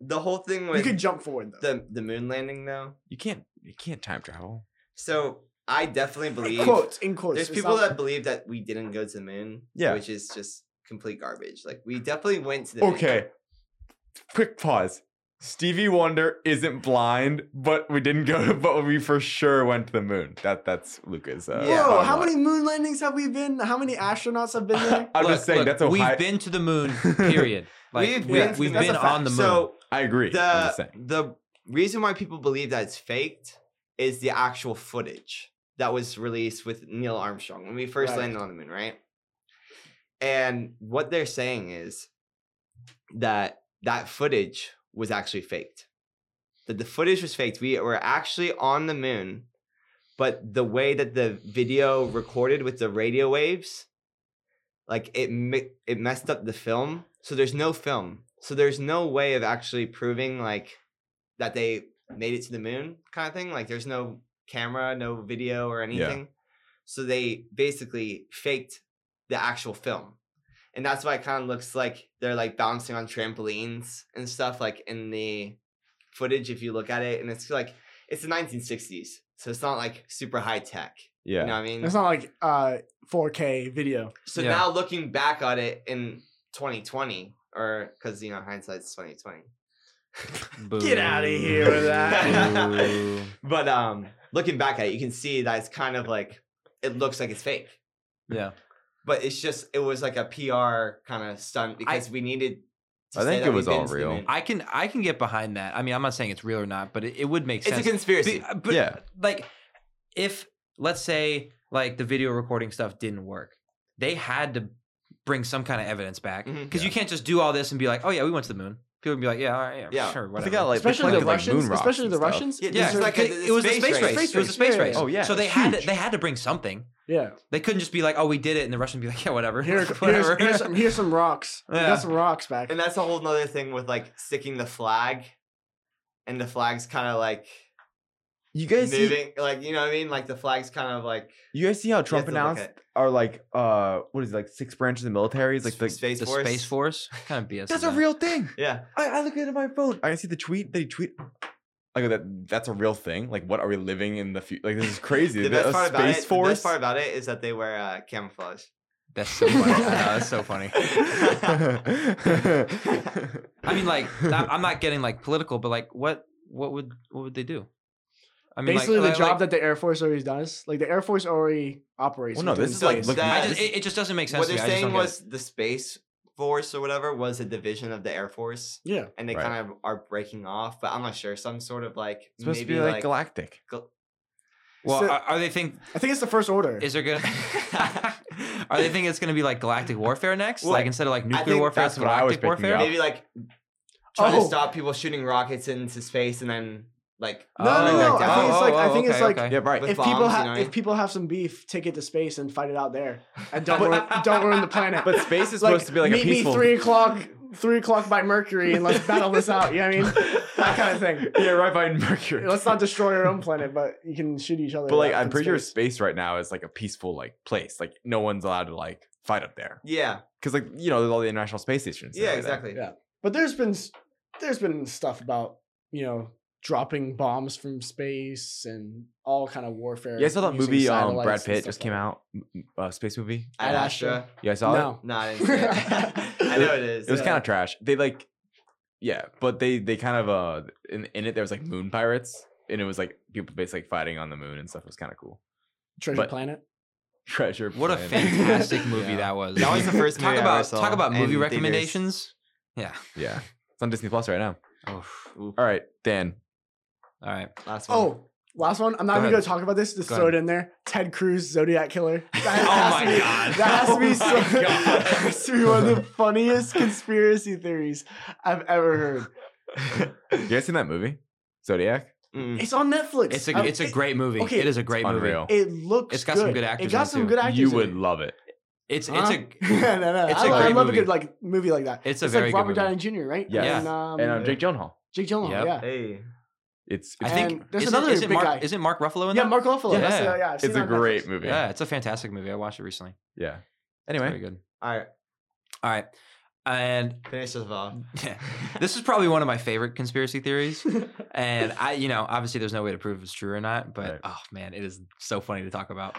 the whole thing you with could jump forward though the the moon landing though. you can't. You can't time travel. So I definitely believe in quotes in quotes there's it's people not- that believe that we didn't go to the moon. Yeah. which is just complete garbage. Like we definitely went to the moon. Okay. Quick pause. Stevie Wonder isn't blind, but we didn't go. *laughs* But we for sure went to the moon. That that's Lucas. Uh, Whoa, Yeah, bottom "Oh, how line. many moon landings have we been? How many astronauts have been *laughs* there? I'm Look, just saying look, that's a we've high. been to the moon. Period. Like we've we, been, have to the- been that's a on the fact. moon. So I agree. I'm just the saying. the reason why people believe that it's faked is the actual footage that was released with Neil Armstrong when we first Right. landed on the moon, right? And what they're saying is that that footage was actually faked. That the footage was faked. We were actually on the moon, but the way that the video recorded with the radio waves, like it mi- it messed up the film. So there's no film. So there's no way of actually proving like that they made it to the moon kind of thing. Like there's no camera, no video or anything. So they basically faked the actual film. And that's why it kind of looks like they're like bouncing on trampolines and stuff like in the footage if you look at it and it's like it's the 1960s. So it's not like super high tech. Yeah. You know what I mean? It's not like uh 4K video. So Yeah. now looking back on it in 2020, or because you know hindsight's 2020. Get outta here with that. Boo. But um, looking back at it, you can see that it's kind of like it looks like it's fake, yeah. but it's just it was like a PR kind of stunt because we needed. To I say think that it was we've been all to the real. moon. I can I can get behind that. I mean, I'm not saying it's real or not, uh, but it, it would make it's a sense. conspiracy. Be- but Yeah. like if let's say like the video recording stuff didn't work. They had to bring some kind of evidence back because Mhm. you can't just do all this and be like, oh yeah, we went to the moon. People would be like, yeah, all right, yeah, Yeah. sure, I whatever. think I like they especially play the with, like, moon Russians, rocks especially and the stuff. Russians. Yeah, yeah, It's it's like like a- it was a space race. It was a space Yeah, race. yeah. Oh, yeah, So it's they had huge. to, they had to bring something. yeah. They couldn't just be like, oh, we did it, and the Russian would be like, yeah, whatever, *laughs* Here, here's, whatever. here's *laughs* some, here's some rocks. We Yeah. got some rocks back. And that's a whole nother thing with like sticking the flag, and the flag's kind of like You guys see- moving, like you know what I mean? Like the flag's kind of like You guys see how Trump to look announced at- are like uh what is it, like six branches of the military? It's like the, space the force. space force kind of BS. that's is a that? real thing. Yeah, I, I look at it on my phone. I see the tweet. They tweet. I go that that's a real thing. Like what are we living in the future? Like this is crazy. the That best a part about space it. force. The best *laughs* part *laughs* Oh, about it is that they wear uh, camouflage. That's so funny. I know, that's so *laughs* funny. I mean, like, I'm I'm not getting like political, but like, what, what would, what would they do? I mean, like- Basically, like, the job that the Air Force already does, like the Air Force already *laughs* operates. Well, no, within this is So like space. look. that- I just, it, it just doesn't make sense. what to they're me. I just saying don't get it. was the space force or whatever was a division of the air force, yeah. and they Right. kind of are breaking off. But I'm not sure. Some sort of like It's supposed to maybe be like, like. galactic. gal- well, so- are, are they think I think it's the first order. is there gonna *laughs* *laughs* are they *laughs* thinking it's gonna be like galactic warfare next? Well, like instead of like nuclear think warfare, that's it's what I was galactic picking warfare. up. maybe like trying to Oh. stop people shooting rockets into space and then like Uh, *laughs* No, no, no, like I that. think it's Oh, like- I think it's like- oh, oh, okay, okay. Yeah, right. *laughs* With if people bombs, you have know? if people have some beef, take it to space and fight it out *laughs* there, and don't ruin, don't ruin the planet. But space is Like, supposed to be like meet a peaceful. *laughs* me three *laughs* o'clock, three o'clock by Mercury, and let's battle this out. You know what I mean? That kind of thing. *laughs* yeah, right by *laughs* Mercury. Let's not destroy our own planet, but you can shoot each other. But *laughs* like, out I'm in pretty sure space. space right now is like a peaceful like place. Like no one's allowed to like fight up there yeah because like you know there's all the international space stations. and yeah everything. exactly Yeah. But there's been s- there's been stuff about you know dropping bombs from space and all kind of warfare. Yeah, I saw that using movie. Um, satellites Brad and Pitt stuff just came like out. m- m- Uh, space movie. At Ad Astra. Astra. Yeah, I saw that. it. No, No, I didn't see it. *laughs* I know it is. It was yeah. kind of trash. They like, yeah, but they they kind of uh in in it there was like moon pirates and it was like people basically fighting on the moon and stuff. It was kind of cool. *laughs* Treasure but- Planet. Treasure. What a planet. *laughs* fantastic movie Yeah. that was. That *laughs* was the first talk movie I ever about saw talk about in movie theaters. recommendations. Yeah. yeah, it's on Disney Plus right now. Oh, Ooh, All right, Dan. all right. last one. Oh, last one. I'm not Go even ahead. going to talk about this. Just Go throw it in there. Ted Cruz, Zodiac Killer. *laughs* That Oh has to my be- God. That has to be Oh so. *laughs* my God. That has to be one of the funniest conspiracy theories I've ever heard. You guys seen that movie? Zodiac. Mm. It's on Netflix. It's I- a it's a it- great movie. okay, it is a great movie. Unreal. It looks. It's got some good actors It got in it, some too. good actors. you in would it. love it. It's Huh? it's a *laughs* no, no, it's I, a I great love a movie. good like movie like that. It's a it's very like good Robert movie. Downey Jr. Right? Yes. And, um, And um, Jake Gyllenhaal. Jake Gyllenhaal. Yep. Yeah. Hey, It's I it's, think And there's isn't- another isn't big Mark guy. isn't Mark Ruffalo in Yeah, that? Mark Ruffalo. Yeah. That's, uh, yeah I've seen it's a that on great Netflix. movie. Yeah, it's a fantastic movie. I watched it recently. Yeah. It's Anyway, very good. all right, All right. And *laughs* finish this off. this is probably one of my favorite conspiracy theories. And I, you know, obviously there's no way to prove if it's true or not, but Right. oh man, it is so funny to talk about.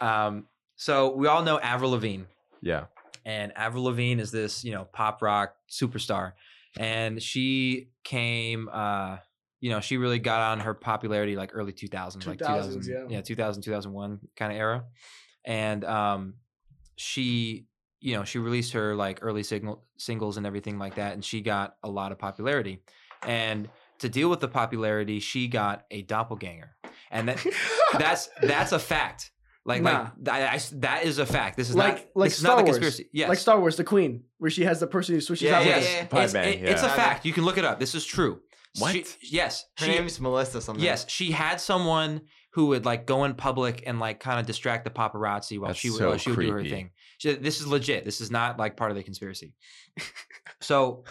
Um, so we all know Avril Lavigne, yeah. and Avril Lavigne is this, you know, pop rock superstar. And she came, uh, you know, she really got on her popularity like early 2000s, like 2000s, 2000, yeah. yeah, 2000, 2001 kind of era. And um, she you know she released her like early single singles and everything like that and she got a lot of popularity and to deal with the popularity she got a doppelganger and that that's that's a fact like Nah. like I, I s- that is a fact this is Like- not like this is not Star a Wars. conspiracy yes *laughs* Like Star Wars, the Queen, where she has the person who switches Yeah, out. yeah, with yes her. yeah. Padme, it's, it- it's a yeah. fact you can look it up this is true What? She- yes Her she- name's Melissa something. Yes, she had someone who would like go in public and like kind of distract the paparazzi while That's she would so while she would do her creepy. thing. She- this is legit. This is not like part of the conspiracy. *laughs* so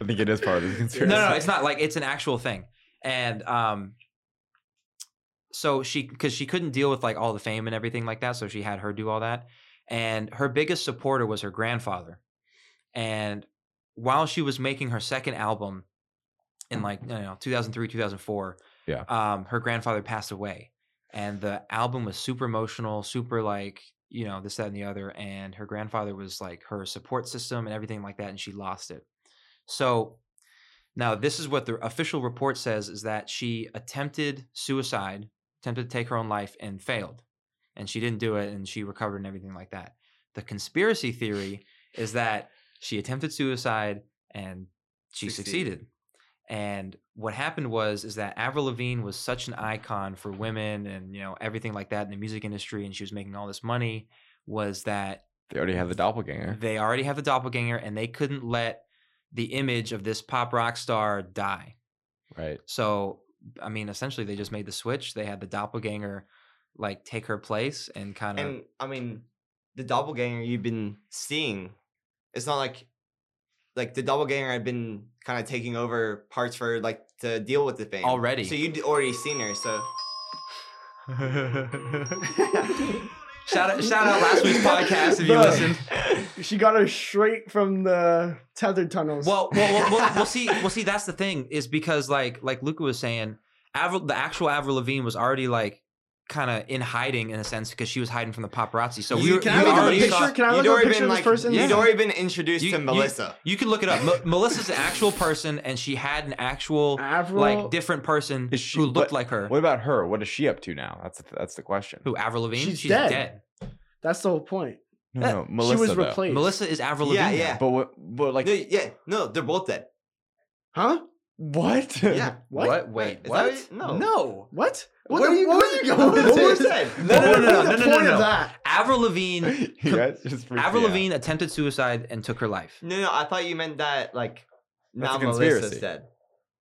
I think it is *laughs* part of the no, conspiracy. no, no, it's not like it's an actual thing. And um, so she because she couldn't deal with like all the fame and everything like that, so she had her do all that. And her biggest supporter was her grandfather. And while she was making her second album in like you know 2003 2004 Yeah. um her grandfather passed away and the album was super emotional super like you know this that and the other and her grandfather was like her support system and everything like that and she lost it so now this is what the official report says is that she attempted suicide attempted to take her own life and failed and she didn't do it and she recovered and everything like that the conspiracy theory is that she attempted suicide and she Succeeded. succeeded And what happened was is that Avril Lavigne was such an icon for women and you know everything like that in the music industry, and she was making all this money. Was that They already have the doppelganger. they already have the doppelganger, and they couldn't let the image of this pop rock star die. Right. So I mean, essentially, they just made the switch. They had the doppelganger like take her place and kind of And I mean, the doppelganger you've been seeing, it's not like like the doppelganger had been kind of taking over parts for like to deal with the thing Already. So you'd already seen her. So *laughs* shout *laughs* out Uh, *laughs* shout out last week's podcast if you Bro. listened. She got her straight from the tethered tunnels. Well, well, well, well, we'll see. We'll see. That's the thing is because like like Luca was saying, Avril, the actual Avril Lavigne was already like kind of in hiding in a sense because she was hiding from the paparazzi. So we You- were, can I we look at the already picture? saw- can I you'd look at already a picture been of this like person? you'd Yeah. already been introduced You- to you- Melissa. You can look it up. Mo- Melissa's an actual person, and she had an actual Avril, like different person Is she- who looked what- like her. What about her? What is she up to now? That's that's the question. Who Avril Lavigne? She's dead. that's the whole point. No, Uh, no, Melissa. she was though. replaced. Melissa is Avril Yeah, Lavigne. now. yeah. But what? But like No, yeah, no, they're both dead. Huh? what? Yeah. *laughs* What? What? *laughs* Wait, Is that what? right? No. *laughs* No. What? What the- are *laughs* you- what what were are you going with with this? *laughs* this? What No, no, no, was no, the no, no, point no, of no. that? Avril *laughs* Lavigne. you guys just freaked Avril me out. Lavigne attempted suicide and took her life. No, no, I thought you meant that like That's a now Melissa's conspiracy. dead.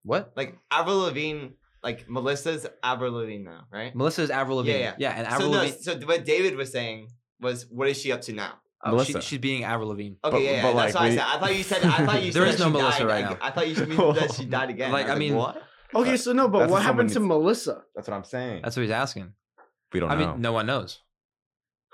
What? Like Avril Lavigne, like Melissa's Avril Lavigne now, right? Melissa is Avril Lavigne. Yeah, Yeah, yeah. and so Avril no, Lavigne. so what David was saying was, what is she up to now? Oh, she, Melissa. she's being Avril Lavigne. Okay, But- yeah, yeah, but, like, that's what I we- said. I thought you said. I thought you *laughs* said There is that no she Melissa died. right ag- now. I thought you said that she *laughs* died again. Like, I was mean- what? Okay, so no, but That's what what happened to someone Melissa? That's what I'm saying. That's what he's asking. we don't I know. mean, no one knows.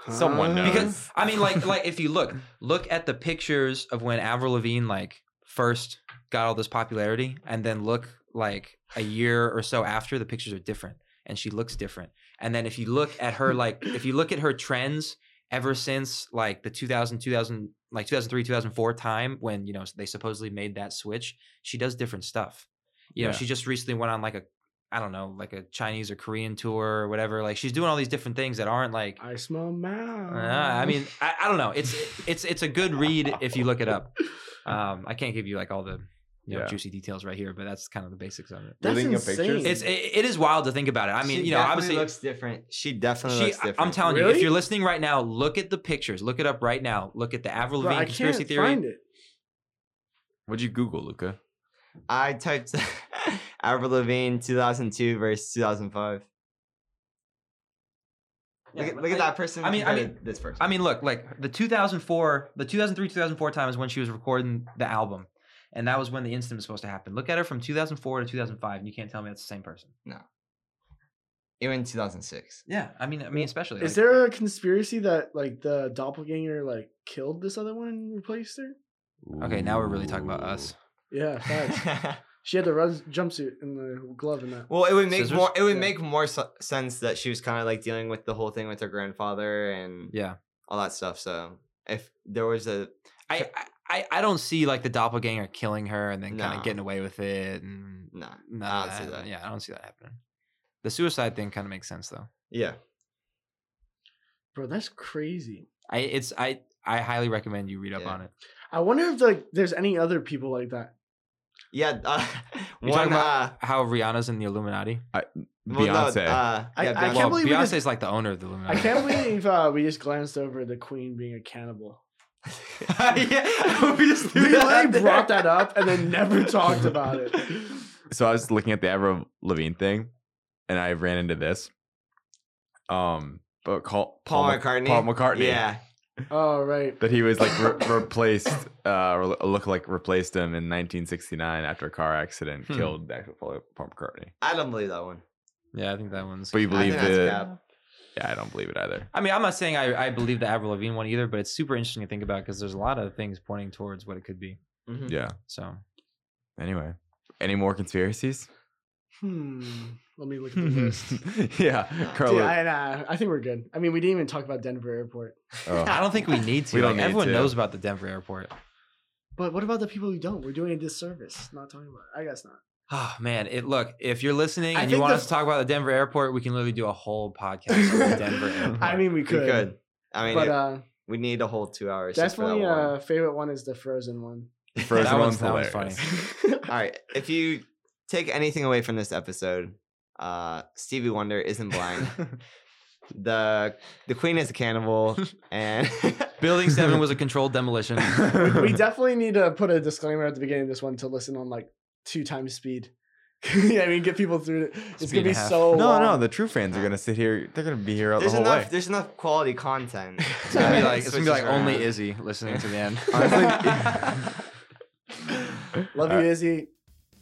Someone Huh? knows. Because I mean, like, like if you look, look at the pictures of when Avril Lavigne like first got all this popularity, and then look like a year or so after, the pictures are different, and she looks different. And then if you look at her, like, if you look at her trends ever since like the 2000, 2000 like 2003, 2004 time when you know they supposedly made that switch, she does different stuff. You know, Yeah. she just recently went on like a I don't know, like a Chinese or Korean tour or whatever. Like she's doing all these different things that aren't like I smell mouth. uh, I mean, I, I don't know. It's it's it's a good read if you look it up. Um, I can't give you like all the you know, Yeah. juicy details right here, but that's kind of the basics of it. that's Looking at insane. pictures? It's it, it is wild to think about it. I mean, She you know, definitely obviously, looks different. She definitely she, looks I- different. I'm telling you, if Really? you're listening right now, look at the pictures. Look it up right now. Look at the Avril Bro, Lavigne I conspiracy can't theory. find it. What'd you Google, Luca? I typed *laughs* Avril Lavigne 2002 versus 2005. Yeah, look at, but look at like- that person. I mean- I compared to this person. I mean, look, like the 2004, the 2003, 2004 time is when she was recording the album, and that was when the incident was supposed to happen. Look at her from 2004 to 2005, and you can't tell me that's the same person. even 2006. Yeah, I mean, I mean, especially Is like- there a conspiracy that like the doppelganger like killed this other one and replaced her? Okay, now we're really talking about us. Yeah, *laughs* facts. *laughs* she had the res- jumpsuit and the glove and that. well, it would make Scissors? more. It would Yeah. make more su- sense that she was kind of like dealing with the whole thing with her grandfather and Yeah. all that stuff. So if there was a I, I- I, I don't see like the doppelganger killing her and then kind No. of getting away with it. And nah, no, I don't see that. Yeah, I don't see that happening. The suicide thing kind of makes sense though. yeah, Bro, that's crazy. I it's I I highly recommend you read up Yeah. on it. I wonder if like there's any other people like that. yeah. *laughs* Uh, You're one, talking about uh, how Rihanna's in the Illuminati. well, no, Beyonce. uh, I- yeah, I can't Beyonce. well, believe we Beyonce's just- like the owner of the I Illuminati. *laughs* can't believe uh, we just glanced over the queen being a cannibal. *laughs* yeah, we just We threw literally out there. brought that up and then *laughs* never talked about it. so I was looking at the Avril Lavigne thing, and I ran into this. Um, but call Paul Mc- McCartney. Paul McCartney. Yeah, Oh right. That he was like re- replaced, uh, re- a lookalike replaced him in 1969 after a car accident Hmm. killed the actual Paul, Paul McCartney. I don't believe that one. *laughs* Yeah, I think that one's. But you believe I think the? that's cap. Yeah, I don't believe it either. I mean, I'm not saying I, I believe the Avril Lavigne one either, but it's super interesting to think about because there's a lot of things pointing towards what it could be. Hmm. Mhm. Yeah. So Anyway, any more conspiracies? Hmm. Let me look at the Hmm. *laughs* list. *laughs* yeah, Carlos. Mm-hmm. Dude, I, nah, I think we're good. I mean, we didn't even talk about Denver Airport. oh. I don't think we need to. We don't like, need everyone to. knows about the Denver airport. But what about the people who don't? We're doing a disservice not talking about it. I guess not. Oh man, it look if you're listening I and you think want the- us to talk about the Denver airport, we can literally do a whole podcast on the Denver *laughs* airport. I mean, we we could. could. I mean, But it- uh, we need a whole two hours. just for that definitely, one. uh, favorite one is the Frozen one. *laughs* Frozen That one's- one's that one's hilarious. All right. If you take anything away from this episode, uh, Stevie Wonder isn't *laughs* blind. the The Queen is a *laughs* cannibal, and Building seven was a *laughs* controlled demolition. *laughs* we, *laughs* we definitely need to put a disclaimer at the beginning of this one to listen on like two times speed. *laughs* yeah, I mean, get people through it. It's Speed gonna and be a half. so. no, no, long. the true fans are gonna sit here. They're gonna be here the there's whole enough way. there's enough quality *laughs* content. It's gonna be that like it's gonna be switches like *laughs* only *laughs* around. Izzy listening to the end. Honestly- I Love uh, All you, right. Izzy.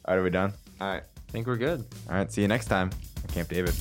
All right, are we done? All right. think we're good. All right, see you next time at Camp David.